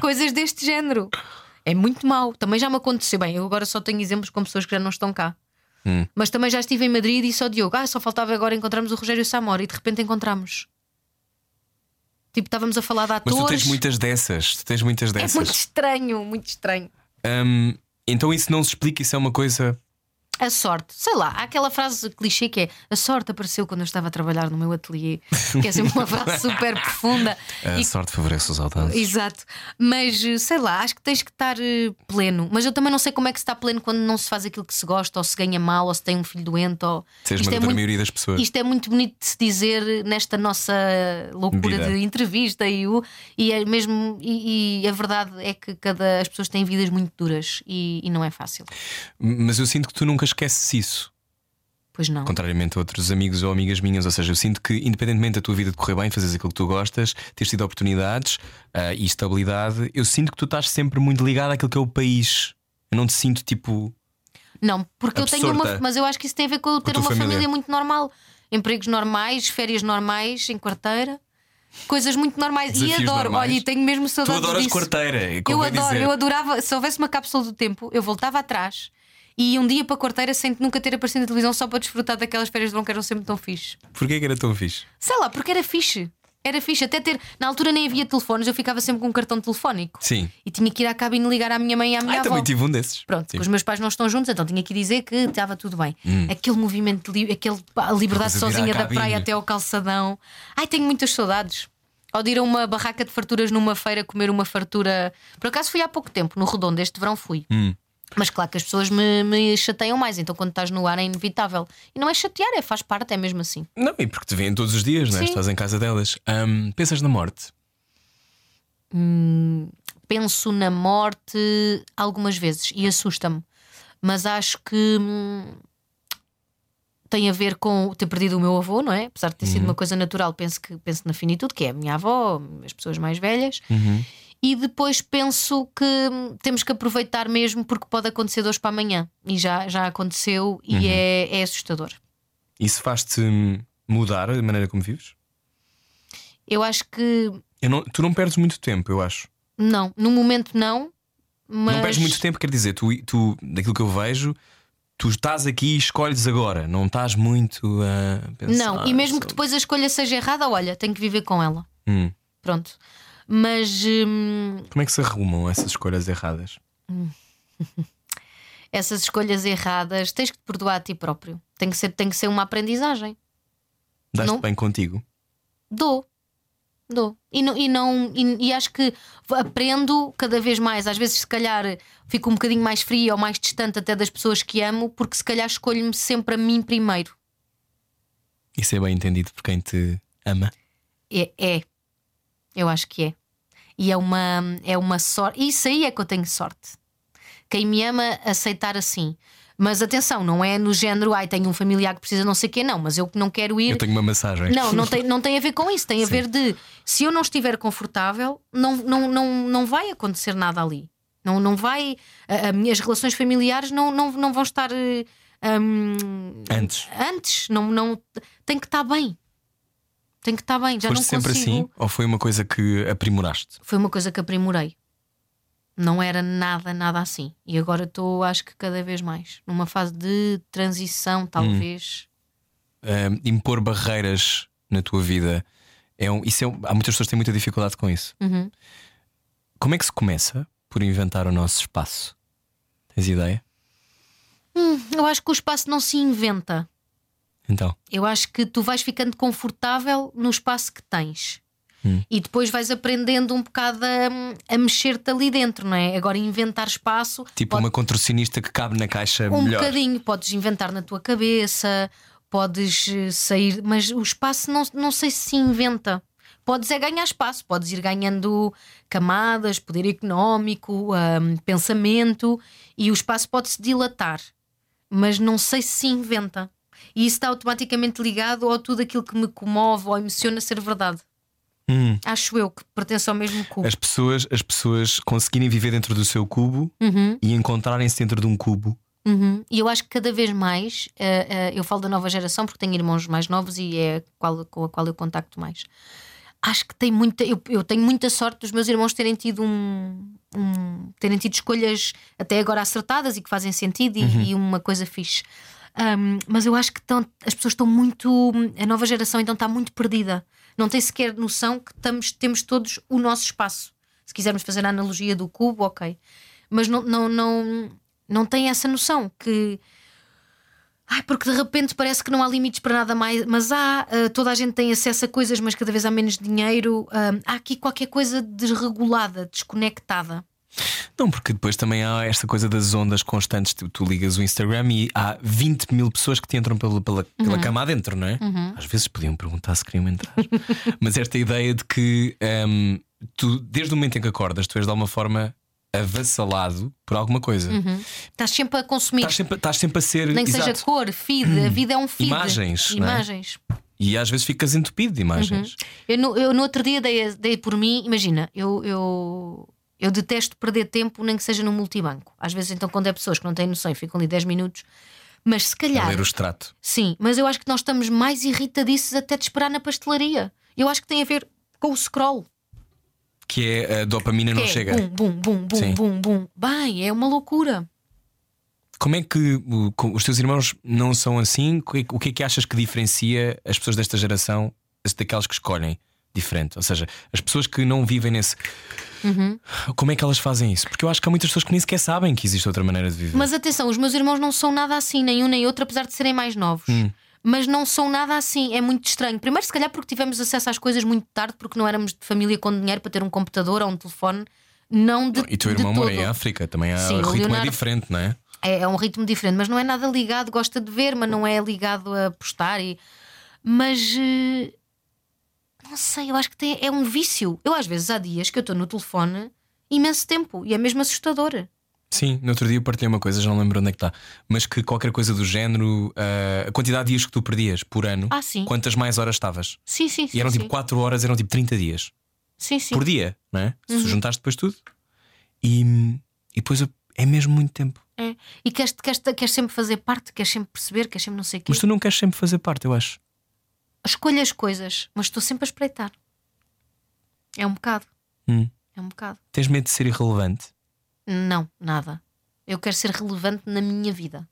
[SPEAKER 3] Coisas deste género. É muito mau. Também já me aconteceu. Bem, eu agora só tenho exemplos com pessoas que já não estão cá.
[SPEAKER 2] Hum.
[SPEAKER 3] Mas também já estive em Madrid e só Diogo. Ah, só faltava agora encontrarmos o Rogério Samora e de repente encontramos. Tipo, estávamos a falar de
[SPEAKER 2] Mas
[SPEAKER 3] atores.
[SPEAKER 2] tu tens muitas dessas. Tu tens muitas
[SPEAKER 3] É
[SPEAKER 2] dessas.
[SPEAKER 3] muito estranho, muito estranho.
[SPEAKER 2] Hum, então isso não se explica, isso é uma coisa.
[SPEAKER 3] A sorte, sei lá, há aquela frase clichê que é a sorte apareceu quando eu estava a trabalhar no meu ateliê, que é sempre uma frase super profunda.
[SPEAKER 2] A
[SPEAKER 3] E-
[SPEAKER 2] sorte favorece os audazes.
[SPEAKER 3] Exato, mas eh, sei lá, acho que tens que estar eh, pleno. Mas eu também não sei como é que se está pleno quando não se faz aquilo que se gosta, ou se ganha mal, ou se tem um filho doente. Ou...
[SPEAKER 2] Seja
[SPEAKER 3] Isto
[SPEAKER 2] uma
[SPEAKER 3] é
[SPEAKER 2] outra
[SPEAKER 3] muito-
[SPEAKER 2] maioria das pessoas.
[SPEAKER 3] Isto é muito bonito de se dizer nesta nossa loucura
[SPEAKER 2] Vida.
[SPEAKER 3] de entrevista e, o, e é mesmo e, e a verdade é que cada, as pessoas têm vidas muito duras e, e não é fácil.
[SPEAKER 2] Mas eu sinto que tu nunca esqueces isso.
[SPEAKER 3] Pois não.
[SPEAKER 2] Contrariamente a outros amigos ou amigas minhas. Ou seja, eu sinto que, independentemente da tua vida de correr bem, fazeres aquilo que tu gostas, teres tido oportunidades ah, e estabilidade, eu sinto que tu estás sempre muito ligado àquilo que é o país. Eu não te sinto tipo.
[SPEAKER 3] Não, porque eu tenho
[SPEAKER 2] Absorta.
[SPEAKER 3] uma. Mas eu acho que isso tem a ver com eu ter
[SPEAKER 2] tua
[SPEAKER 3] uma família.
[SPEAKER 2] família.
[SPEAKER 3] muito normal. Empregos normais, férias normais, em quarteira, coisas muito normais.
[SPEAKER 2] Desafios
[SPEAKER 3] e adoro,
[SPEAKER 2] normais.
[SPEAKER 3] olha, e tenho mesmo
[SPEAKER 2] Tu
[SPEAKER 3] saudades
[SPEAKER 2] adoras
[SPEAKER 3] disso.
[SPEAKER 2] quarteira. é e
[SPEAKER 3] Eu
[SPEAKER 2] convém
[SPEAKER 3] adoro,
[SPEAKER 2] dizer.
[SPEAKER 3] eu adorava. Se houvesse uma cápsula do tempo, eu voltava atrás e ia um dia para a quarteira sem nunca ter aparecido na televisão só para desfrutar daquelas férias de verão que eram sempre tão fixe.
[SPEAKER 2] Porquê que era tão fixe?
[SPEAKER 3] Sei lá, porque era fixe. Era fixe. Até ter. Na altura nem havia telefones, eu ficava sempre com um cartão telefónico.
[SPEAKER 2] Sim.
[SPEAKER 3] E tinha que ir à cabine ligar à minha mãe e à minha
[SPEAKER 2] Ah, eu
[SPEAKER 3] avó.
[SPEAKER 2] também tive um desses.
[SPEAKER 3] Pronto,
[SPEAKER 2] Sim.
[SPEAKER 3] os meus pais não estão juntos, então tinha que dizer que estava tudo bem. Aquele movimento, de li- aquele, pá, a liberdade
[SPEAKER 2] Coisa de ir à
[SPEAKER 3] sozinha da
[SPEAKER 2] cabine.
[SPEAKER 3] praia até ao calçadão. Ai, tenho muitas saudades. Ou de ir a uma barraca de farturas numa feira comer uma fartura. Por acaso fui há pouco tempo, no Redondo, este verão fui. Mas claro que as pessoas me, me chateiam mais, então quando estás no ar é inevitável. E não é chatear, é faz parte, é mesmo assim.
[SPEAKER 2] Não, e porque te vêem todos os dias, não é?
[SPEAKER 3] Sim.
[SPEAKER 2] Estás em casa delas. Ahm, pensas na morte?
[SPEAKER 3] Hum, penso na morte algumas vezes e assusta-me. Mas acho que hum, tem a ver com ter perdido o meu avô, não é? Apesar de ter
[SPEAKER 2] Uhum.
[SPEAKER 3] sido uma coisa natural, penso, que, penso na finitude, que é a minha avó, as pessoas mais velhas.
[SPEAKER 2] Uhum.
[SPEAKER 3] E depois penso que hum, temos que aproveitar mesmo porque pode acontecer de hoje para amanhã. E já, já aconteceu
[SPEAKER 2] Uhum.
[SPEAKER 3] e é, é assustador.
[SPEAKER 2] Isso faz-te hum, mudar a maneira como vives?
[SPEAKER 3] Eu acho que
[SPEAKER 2] Eu não- tu não perdes muito tempo, eu acho.
[SPEAKER 3] não, no momento não, mas
[SPEAKER 2] Não perdes muito tempo, quer dizer, tu, tu, daquilo que eu vejo, tu estás aqui e escolhes agora, não estás muito a pensar.
[SPEAKER 3] não, e mesmo que
[SPEAKER 2] sobre-
[SPEAKER 3] depois a escolha seja errada, olha, tenho que viver com ela.
[SPEAKER 2] Hum.
[SPEAKER 3] Pronto. Mas hum,
[SPEAKER 2] Como é que se arrumam essas escolhas erradas?
[SPEAKER 3] essas escolhas erradas tens que te perdoar a ti próprio. Tem que ser, tem que ser uma aprendizagem.
[SPEAKER 2] Dás-te
[SPEAKER 3] Não.
[SPEAKER 2] bem contigo?
[SPEAKER 3] Dou. Dou. E, não, e, não, e, e acho que aprendo cada vez mais. Às vezes, se calhar, fico um bocadinho mais fria ou mais distante até das pessoas que amo, porque se calhar escolho-me sempre a mim primeiro.
[SPEAKER 2] Isso é bem entendido por quem te ama.
[SPEAKER 3] É, é. Eu acho que é. E é uma, é uma sorte. Isso aí é que eu tenho sorte. Quem me ama aceitar assim. Mas atenção, não é no género, ai, tenho um familiar que precisa não sei o quê, não, mas eu que não quero ir.
[SPEAKER 2] Eu tenho uma massagem.
[SPEAKER 3] Não, não tem, não tem a ver com isso, tem a ver de se eu não estiver confortável, não, não, não, não vai acontecer nada ali. Não, não vai. a- a minha- as relações familiares não, não, não vão estar eh, hum,
[SPEAKER 2] Antes.
[SPEAKER 3] antes. Não, não, tem que estar bem. Tem que estar bem. Já
[SPEAKER 2] Foste
[SPEAKER 3] não
[SPEAKER 2] sempre
[SPEAKER 3] consigo.
[SPEAKER 2] assim? Ou foi uma coisa que aprimoraste?
[SPEAKER 3] Foi uma coisa que aprimorei. Não era nada, nada assim. E agora estou, acho que cada vez mais. Numa fase de transição, talvez.
[SPEAKER 2] Ahm, Hum, impor barreiras na tua vida. É um, isso é um- há muitas pessoas que têm muita dificuldade com isso.
[SPEAKER 3] Uhum.
[SPEAKER 2] Como é que se começa por inventar o nosso espaço? Tens ideia?
[SPEAKER 3] Eu acho que o espaço não se inventa.
[SPEAKER 2] Então,
[SPEAKER 3] Eu acho que tu vais ficando confortável no espaço que tens. E depois vais aprendendo um bocado a, a mexer-te ali dentro, não é? Agora inventar espaço.
[SPEAKER 2] tipo
[SPEAKER 3] pode-
[SPEAKER 2] uma contorcionista que cabe na caixa
[SPEAKER 3] um
[SPEAKER 2] É melhor.
[SPEAKER 3] bocadinho, podes inventar na tua cabeça, podes eh, sair, mas o espaço não, não sei se se inventa. Podes é ganhar espaço, podes ir ganhando camadas, poder económico, ahm, pensamento e o espaço pode se dilatar, mas não sei se se inventa. E isso está automaticamente ligado ao tudo aquilo que me comove ou emociona ser verdade. Acho eu que pertence ao mesmo cubo.
[SPEAKER 2] As pessoas, as pessoas conseguirem viver dentro do seu cubo e encontrarem-se dentro de um cubo.
[SPEAKER 3] Uhum. E eu acho que cada vez mais, eh, eh, eu falo da nova geração porque tenho irmãos mais novos e é qual- com a qual eu contacto mais. Acho que tem muita, eu, eu tenho muita sorte dos meus irmãos terem tido um, um- terem tido escolhas até agora acertadas e que fazem sentido e, e uma coisa fixe. Ahm, mas eu acho que estão- as pessoas estão muito. A nova geração então está muito perdida. Não tem sequer noção que estamos, temos todos o nosso espaço. Se quisermos fazer a analogia do cubo, ok. Mas não, não, não, não tem essa noção que. Ai, porque de repente parece que não há limites para nada mais, mas há, ah, toda a gente tem acesso a coisas, mas cada vez há menos dinheiro. Ah, há aqui qualquer coisa desregulada, desconectada.
[SPEAKER 2] Não, porque depois também há esta coisa das ondas constantes. Tu, tu ligas o Instagram e há 20 mil pessoas que te entram pela, pela, pela
[SPEAKER 3] Uhum.
[SPEAKER 2] cama adentro, não é? Às vezes podiam perguntar se queriam entrar. Mas esta ideia de que hum, tu, desde o momento em que acordas, tu és de alguma forma avassalado por alguma coisa.
[SPEAKER 3] Estás sempre a consumir,
[SPEAKER 2] Estás, sempre, estás sempre a ser.
[SPEAKER 3] Uhum. nem que
[SPEAKER 2] exato.
[SPEAKER 3] seja cor, feed, a vida é um feed.
[SPEAKER 2] Imagens, não é?
[SPEAKER 3] Imagens.
[SPEAKER 2] E às vezes ficas entupido de imagens.
[SPEAKER 3] Eu, no, eu no outro dia dei, dei por mim, imagina, eu, eu, eu detesto perder tempo, nem que seja no multibanco. Às vezes, então, quando é pessoas que não têm noção e ficam ali 10 minutos, mas se
[SPEAKER 2] A
[SPEAKER 3] calhar.
[SPEAKER 2] ler o extrato.
[SPEAKER 3] Sim, mas eu acho que nós estamos mais irritadiços até de esperar na pastelaria. Eu acho que tem a ver com o scroll.
[SPEAKER 2] Que é a dopamina não
[SPEAKER 3] que é
[SPEAKER 2] chega.
[SPEAKER 3] Bum, bum, bum,
[SPEAKER 2] Sim.
[SPEAKER 3] bum, bum, bum. Bem, é uma loucura.
[SPEAKER 2] Como é que o- co- os teus irmãos não são assim? Co- O que é que achas que diferencia as pessoas desta geração daquelas que escolhem diferente? Ou seja, as pessoas que não vivem nesse.
[SPEAKER 3] Uhum.
[SPEAKER 2] Como é que elas fazem isso? Porque eu acho que há muitas pessoas que nem sequer sabem que existe outra maneira de viver.
[SPEAKER 3] Mas atenção, os meus irmãos não são nada assim, nem um nem outro, apesar de serem mais novos.
[SPEAKER 2] Hum.
[SPEAKER 3] Mas não são nada assim, é muito estranho. Primeiro, se calhar, porque tivemos acesso às coisas muito tarde, porque não éramos de família com dinheiro para ter um computador ou um telefone. Não de
[SPEAKER 2] E teu
[SPEAKER 3] de
[SPEAKER 2] irmão mora
[SPEAKER 3] todo.
[SPEAKER 2] em África, também há
[SPEAKER 3] Sim, o
[SPEAKER 2] o ritmo é
[SPEAKER 3] Leonardo-
[SPEAKER 2] diferente, não é?
[SPEAKER 3] é, é um ritmo diferente, mas não é nada ligado, gosta de ver, mas não é ligado a postar e mas eh, não sei, eu acho que tem- é um vício. Eu às vezes há dias que eu estou no telefone imenso tempo e é mesmo assustador.
[SPEAKER 2] Sim, no outro dia eu partilhei uma coisa, já não lembro onde é que está, mas que qualquer coisa do género, ah, a quantidade de dias que tu perdias por ano,
[SPEAKER 3] Ah, sim.
[SPEAKER 2] quantas mais horas estavas?
[SPEAKER 3] Sim, sim, sim.
[SPEAKER 2] E eram
[SPEAKER 3] sim.
[SPEAKER 2] tipo 4 horas, eram tipo 30 dias.
[SPEAKER 3] sim, sim.
[SPEAKER 2] por dia, não é? Se
[SPEAKER 3] Uhum.
[SPEAKER 2] juntares depois tudo. E, e depois é mesmo muito tempo.
[SPEAKER 3] É. E queres, queres, queres sempre fazer parte, queres sempre perceber, queres sempre não sei o quê.
[SPEAKER 2] Mas tu não queres sempre fazer parte, eu acho.
[SPEAKER 3] Escolho as coisas, mas estou sempre a espreitar. É um bocado.
[SPEAKER 2] Hum.
[SPEAKER 3] É um bocado.
[SPEAKER 2] Tens medo de ser irrelevante.
[SPEAKER 3] Não, nada. Eu quero ser relevante na minha vida.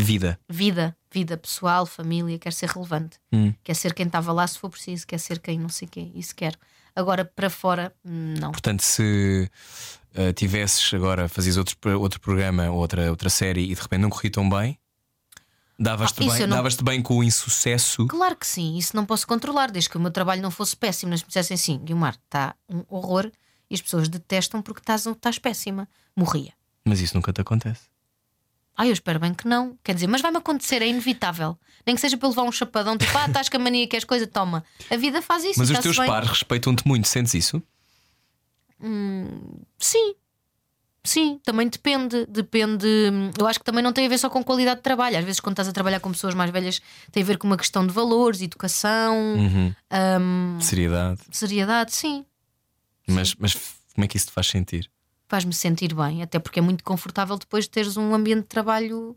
[SPEAKER 2] Vida.
[SPEAKER 3] vida, vida pessoal, família, quer ser relevante.
[SPEAKER 2] Hum.
[SPEAKER 3] Quer ser quem estava lá se for preciso, quer ser quem não sei quem, isso quero. Agora para fora, hum, não.
[SPEAKER 2] Portanto, se ah, tivesses agora, fazias outro, outro programa ou outra, outra série e de repente não corria tão bem, davas-te
[SPEAKER 3] Ah, isso
[SPEAKER 2] bem,
[SPEAKER 3] eu não-
[SPEAKER 2] davas-te bem com o insucesso.
[SPEAKER 3] Claro que sim, isso não posso controlar, desde que o meu trabalho não fosse péssimo, mas me dissessem assim, Guilmar, está um horror e as pessoas detestam porque estás, estás péssima. Morria.
[SPEAKER 2] Mas isso nunca te acontece.
[SPEAKER 3] Ah, eu espero bem que não. Quer dizer, mas vai-me acontecer, é inevitável. Nem que seja para eu levar um chapadão, tipo, ah, estás com a mania, queres coisa, toma. A vida faz isso.
[SPEAKER 2] Mas
[SPEAKER 3] e
[SPEAKER 2] os
[SPEAKER 3] está-se
[SPEAKER 2] teus
[SPEAKER 3] bem.
[SPEAKER 2] pares respeitam-te muito, sentes isso?
[SPEAKER 3] Sim. Sim, também depende, depende. hum, Eu acho que também não tem a ver só com qualidade de trabalho. Às vezes, quando estás a trabalhar com pessoas mais velhas, tem a ver com uma questão de valores, educação,
[SPEAKER 2] Hum.
[SPEAKER 3] Hum.
[SPEAKER 2] Seriedade.
[SPEAKER 3] seriedade. Sim,
[SPEAKER 2] Mas, mas f- como é que isso te faz sentir?
[SPEAKER 3] faz-me sentir bem, até porque é muito confortável depois de teres um ambiente de trabalho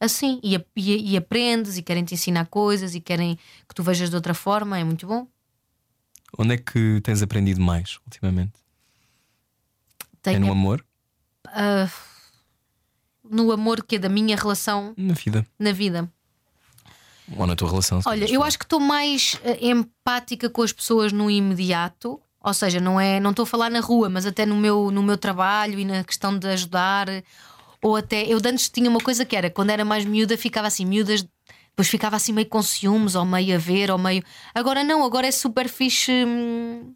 [SPEAKER 3] assim e, a- e a- e aprendes e querem te ensinar coisas e querem que tu vejas de outra forma. É muito bom.
[SPEAKER 2] Onde é que tens aprendido mais ultimamente? É
[SPEAKER 3] Tenho
[SPEAKER 2] no amor?
[SPEAKER 3] no amor que é da minha relação
[SPEAKER 2] Na vida.
[SPEAKER 3] na vida.
[SPEAKER 2] Ou na tua relação? se
[SPEAKER 3] Olha,
[SPEAKER 2] quiseres
[SPEAKER 3] eu
[SPEAKER 2] falar.
[SPEAKER 3] acho que estou mais eh, empática com as pessoas no imediato. Ou seja, não é, não estou a falar na rua, mas até no meu, no meu trabalho e na questão de ajudar. Ou até eu de antes tinha uma coisa que era quando era mais miúda, ficava assim, miúdas, depois ficava assim meio com ciúmes, ou meio a ver, ou meio. Agora não, agora é super fixe hum,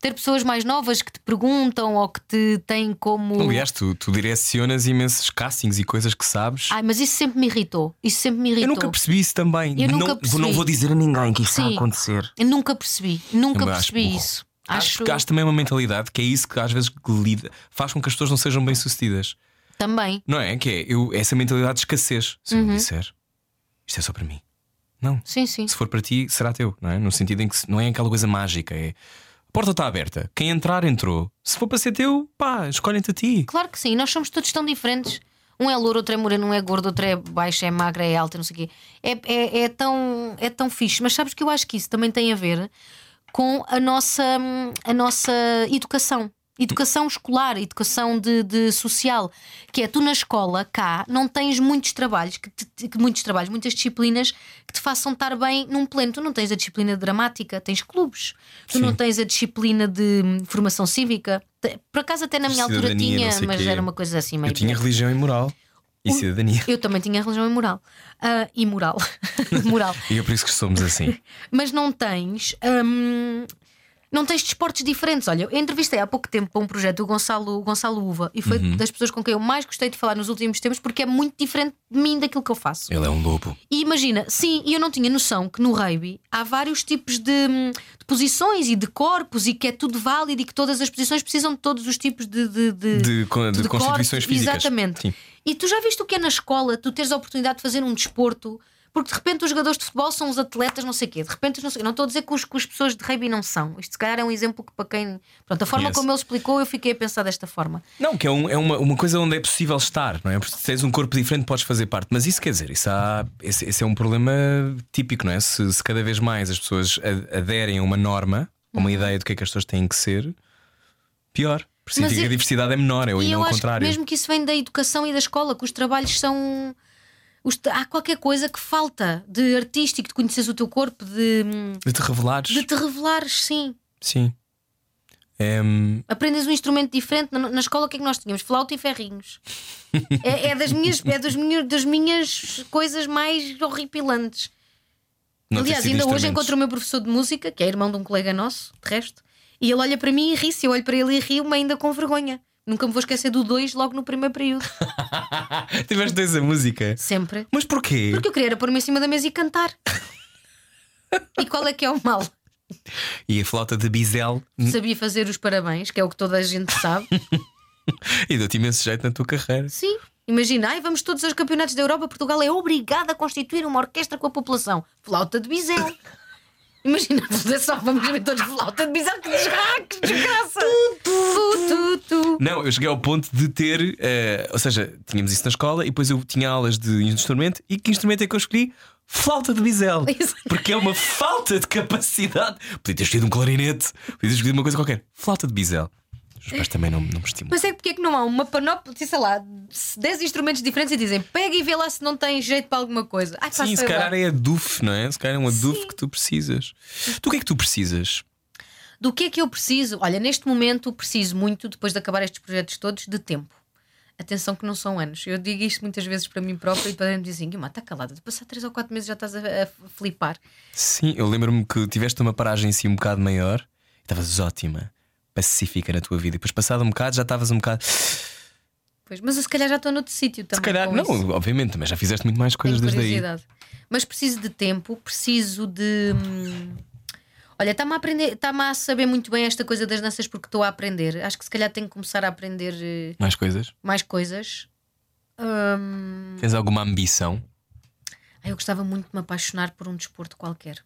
[SPEAKER 3] ter pessoas mais novas que te perguntam ou que te têm como.
[SPEAKER 2] Aliás, tu, tu direcionas imensos castings e coisas que sabes.
[SPEAKER 3] Ai, mas isso sempre me irritou. Isso sempre me irritou.
[SPEAKER 2] eu nunca percebi isso também.
[SPEAKER 3] Eu
[SPEAKER 2] não,
[SPEAKER 3] nunca percebi.
[SPEAKER 2] não vou dizer a ninguém que isso
[SPEAKER 3] Sim.
[SPEAKER 2] está a acontecer.
[SPEAKER 3] Eu nunca percebi, nunca
[SPEAKER 2] Também acho
[SPEAKER 3] percebi
[SPEAKER 2] burro.
[SPEAKER 3] isso.
[SPEAKER 2] Acho que acho também uma mentalidade que é isso que às vezes lida, faz com que as pessoas não sejam bem-sucedidas.
[SPEAKER 3] também. Uhum.
[SPEAKER 2] Não é? Que é eu, essa mentalidade de escassez. Se eu me disser, isto é só para mim. Não.
[SPEAKER 3] Sim, sim.
[SPEAKER 2] Se for para ti, será teu, não é? No sentido em que se- não é aquela coisa mágica, é a porta está aberta, quem entrar, entrou. Se for para ser teu, pá, escolhem-te a ti.
[SPEAKER 3] Claro que sim, nós somos todos tão diferentes. Um é louro, outro é moreno, um é gordo, outro é baixo, é magra, é alta, não sei o quê. É, é, é tão, é tão fixe. Mas sabes que eu acho que isso também tem a ver com a nossa, hum, a nossa educação. Educação escolar, educação de, de social, que é tu na escola, cá, não tens muitos trabalhos, que te- que muitos trabalhos, muitas disciplinas que te façam estar bem num pleno. Tu não tens a disciplina dramática, tens clubes, tu não tens a disciplina de hum, formação cívica. Te- Por acaso, até na minha altura
[SPEAKER 2] Cidadania,
[SPEAKER 3] tinha,
[SPEAKER 2] não sei
[SPEAKER 3] mas
[SPEAKER 2] quê.
[SPEAKER 3] era uma coisa assim meio.
[SPEAKER 2] Eu tinha religião e moral. E cidadania.
[SPEAKER 3] Eu também tinha religião e moral. Ah, e moral. moral.
[SPEAKER 2] E é por isso que somos assim.
[SPEAKER 3] mas não tens. hum, não tens desportos diferentes. Olha, eu entrevistei há pouco tempo para um projeto o Gonçalo, o Gonçalo Uva e foi das pessoas com quem eu mais gostei de falar nos últimos tempos porque é muito diferente de mim daquilo que eu faço.
[SPEAKER 2] Ele é um lobo.
[SPEAKER 3] E imagina, sim, e eu não tinha noção que no rugby há vários tipos de, hum, de posições e de corpos e que é tudo válido e que todas as posições precisam de todos os tipos de. de, Hum. de-
[SPEAKER 2] De con- de constituições físicas.
[SPEAKER 3] Exatamente.
[SPEAKER 2] Sim.
[SPEAKER 3] E tu já viste o que é na escola, tu teres a oportunidade de fazer um desporto, porque de repente os jogadores de futebol são os atletas, não sei o quê, de repente os não sei Não estou a dizer que, os, que as pessoas de rugby não são. Isto se calhar é um exemplo que para quem. Pronto, a forma
[SPEAKER 2] Conhece.
[SPEAKER 3] como ele explicou, eu fiquei a pensar desta forma.
[SPEAKER 2] Não, que é, um- é uma, uma coisa onde é possível estar, não é? Porque se tens um corpo diferente, podes fazer parte. Mas isso quer dizer, isso há, esse, esse é um problema típico, não é? Se, se cada vez mais as pessoas a- aderem a uma norma, a
[SPEAKER 3] Uhum.
[SPEAKER 2] uma ideia do que é que as pessoas têm que ser, pior. Porque
[SPEAKER 3] Mas
[SPEAKER 2] significa que
[SPEAKER 3] eu-
[SPEAKER 2] a diversidade é menor, é ou
[SPEAKER 3] E
[SPEAKER 2] e
[SPEAKER 3] eu
[SPEAKER 2] não ao
[SPEAKER 3] acho
[SPEAKER 2] contrário.
[SPEAKER 3] que mesmo que isso vem da educação e da escola, que os trabalhos são. os tra- há qualquer coisa que falta de artístico, de conheceres o teu corpo, de, hum,
[SPEAKER 2] De te revelares.
[SPEAKER 3] de te revelares, sim.
[SPEAKER 2] Sim. É, hum,
[SPEAKER 3] Aprendes um instrumento diferente. Na, na escola, o que é que nós tínhamos? Flauta e ferrinhos. é, é das minhas, é dos minhas, das minhas coisas mais horripilantes.
[SPEAKER 2] não ter
[SPEAKER 3] Aliás,
[SPEAKER 2] sido
[SPEAKER 3] ainda hoje
[SPEAKER 2] instrumentos.
[SPEAKER 3] encontro o meu professor de música, que é irmão de um colega nosso, de resto, e ele olha para mim e ri-se. Eu olho para ele e rio-me ainda com vergonha. Nunca me vou esquecer do 2 logo no primeiro período.
[SPEAKER 2] Tiveste dois a música.
[SPEAKER 3] Sempre.
[SPEAKER 2] Mas porquê?
[SPEAKER 3] Porque eu queria era pôr-me em cima da mesa e cantar. e qual é que é o mal?
[SPEAKER 2] E a flauta de bisel.
[SPEAKER 3] Sabia fazer os parabéns, que é o que toda a gente sabe.
[SPEAKER 2] E deu-te imenso jeito na tua carreira.
[SPEAKER 3] Sim. Imagina, ai, vamos todos aos campeonatos da Europa, Portugal é obrigada a constituir uma orquestra com a população. Flauta de bisel. Imagina, é só, vamos ver todos flauta de bisel, que desgraça! Que desgraça. Tu, tu, tu.
[SPEAKER 2] Não, eu cheguei ao ponto de ter, eh, ou seja, tínhamos isso na escola e depois eu tinha aulas de instrumento e que instrumento é que eu escolhi? Flauta de bisel.
[SPEAKER 3] Isso.
[SPEAKER 2] Porque é uma falta de capacidade. Podia ter escolhido um clarinete, podia ter escolhido uma coisa qualquer. Flauta de bisel. Os pais também não, não me estimulam.
[SPEAKER 3] Mas é que porque é que não há uma panóplia, sei lá, 10 instrumentos diferentes e dizem pega e vê lá se não tem jeito para alguma coisa. Ai, pá,
[SPEAKER 2] Sim, se
[SPEAKER 3] sei lá.
[SPEAKER 2] calhar é a DUF, não é? Se calhar é uma DUF que tu precisas. Tu o que é que tu precisas?
[SPEAKER 3] Do que é que eu preciso? Olha, neste momento preciso muito, depois de acabar estes projetos todos, de tempo. Atenção que não são anos. Eu digo isto muitas vezes para mim própria e para me dizem, Guilherme, está calada, de passar 3 ou 4 meses já estás a, a flipar.
[SPEAKER 2] Sim, eu lembro-me que tiveste uma paragem assim um bocado maior e estavas ótima, pacífica na tua vida. E depois, passado um bocado, já estavas um bocado.
[SPEAKER 3] Pois, mas eu se calhar já estou noutro sítio também.
[SPEAKER 2] Se calhar,
[SPEAKER 3] com
[SPEAKER 2] não,
[SPEAKER 3] isso.
[SPEAKER 2] obviamente, mas já fizeste muito mais
[SPEAKER 3] Tenho
[SPEAKER 2] coisas desde aí.
[SPEAKER 3] curiosidade. Mas preciso de tempo, preciso de. hum, Olha, está-me a aprender, está-me a saber muito bem esta coisa das danças porque estou a aprender. Acho que se calhar tenho que começar a aprender eh,
[SPEAKER 2] Mais coisas?
[SPEAKER 3] mais coisas. Hum,
[SPEAKER 2] Tens alguma ambição?
[SPEAKER 3] ai, eu gostava muito de me apaixonar por um desporto qualquer.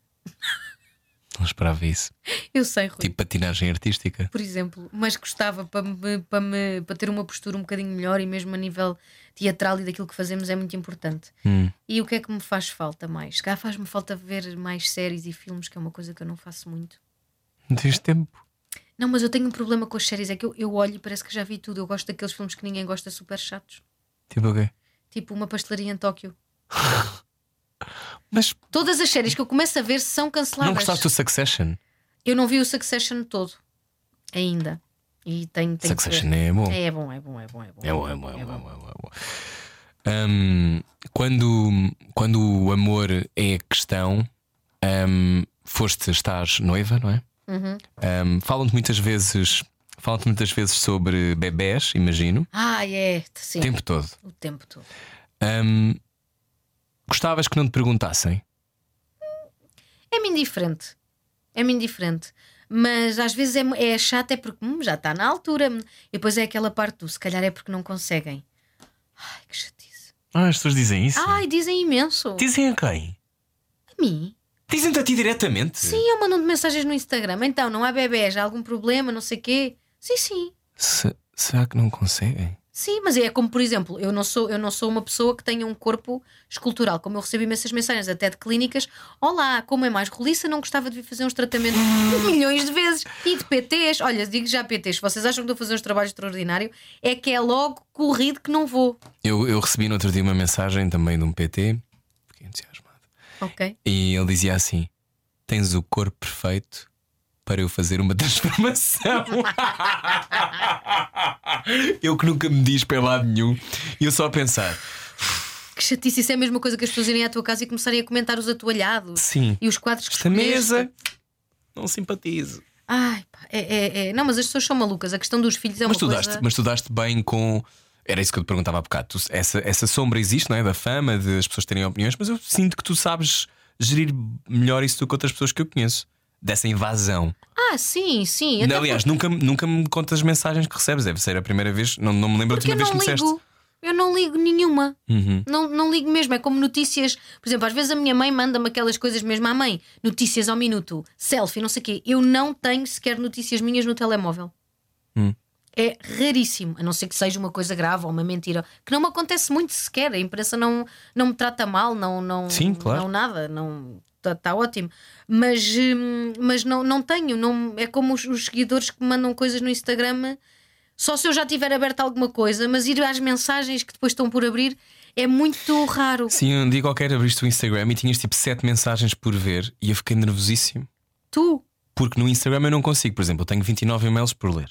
[SPEAKER 2] Não esperava isso.
[SPEAKER 3] Eu sei, Rui.
[SPEAKER 2] Tipo patinagem artística.
[SPEAKER 3] por exemplo, mas gostava para, me, para, me, para ter uma postura um bocadinho melhor e mesmo a nível teatral e daquilo que fazemos é muito importante.
[SPEAKER 2] Hum.
[SPEAKER 3] E o que é que me faz falta mais? Se calhar faz-me falta ver mais séries e filmes, que é uma coisa que eu não faço muito.
[SPEAKER 2] Não tens tempo.
[SPEAKER 3] Não, mas eu tenho um problema com as séries, é que eu, eu olho e parece que já vi tudo. Eu gosto daqueles filmes que ninguém gosta, super chatos.
[SPEAKER 2] Tipo o quê?
[SPEAKER 3] Tipo uma pastelaria em Tóquio.
[SPEAKER 2] Mas
[SPEAKER 3] Todas as séries que eu começo a ver são
[SPEAKER 2] não
[SPEAKER 3] canceladas.
[SPEAKER 2] gostaste do Succession?
[SPEAKER 3] Eu não vi o Succession todo ainda. E tenho, tenho que ver.
[SPEAKER 2] Succession é bom.
[SPEAKER 3] É, é bom, é bom, é bom, é bom.
[SPEAKER 2] É bom, é bom, é bom, é bom, é bom, é bom. Hum, quando, quando o amor é questão, hum, foste, estás noiva, não é?
[SPEAKER 3] Uhum.
[SPEAKER 2] Hum, falam-te muitas vezes, falam-te muitas vezes sobre bebés, imagino,
[SPEAKER 3] Ah, é, sim.
[SPEAKER 2] o tempo todo.
[SPEAKER 3] O tempo todo.
[SPEAKER 2] Hum, gostavas que não te perguntassem?
[SPEAKER 3] É-me É indiferente. É-me indiferente. Mas às vezes é, mu- é chato, é porque hum, já está na altura. hum. E depois é aquela parte do se calhar é porque não conseguem. Ai, que chatice.
[SPEAKER 2] Ah, as pessoas dizem isso.
[SPEAKER 3] Ai, dizem imenso.
[SPEAKER 2] Dizem a quem?
[SPEAKER 3] A mim?
[SPEAKER 2] Dizem-te a ti diretamente?
[SPEAKER 3] Sim, eu mando-te mensagens no Instagram. Então, não há bebés, há algum problema, não sei quê. Sim, sim.
[SPEAKER 2] Se- será que não conseguem?
[SPEAKER 3] Sim, mas é como, por exemplo, eu não sou, eu não sou uma pessoa que tenha um corpo escultural. Como eu recebo imensas mensagens até de clínicas, olá, como é mais roliça, não gostava de vir fazer uns tratamentos milhões de vezes. E de PTs, olha, digo já PTs, vocês acham que estou a fazer uns trabalhos extraordinários? É que é logo corrido que não vou.
[SPEAKER 2] Eu, eu recebi no outro dia uma mensagem também de um PT, fiquei entusiasmado.
[SPEAKER 3] Ok?
[SPEAKER 2] E ele dizia assim: Tens o corpo perfeito para eu fazer uma transformação. eu que nunca me diz para lado nenhum. E eu só a pensar:
[SPEAKER 3] Que chatice, isso é a mesma coisa que as pessoas irem à tua casa e começarem a comentar os atualhados
[SPEAKER 2] Sim,
[SPEAKER 3] e os quadros que
[SPEAKER 2] esta
[SPEAKER 3] escolheste.
[SPEAKER 2] mesa não simpatizo.
[SPEAKER 3] Ai, pá, é, é, é. Não, mas as pessoas são malucas. A questão dos filhos é
[SPEAKER 2] Mas
[SPEAKER 3] uma
[SPEAKER 2] tu, daste,
[SPEAKER 3] coisa.
[SPEAKER 2] mas tu daste bem com. Era isso que eu te perguntava há bocado. Tu- essa, essa sombra existe, não é? Da fama, de as pessoas terem opiniões, mas eu sinto que tu sabes gerir melhor isso do que outras pessoas que eu conheço. Dessa invasão.
[SPEAKER 3] Ah, sim, sim. até
[SPEAKER 2] Aliás, nunca, nunca me contas as mensagens que recebes. Deve ser a primeira vez, não, não me lembro a
[SPEAKER 3] porque
[SPEAKER 2] última
[SPEAKER 3] eu
[SPEAKER 2] vez que
[SPEAKER 3] não
[SPEAKER 2] me disseste.
[SPEAKER 3] ligo. Eu não ligo nenhuma.
[SPEAKER 2] Uhum.
[SPEAKER 3] Não, não ligo mesmo. É como notícias. Por exemplo, às vezes a minha mãe manda-me aquelas coisas mesmo à mãe. Notícias ao minuto, selfie, não sei o quê. Eu não tenho sequer notícias minhas no telemóvel.
[SPEAKER 2] Hum.
[SPEAKER 3] É raríssimo, a não ser que seja uma coisa grave ou uma mentira, que não me acontece muito sequer. A imprensa não, não me trata mal, não, não,
[SPEAKER 2] Sim, claro.
[SPEAKER 3] não nada, não está tá ótimo. Mas, hum, mas não, não tenho, não, é como os, os seguidores que me mandam coisas no Instagram só se eu já tiver aberto alguma coisa, mas ir às mensagens que depois estão por abrir é muito raro.
[SPEAKER 2] Sim, um dia qualquer abriste o Instagram e tinhas tipo sete mensagens por ver e eu fiquei nervosíssimo.
[SPEAKER 3] Tu?
[SPEAKER 2] Porque no Instagram eu não consigo, por exemplo, eu tenho 29 e-mails por ler.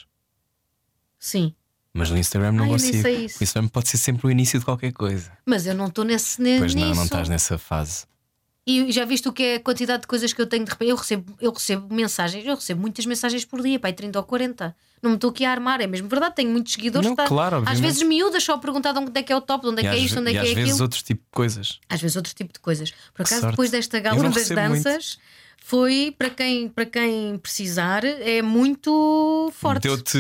[SPEAKER 3] Sim.
[SPEAKER 2] Mas no Instagram não
[SPEAKER 3] Ai, eu nem
[SPEAKER 2] consigo.
[SPEAKER 3] sei isso.
[SPEAKER 2] O Instagram pode ser sempre o início de qualquer coisa.
[SPEAKER 3] Mas eu não estou nesse ne-
[SPEAKER 2] Pois não,
[SPEAKER 3] nisso.
[SPEAKER 2] não estás nessa fase.
[SPEAKER 3] E já viste o que é a quantidade de coisas que eu tenho de repente? Eu recebo, eu recebo mensagens, eu recebo muitas mensagens por dia, pai, 30 ou 40. Não me estou aqui a armar, é mesmo verdade, tenho muitos seguidores.
[SPEAKER 2] Não,
[SPEAKER 3] tá-
[SPEAKER 2] claro,
[SPEAKER 3] às
[SPEAKER 2] obviamente.
[SPEAKER 3] vezes miúdas só a perguntar de onde é que é o top, de onde é
[SPEAKER 2] e
[SPEAKER 3] que é
[SPEAKER 2] às,
[SPEAKER 3] isto,
[SPEAKER 2] ve-
[SPEAKER 3] onde é
[SPEAKER 2] e
[SPEAKER 3] que é
[SPEAKER 2] às
[SPEAKER 3] aquilo.
[SPEAKER 2] vezes outros tipo de coisas.
[SPEAKER 3] às vezes outro tipo de coisas. Por acaso,
[SPEAKER 2] sorte.
[SPEAKER 3] depois desta
[SPEAKER 2] Eu
[SPEAKER 3] gala
[SPEAKER 2] não
[SPEAKER 3] das
[SPEAKER 2] recebo muito.
[SPEAKER 3] danças, foi para quem, para quem precisar, é muito forte.
[SPEAKER 2] Deu-te.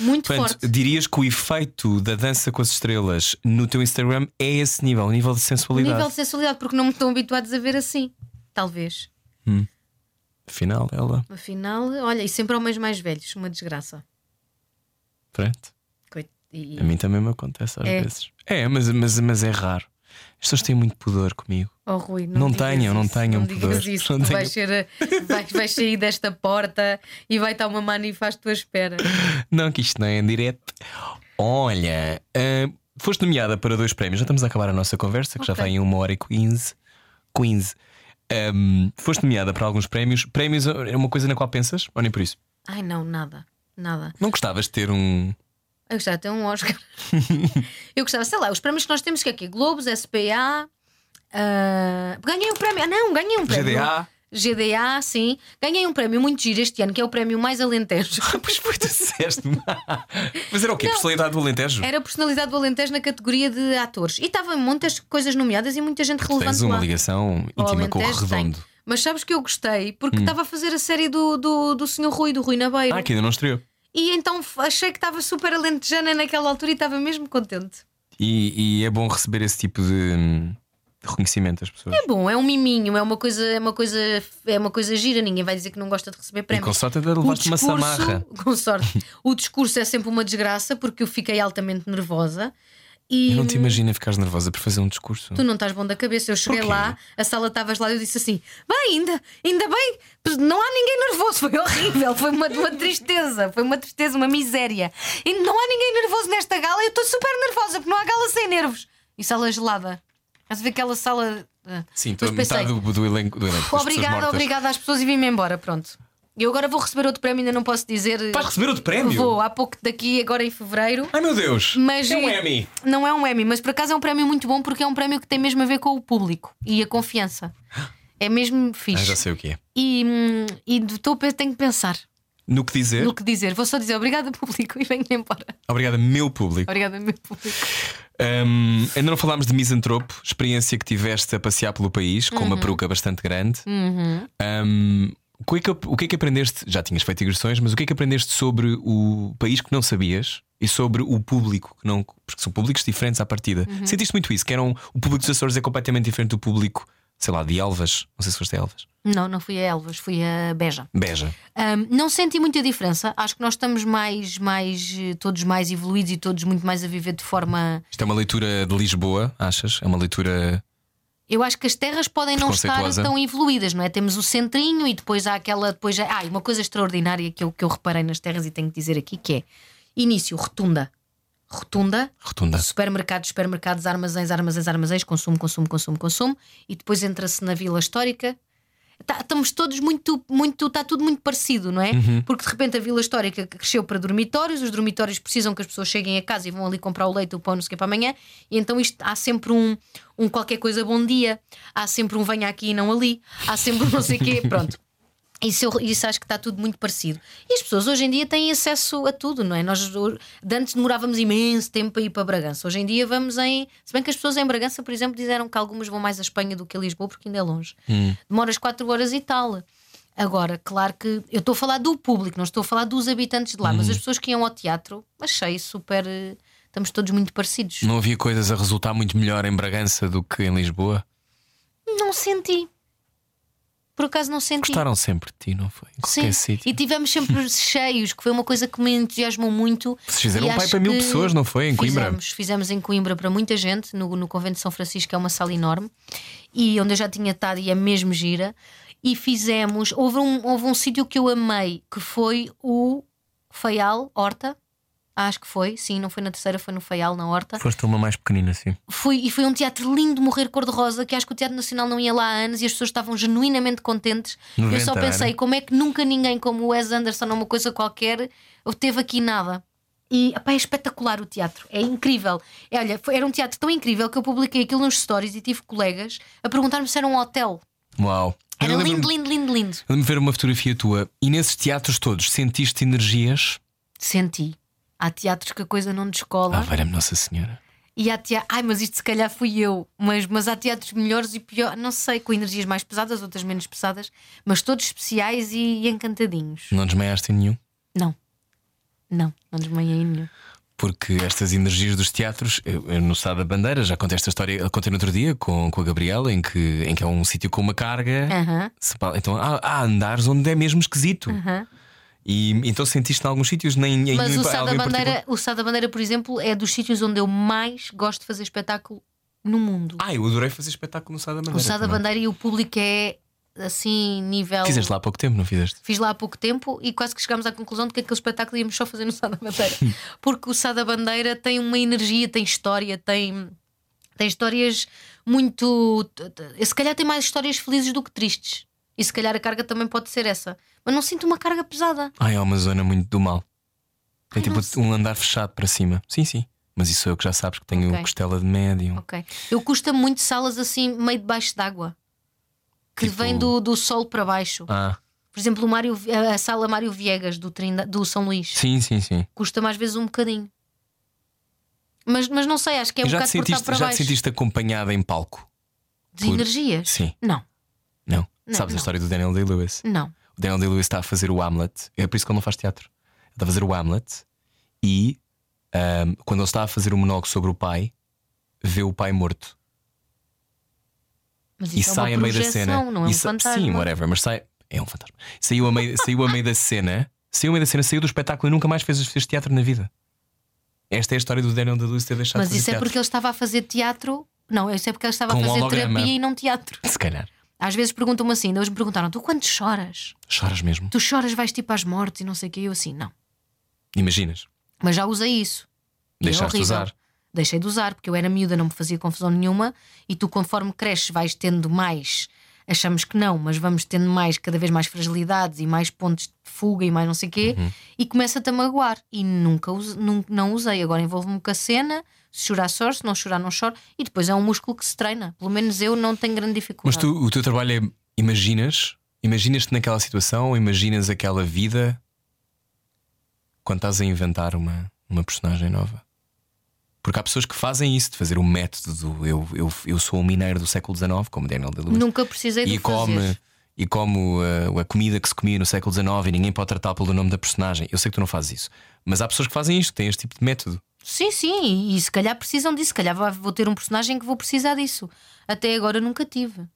[SPEAKER 3] Muito
[SPEAKER 2] Portanto,
[SPEAKER 3] forte.
[SPEAKER 2] dirias que o efeito da dança com as estrelas no teu Instagram é esse nível, o nível de
[SPEAKER 3] O
[SPEAKER 2] sensualidade.
[SPEAKER 3] nível de sensualidade, porque não me estão habituados a ver assim. Talvez.
[SPEAKER 2] Afinal, ela.
[SPEAKER 3] Afinal, olha, e sempre homens mais velhos, uma desgraça.
[SPEAKER 2] Pronto.
[SPEAKER 3] Coit- e-
[SPEAKER 2] A mim também me acontece às
[SPEAKER 3] É.
[SPEAKER 2] vezes. É, mas, mas, mas é raro. As pessoas têm muito pudor comigo.
[SPEAKER 3] Oh, Rui,
[SPEAKER 2] Não
[SPEAKER 3] digas
[SPEAKER 2] tenham, não
[SPEAKER 3] isso,
[SPEAKER 2] tenham
[SPEAKER 3] Não digas
[SPEAKER 2] pudor.
[SPEAKER 3] isso.
[SPEAKER 2] Não
[SPEAKER 3] tu
[SPEAKER 2] tenham.
[SPEAKER 3] vais, ser, vais, vais sair desta porta e vai estar uma manifa à tua espera.
[SPEAKER 2] Não, que isto não é em direto. Olha, ah, foste nomeada para dois prémios. Já estamos a acabar a nossa conversa, que já
[SPEAKER 3] Ok.
[SPEAKER 2] vai em uma hora e quinze. Quinze. Ahm, foste nomeada para alguns prémios. Prémios é uma coisa na qual pensas? Ou nem por isso?
[SPEAKER 3] Ai, não, nada. Nada.
[SPEAKER 2] Não gostavas de ter um.
[SPEAKER 3] Eu gostava de ter um Oscar. eu gostava, sei lá, os prémios que nós temos, que é aqui? Globos, SPA. ah, ganhei um prémio. Ah, não, ganhei um prémio.
[SPEAKER 2] GDA?
[SPEAKER 3] GDA, sim. Ganhei um prémio muito giro este ano, que é o prémio mais alentejo.
[SPEAKER 2] Pois foi, tu disseste. Mas era o quê? Personalidade do Alentejo?
[SPEAKER 3] Era a personalidade do Alentejo na categoria de atores. E estavam muitas coisas nomeadas e muita gente
[SPEAKER 2] Tu Tens
[SPEAKER 3] relevante
[SPEAKER 2] uma
[SPEAKER 3] lá.
[SPEAKER 2] ligação
[SPEAKER 3] Ao
[SPEAKER 2] íntima com o
[SPEAKER 3] Alentejo,
[SPEAKER 2] Redondo.
[SPEAKER 3] tenho. Mas sabes que eu gostei porque estava a fazer a série do, do, do Senhor Rui, do Rui Nabeiro.
[SPEAKER 2] Hum. Ah, que ainda não estreou.
[SPEAKER 3] E então f- achei que estava super alentejana naquela altura e estava mesmo contente.
[SPEAKER 2] E, e é bom receber esse tipo de, hum, de reconhecimento das pessoas.
[SPEAKER 3] É bom, é um miminho, é uma coisa, é uma coisa, é uma coisa gira, ninguém vai dizer que não gosta de receber
[SPEAKER 2] e com
[SPEAKER 3] prémios.
[SPEAKER 2] sorte ainda levaste uma samarra.
[SPEAKER 3] com sorte, o discurso é sempre uma desgraça porque eu fiquei altamente nervosa e
[SPEAKER 2] Eu não te imagino ficares nervosa por fazer um discurso.
[SPEAKER 3] tu não estás bom da cabeça. Eu cheguei
[SPEAKER 2] Porquê?
[SPEAKER 3] lá, a sala estavas lá e eu disse assim: bem, ainda, ainda bem, pois não há ninguém nervoso. Foi horrível, foi uma, uma tristeza, foi uma tristeza, uma miséria. E não há ninguém nervoso nesta gala, eu estou super nervosa porque não há gala sem nervos. E sala gelada. Estás a ver aquela sala. ah.
[SPEAKER 2] Sim,
[SPEAKER 3] Depois
[SPEAKER 2] estou a metade do, do elenco. Do elenco das pessoas
[SPEAKER 3] Obrigada,
[SPEAKER 2] mortas.
[SPEAKER 3] obrigada às pessoas e vim-me embora, pronto. Eu agora vou receber outro prémio, ainda não posso dizer. eh,
[SPEAKER 2] Vais receber outro prémio?
[SPEAKER 3] Vou, há pouco daqui, agora em fevereiro.
[SPEAKER 2] Ai meu Deus!
[SPEAKER 3] Mas
[SPEAKER 2] é um Emmy!
[SPEAKER 3] Não é um Emmy, mas por acaso é um prémio muito bom porque é um prémio que tem mesmo a ver com o público e a confiança. É mesmo
[SPEAKER 2] Ah, já
[SPEAKER 3] fixe.
[SPEAKER 2] sei o que é.
[SPEAKER 3] e hum, e estou a- tenho que pensar
[SPEAKER 2] No que dizer,
[SPEAKER 3] no que dizer. Vou só dizer obrigada, público, e venho embora.
[SPEAKER 2] obrigada, meu público.
[SPEAKER 3] Obrigada, meu público.
[SPEAKER 2] Hum, ainda não falámos de misantropo, experiência que tiveste a passear pelo país com
[SPEAKER 3] Uhum.
[SPEAKER 2] uma peruca bastante grande. Hum, o, que é que, o que é que aprendeste? Já tinhas feito digressões, mas o que é que aprendeste sobre o país que não sabias e sobre o público? Que
[SPEAKER 3] Uhum.
[SPEAKER 2] não, porque são públicos diferentes à partida. Sentiste muito isso, que eram, o público dos Açores é completamente diferente do público sei lá, de Elvas. Não sei se foste a Elvas.
[SPEAKER 3] Não, não fui a Elvas, fui a Beja.
[SPEAKER 2] Beja.
[SPEAKER 3] Ahm, não senti muita diferença. Acho que nós estamos mais, mais, eh, todos mais evoluídos e todos muito mais a viver de forma.
[SPEAKER 2] Isto é uma leitura de Lisboa, achas? É uma leitura.
[SPEAKER 3] Eu acho que as terras podem não estar
[SPEAKER 2] Preconceituosa.
[SPEAKER 3] tão evoluídas, não é? Temos o centrinho e depois há aquela. Depois há... Ah, e uma coisa extraordinária que eu, que eu reparei nas terras e tenho que dizer aqui que é início, rotunda. Rotunda,
[SPEAKER 2] Rotunda.
[SPEAKER 3] supermercados, supermercados, armazéns, armazéns, armazéns, consumo, consumo, consumo, consumo, e depois entra-se na Vila Histórica. Tá- estamos todos muito, muito, está tudo muito parecido, não é? Porque de repente a Vila Histórica cresceu para dormitórios, os dormitórios precisam que as pessoas cheguem a casa e vão ali comprar o leite, o pão, não sei o que para amanhã, e então isto há sempre um, um qualquer coisa bom dia, há sempre um venha aqui e não ali, há sempre um não sei o quê, pronto. Isso, eu- isso acho que está tudo muito parecido. E as pessoas hoje em dia têm acesso a tudo, não é? Nós o- de antes demorávamos imenso tempo a ir para Bragança. Hoje em dia vamos em. Se bem que as pessoas em Bragança, por exemplo, disseram que algumas vão mais à Espanha do que a Lisboa, porque ainda é longe. Demoras 4 horas e tal. Agora, claro que eu estou a falar do público, não estou a falar dos habitantes de lá, mas as pessoas que iam ao teatro, achei super. eh, Estamos todos muito parecidos.
[SPEAKER 2] Não havia coisas a resultar muito melhor em Bragança do que em Lisboa?
[SPEAKER 3] Não senti. Por acaso não senti.
[SPEAKER 2] Gostaram sempre de ti, não foi? Em
[SPEAKER 3] Sim,
[SPEAKER 2] qualquer sítio.
[SPEAKER 3] e tivemos sempre cheios, que foi uma coisa que me entusiasmou muito.
[SPEAKER 2] Vocês fizeram
[SPEAKER 3] E
[SPEAKER 2] um pai
[SPEAKER 3] acho
[SPEAKER 2] para mil
[SPEAKER 3] que
[SPEAKER 2] pessoas, não foi? Em Coimbra?
[SPEAKER 3] Fizemos, fizemos em Coimbra para muita gente, no, no Convento de São Francisco, que é uma sala enorme, e onde eu já tinha estado e é mesmo gira. E fizemos, houve um, houve um sítio que eu amei, que foi o Faial Horta. Acho que foi, sim, não foi na terceira, foi no Faial, na Horta.
[SPEAKER 2] Foste uma mais pequenina, sim.
[SPEAKER 3] Foi, e foi um teatro lindo, morrer cor-de-rosa, que acho que o Teatro Nacional não ia lá há anos e as pessoas estavam genuinamente contentes. Eu
[SPEAKER 2] 90,
[SPEAKER 3] só
[SPEAKER 2] não era?
[SPEAKER 3] pensei, como é que nunca ninguém como o Wes Anderson ou uma coisa qualquer teve aqui nada? E epá, é espetacular o teatro, é incrível. É, olha, foi- era um teatro tão incrível que eu publiquei aquilo nos stories e tive colegas a perguntar-me se era um hotel.
[SPEAKER 2] Uau.
[SPEAKER 3] Era
[SPEAKER 2] Eu
[SPEAKER 3] um
[SPEAKER 2] lembro-me-
[SPEAKER 3] lindo, lindo, lindo, lindo.
[SPEAKER 2] eu Lembro-me de ver uma fotografia tua e nesses teatros todos sentiste energias?
[SPEAKER 3] Senti. Há teatros que a coisa não descola.
[SPEAKER 2] Ah, velha Nossa Senhora.
[SPEAKER 3] E há teatros. Ai, mas isto se calhar fui eu. Mas, mas há teatros melhores e piores. Não sei, com energias mais pesadas, outras menos pesadas, mas todos especiais e, e encantadinhos.
[SPEAKER 2] Não desmaiaste em nenhum?
[SPEAKER 3] Não. Não, não desmaiei em nenhum.
[SPEAKER 2] Porque estas energias dos teatros, eu, eu no Estado da Bandeira, já contei esta história, contei no outro dia com, com a Gabriela, em que, em que é um sítio com uma carga.
[SPEAKER 3] Aham.
[SPEAKER 2] Se fala- Então há, há andares onde é mesmo esquisito.
[SPEAKER 3] Aham.
[SPEAKER 2] E então sentiste em alguns sítios, nem em
[SPEAKER 3] Mas
[SPEAKER 2] em-
[SPEAKER 3] o Sá, da
[SPEAKER 2] alguém
[SPEAKER 3] Bandeira,
[SPEAKER 2] particular?
[SPEAKER 3] o Sá da Bandeira, por exemplo, é dos sítios onde eu mais gosto de fazer espetáculo no mundo.
[SPEAKER 2] Ah, eu adorei fazer espetáculo no Sá da Ah, Bandeira.
[SPEAKER 3] o Sá da
[SPEAKER 2] também.
[SPEAKER 3] Bandeira e o público é assim, nível.
[SPEAKER 2] Fizeste lá há pouco tempo, não fizeste?
[SPEAKER 3] Fiz lá há pouco tempo e quase que chegámos à conclusão de que aquele espetáculo íamos só fazer no Sá da Bandeira. Porque o Sá da Bandeira tem uma energia, tem história, tem, tem histórias muito. Se calhar tem mais histórias felizes do que tristes. E se calhar a carga também pode ser essa. Mas não sinto uma carga pesada.
[SPEAKER 2] Ah, é uma zona muito do mal. Tem
[SPEAKER 3] Ai,
[SPEAKER 2] tipo
[SPEAKER 3] não sei.
[SPEAKER 2] um andar fechado para cima. Sim, sim. Mas isso eu que já sabes que tenho
[SPEAKER 3] Ok.
[SPEAKER 2] costela de médium.
[SPEAKER 3] Ok. Eu custa muito salas assim, meio debaixo d'água. Que
[SPEAKER 2] Tipo-
[SPEAKER 3] vem do, do sol para baixo.
[SPEAKER 2] Ah,
[SPEAKER 3] Por exemplo, o Mário, a sala Mário Viegas do, Trinda- do São Luís.
[SPEAKER 2] sim, sim, sim.
[SPEAKER 3] Custa-me às vezes um bocadinho. Mas, mas não sei, acho que é um
[SPEAKER 2] E já, te
[SPEAKER 3] bocado
[SPEAKER 2] sentiste,
[SPEAKER 3] por estar para
[SPEAKER 2] já te
[SPEAKER 3] baixo.
[SPEAKER 2] sentiste acompanhada em palco?
[SPEAKER 3] De
[SPEAKER 2] por-
[SPEAKER 3] energias?
[SPEAKER 2] Sim.
[SPEAKER 3] Não,
[SPEAKER 2] Não?
[SPEAKER 3] Não,
[SPEAKER 2] Sabes a
[SPEAKER 3] não.
[SPEAKER 2] história do Daniel Day-Lewis?
[SPEAKER 3] não.
[SPEAKER 2] O Daniel Day-Lewis está a fazer o Hamlet, é por isso que ele não faz teatro. Ele está a fazer o Hamlet e ahm, quando ele está a fazer o monólogo sobre o pai, vê o pai morto
[SPEAKER 3] Mas
[SPEAKER 2] e
[SPEAKER 3] isso
[SPEAKER 2] sai
[SPEAKER 3] é
[SPEAKER 2] a
[SPEAKER 3] uma
[SPEAKER 2] meio da
[SPEAKER 3] projeção,
[SPEAKER 2] cena.
[SPEAKER 3] não é um
[SPEAKER 2] E sa-
[SPEAKER 3] fantasma.
[SPEAKER 2] Sim, whatever, mas sai. É um fantasma. Saiu a meio, saiu a meio da cena, saiu a meio da cena, saiu do espetáculo e nunca mais fez, fez teatro na vida. Esta é a história do Daniel Day-Lewis ter deixado
[SPEAKER 3] mas
[SPEAKER 2] de fazer
[SPEAKER 3] isso é
[SPEAKER 2] teatro.
[SPEAKER 3] porque ele estava a fazer teatro. Não, isso é porque ele estava
[SPEAKER 2] Com um
[SPEAKER 3] a fazer
[SPEAKER 2] holograma.
[SPEAKER 3] terapia e não teatro.
[SPEAKER 2] Se calhar.
[SPEAKER 3] Às vezes perguntam-me assim, ainda hoje me perguntaram: tu quando choras?
[SPEAKER 2] Choras mesmo.
[SPEAKER 3] Tu choras, vais tipo às mortes e não sei o quê. E eu assim, não.
[SPEAKER 2] Imaginas.
[SPEAKER 3] Mas já usei isso. E é
[SPEAKER 2] Deixaste de
[SPEAKER 3] horrível.
[SPEAKER 2] usar.
[SPEAKER 3] Deixei de usar, porque eu era miúda, não me fazia confusão nenhuma. E tu, conforme cresces, vais tendo mais. Achamos que não, mas vamos tendo mais, cada vez mais fragilidades e mais pontos de fuga e mais não sei quê.
[SPEAKER 2] Uhum.
[SPEAKER 3] E começa-te a magoar. E nunca use- nun- não usei. Agora envolvo-me com a cena. Se chorar, choro. Se não chorar, não choro. E depois é um músculo que se treina. Pelo menos eu não tenho grande
[SPEAKER 2] Mas
[SPEAKER 3] dificuldade.
[SPEAKER 2] tu, o teu trabalho é. Imaginas? Imaginas-te naquela situação? Imaginas aquela vida? Quando estás a inventar uma, uma personagem nova? Porque há pessoas que fazem isso, de fazer o método do eu, eu, eu sou um mineiro do século XIX, como Daniel Day-Lewis,
[SPEAKER 3] Nunca precisei de
[SPEAKER 2] e
[SPEAKER 3] o fazer.
[SPEAKER 2] come, e como uh, a comida que se comia no século XIX e ninguém pode tratar pelo nome da personagem. Eu sei que tu não fazes isso, mas há pessoas que fazem isto, que têm este tipo de método.
[SPEAKER 3] Sim, sim, e se calhar precisam disso. Se calhar vá- vou ter um personagem que vou precisar disso. Até agora nunca tive.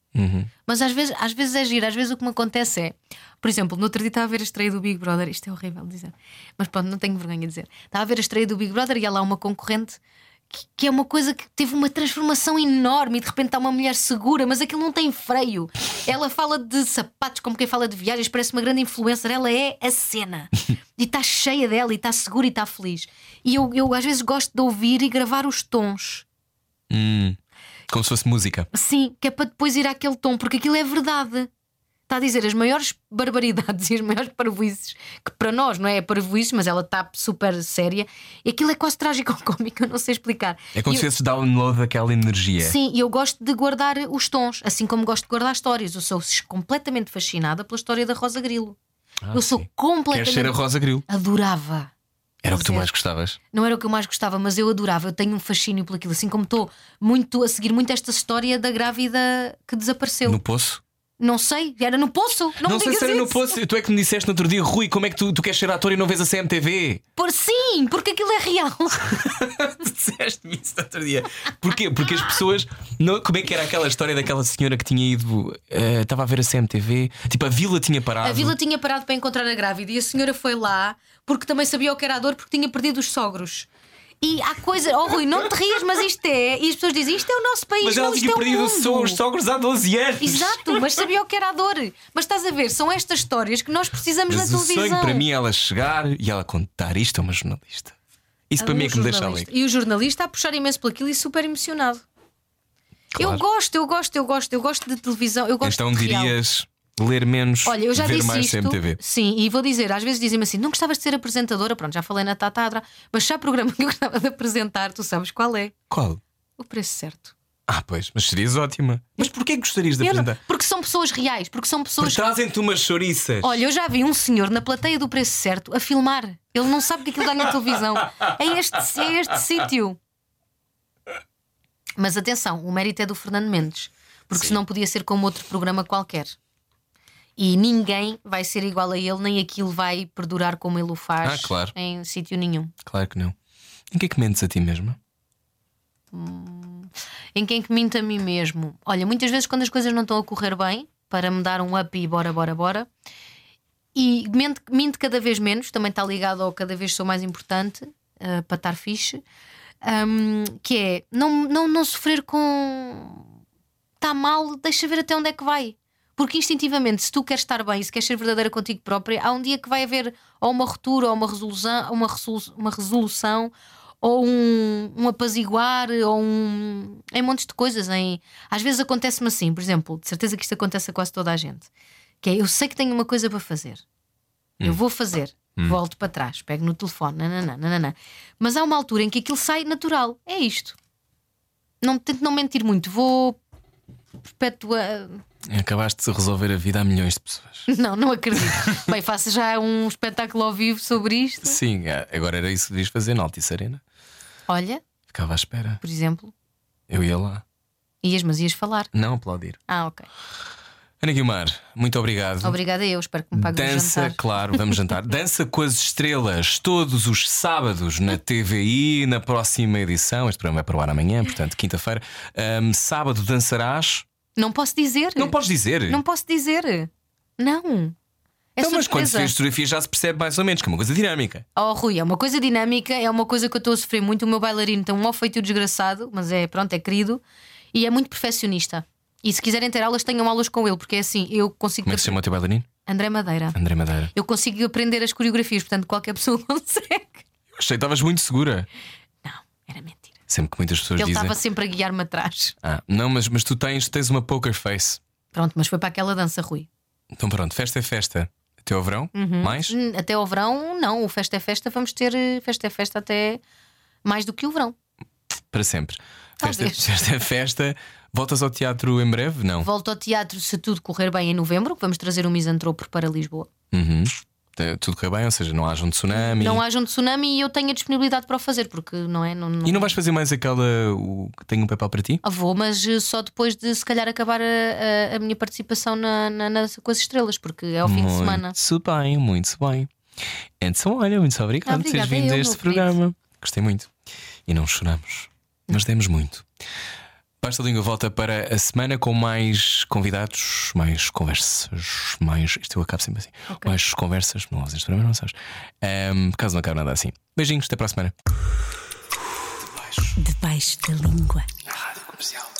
[SPEAKER 3] Mas às vezes, às vezes é giro, às vezes o que me acontece é, por exemplo, no outro dia estava a ver a estreia do Big Brother, isto é horrível dizer, mas pronto, não tenho vergonha de dizer. Estava a ver a estreia do Big Brother e há lá uma concorrente que, que é uma coisa que teve uma transformação enorme e de repente está uma mulher segura, mas aquilo não tem freio. Ela fala de sapatos como quem fala de viagens, parece uma grande influencer, ela é a cena e está cheia dela e está segura e está feliz. E eu, eu às vezes gosto de ouvir e gravar os tons.
[SPEAKER 2] Hum. Como se fosse música.
[SPEAKER 3] Sim, que é para depois ir àquele tom, porque aquilo é verdade. Está a dizer as maiores barbaridades e as maiores parvoices, que para nós não é parvoices, mas ela está super séria. E aquilo é quase trágico cômico, eu não sei explicar.
[SPEAKER 2] É como
[SPEAKER 3] E
[SPEAKER 2] se
[SPEAKER 3] eu-
[SPEAKER 2] fosse download daquela energia.
[SPEAKER 3] Sim, e eu gosto de guardar os tons, assim como gosto de guardar histórias. Eu sou completamente fascinada pela história da Rosa Grilo.
[SPEAKER 2] Ah,
[SPEAKER 3] eu sou
[SPEAKER 2] sim. Queres
[SPEAKER 3] completamente. é.
[SPEAKER 2] ser a Rosa Grilo?
[SPEAKER 3] Adorava.
[SPEAKER 2] Era o que tu
[SPEAKER 3] Sim.
[SPEAKER 2] mais gostavas.
[SPEAKER 3] Não era o que eu mais gostava, mas eu adorava. Eu tenho um fascínio por aquilo. Assim como estou muito a seguir muito esta história da grávida que desapareceu.
[SPEAKER 2] No poço?
[SPEAKER 3] Não sei, era no poço. Não, me
[SPEAKER 2] sei
[SPEAKER 3] digas
[SPEAKER 2] se era no
[SPEAKER 3] isso.
[SPEAKER 2] poço. Tu é que me disseste no outro dia, Rui, como é que tu, tu queres ser ator e não vês a CMTV?
[SPEAKER 3] Por sim, porque aquilo é real.
[SPEAKER 2] Tu Disseste-me isso no outro dia. Porquê? Porque as pessoas. Não, como é que era aquela história daquela senhora que tinha ido. eh, Estava a ver a CMTV? Tipo, a vila tinha parado.
[SPEAKER 3] A vila tinha parado para encontrar a grávida e a senhora foi lá porque também sabia o que era a dor porque tinha perdido os sogros. E há coisa. Oh Rui, não te rias, mas isto é. E as pessoas dizem: isto é o nosso país,
[SPEAKER 2] Mas
[SPEAKER 3] não,
[SPEAKER 2] ela
[SPEAKER 3] isto
[SPEAKER 2] tinha
[SPEAKER 3] é o
[SPEAKER 2] perdido
[SPEAKER 3] mundo.
[SPEAKER 2] os so- os sogros há 12 anos.
[SPEAKER 3] Exato, mas sabia o que era a dor. Mas estás a ver, são estas histórias que nós precisamos
[SPEAKER 2] Mas
[SPEAKER 3] na
[SPEAKER 2] o
[SPEAKER 3] televisão.
[SPEAKER 2] sonho para mim é ela chegar e ela contar isto a uma jornalista. Isso para
[SPEAKER 3] Ali
[SPEAKER 2] mim é
[SPEAKER 3] o
[SPEAKER 2] que me deixa
[SPEAKER 3] jornalista.
[SPEAKER 2] alegre.
[SPEAKER 3] E o jornalista a puxar imenso por aquilo e super emocionado. Eu
[SPEAKER 2] Claro.
[SPEAKER 3] gosto, eu gosto, eu gosto, eu gosto de televisão, eu gosto
[SPEAKER 2] Então
[SPEAKER 3] de real.
[SPEAKER 2] dirias ler menos,
[SPEAKER 3] Olha, eu já
[SPEAKER 2] ver
[SPEAKER 3] disse
[SPEAKER 2] mais
[SPEAKER 3] isto.
[SPEAKER 2] CMTV.
[SPEAKER 3] Sim, e vou dizer, às vezes dizem-me assim: não gostavas de ser apresentadora? Pronto, já falei na Tata Adra, mas já programa que eu gostava de apresentar, tu sabes qual é?
[SPEAKER 2] Qual?
[SPEAKER 3] O preço certo.
[SPEAKER 2] Ah, pois, mas serias ótima. Mas porquê que gostarias de
[SPEAKER 3] Eu não-
[SPEAKER 2] apresentar?
[SPEAKER 3] porque são pessoas reais, porque são pessoas.
[SPEAKER 2] Porque trazem-te umas chouriças.
[SPEAKER 3] Olha, eu já vi um senhor na plateia do preço certo a filmar. Ele não sabe que aquilo dá na televisão. É este, é este sítio. Mas atenção, o mérito é do Fernando Mendes, porque senão podia ser como outro programa qualquer. E ninguém vai ser igual a ele, nem aquilo vai perdurar como ele o faz
[SPEAKER 2] Ah, claro.
[SPEAKER 3] em sítio nenhum.
[SPEAKER 2] Claro que não. Em que é que mentes a ti mesma?
[SPEAKER 3] Em quem que minto a mim mesmo? Olha, muitas vezes quando as coisas não estão a correr bem, para me dar um up e bora, bora, bora. E minto, minto cada vez menos, também está ligado ao cada vez sou mais importante ah, para estar fixe, Ahm, que é não, não, não sofrer com está tá mal, deixa ver até onde é que vai. Porque instintivamente, se tu queres estar bem, se queres ser verdadeira contigo própria, há um dia que vai haver ou uma ruptura, ou uma resolução, uma resolu- uma resolução ou um, um apaziguar, ou um. em montes de coisas. Em... Às vezes acontece-me assim, por exemplo, de certeza que isto acontece a quase toda a gente, que é eu sei que tenho uma coisa para fazer, eu vou fazer, volto para trás, pego no telefone, nananã, nananã. mas há uma altura em que aquilo sai natural, é isto. Não tento não mentir muito, vou perpetuar.
[SPEAKER 2] Acabaste de resolver a vida a milhões de pessoas.
[SPEAKER 3] Não, não acredito. Bem, faço já um espetáculo ao vivo sobre isto.
[SPEAKER 2] Sim, ah, agora era isso que devias fazer na Altice Arena.
[SPEAKER 3] Olha,
[SPEAKER 2] Ficava à espera.
[SPEAKER 3] por exemplo,
[SPEAKER 2] Eu ia lá.
[SPEAKER 3] ias, mas ias falar.
[SPEAKER 2] Não aplaudir.
[SPEAKER 3] Ah, ok.
[SPEAKER 2] Ana Guilmar, muito obrigado.
[SPEAKER 3] Obrigada eu, espero que me pague o
[SPEAKER 2] Dança,
[SPEAKER 3] jantar.
[SPEAKER 2] claro, vamos jantar. Dança com as estrelas todos os sábados na TVI, na próxima edição. Este programa é para o ar amanhã, portanto, quinta-feira. Ahm, sábado dançarás.
[SPEAKER 3] Não posso dizer.
[SPEAKER 2] Não podes dizer.
[SPEAKER 3] Não posso dizer. Não. É
[SPEAKER 2] então, mas quando se
[SPEAKER 3] surpresa.
[SPEAKER 2] vê as fotografias já se percebe mais ou menos que é uma coisa dinâmica.
[SPEAKER 3] Oh, Rui, é uma coisa dinâmica, é uma coisa que eu estou a sofrer muito. O meu bailarino tem um mau feitio desgraçado, mas é, pronto, é querido e é muito perfeccionista. E se quiserem ter aulas, tenham aulas com ele, porque é assim, eu consigo.
[SPEAKER 2] Como é que se chama o teu bailarino?
[SPEAKER 3] André Madeira.
[SPEAKER 2] André Madeira.
[SPEAKER 3] Eu consigo aprender as coreografias, portanto, qualquer pessoa consegue.
[SPEAKER 2] Eu achei que estavas muito segura.
[SPEAKER 3] Não, era mentira.
[SPEAKER 2] Sempre que muitas pessoas
[SPEAKER 3] Ele
[SPEAKER 2] dizem.
[SPEAKER 3] estava sempre a guiar-me atrás.
[SPEAKER 2] Ah, não, mas, mas tu tens, tens uma poker face.
[SPEAKER 3] Pronto, mas foi para aquela dança, Rui.
[SPEAKER 2] Então pronto, festa é festa. Até ao verão, mais?
[SPEAKER 3] Hum, Até ao verão, não. O festa é festa, vamos ter eh, festa é festa até mais do que o verão.
[SPEAKER 2] Para sempre. Festa,
[SPEAKER 3] Talvez.
[SPEAKER 2] festa é festa. Voltas ao teatro em breve? Não.
[SPEAKER 3] Volto ao teatro se tudo correr bem em novembro, que vamos trazer o misantropo para Lisboa.
[SPEAKER 2] Uhum. Tá Tudo correu bem, ou seja, não haja um tsunami.
[SPEAKER 3] Não haja um tsunami e eu tenho a disponibilidade para o fazer, porque não é? Não, não...
[SPEAKER 2] E não vais fazer mais aquela o que tem um papel para ti?
[SPEAKER 3] Ah, Vou, mas eh, só depois de se calhar acabar a, a- a minha participação na, na, na- com as estrelas, porque é ao fim de semana.
[SPEAKER 2] Muito bem, muito bem. Então, olha, muito obrigado por teres
[SPEAKER 3] Obrigada,
[SPEAKER 2] vindo
[SPEAKER 3] eu,
[SPEAKER 2] a
[SPEAKER 3] meu
[SPEAKER 2] este
[SPEAKER 3] querido.
[SPEAKER 2] programa. Gostei muito. E não choramos, mas demos muito. Basta Língua volta para a semana com mais convidados, mais conversas, mais. Isto eu acabo sempre assim. Mais conversas, não usas também, não sabes. Ahm, caso não acabe nada assim. Beijinhos, até para a semana.
[SPEAKER 1] debaixo da língua.
[SPEAKER 2] Rádio Comercial.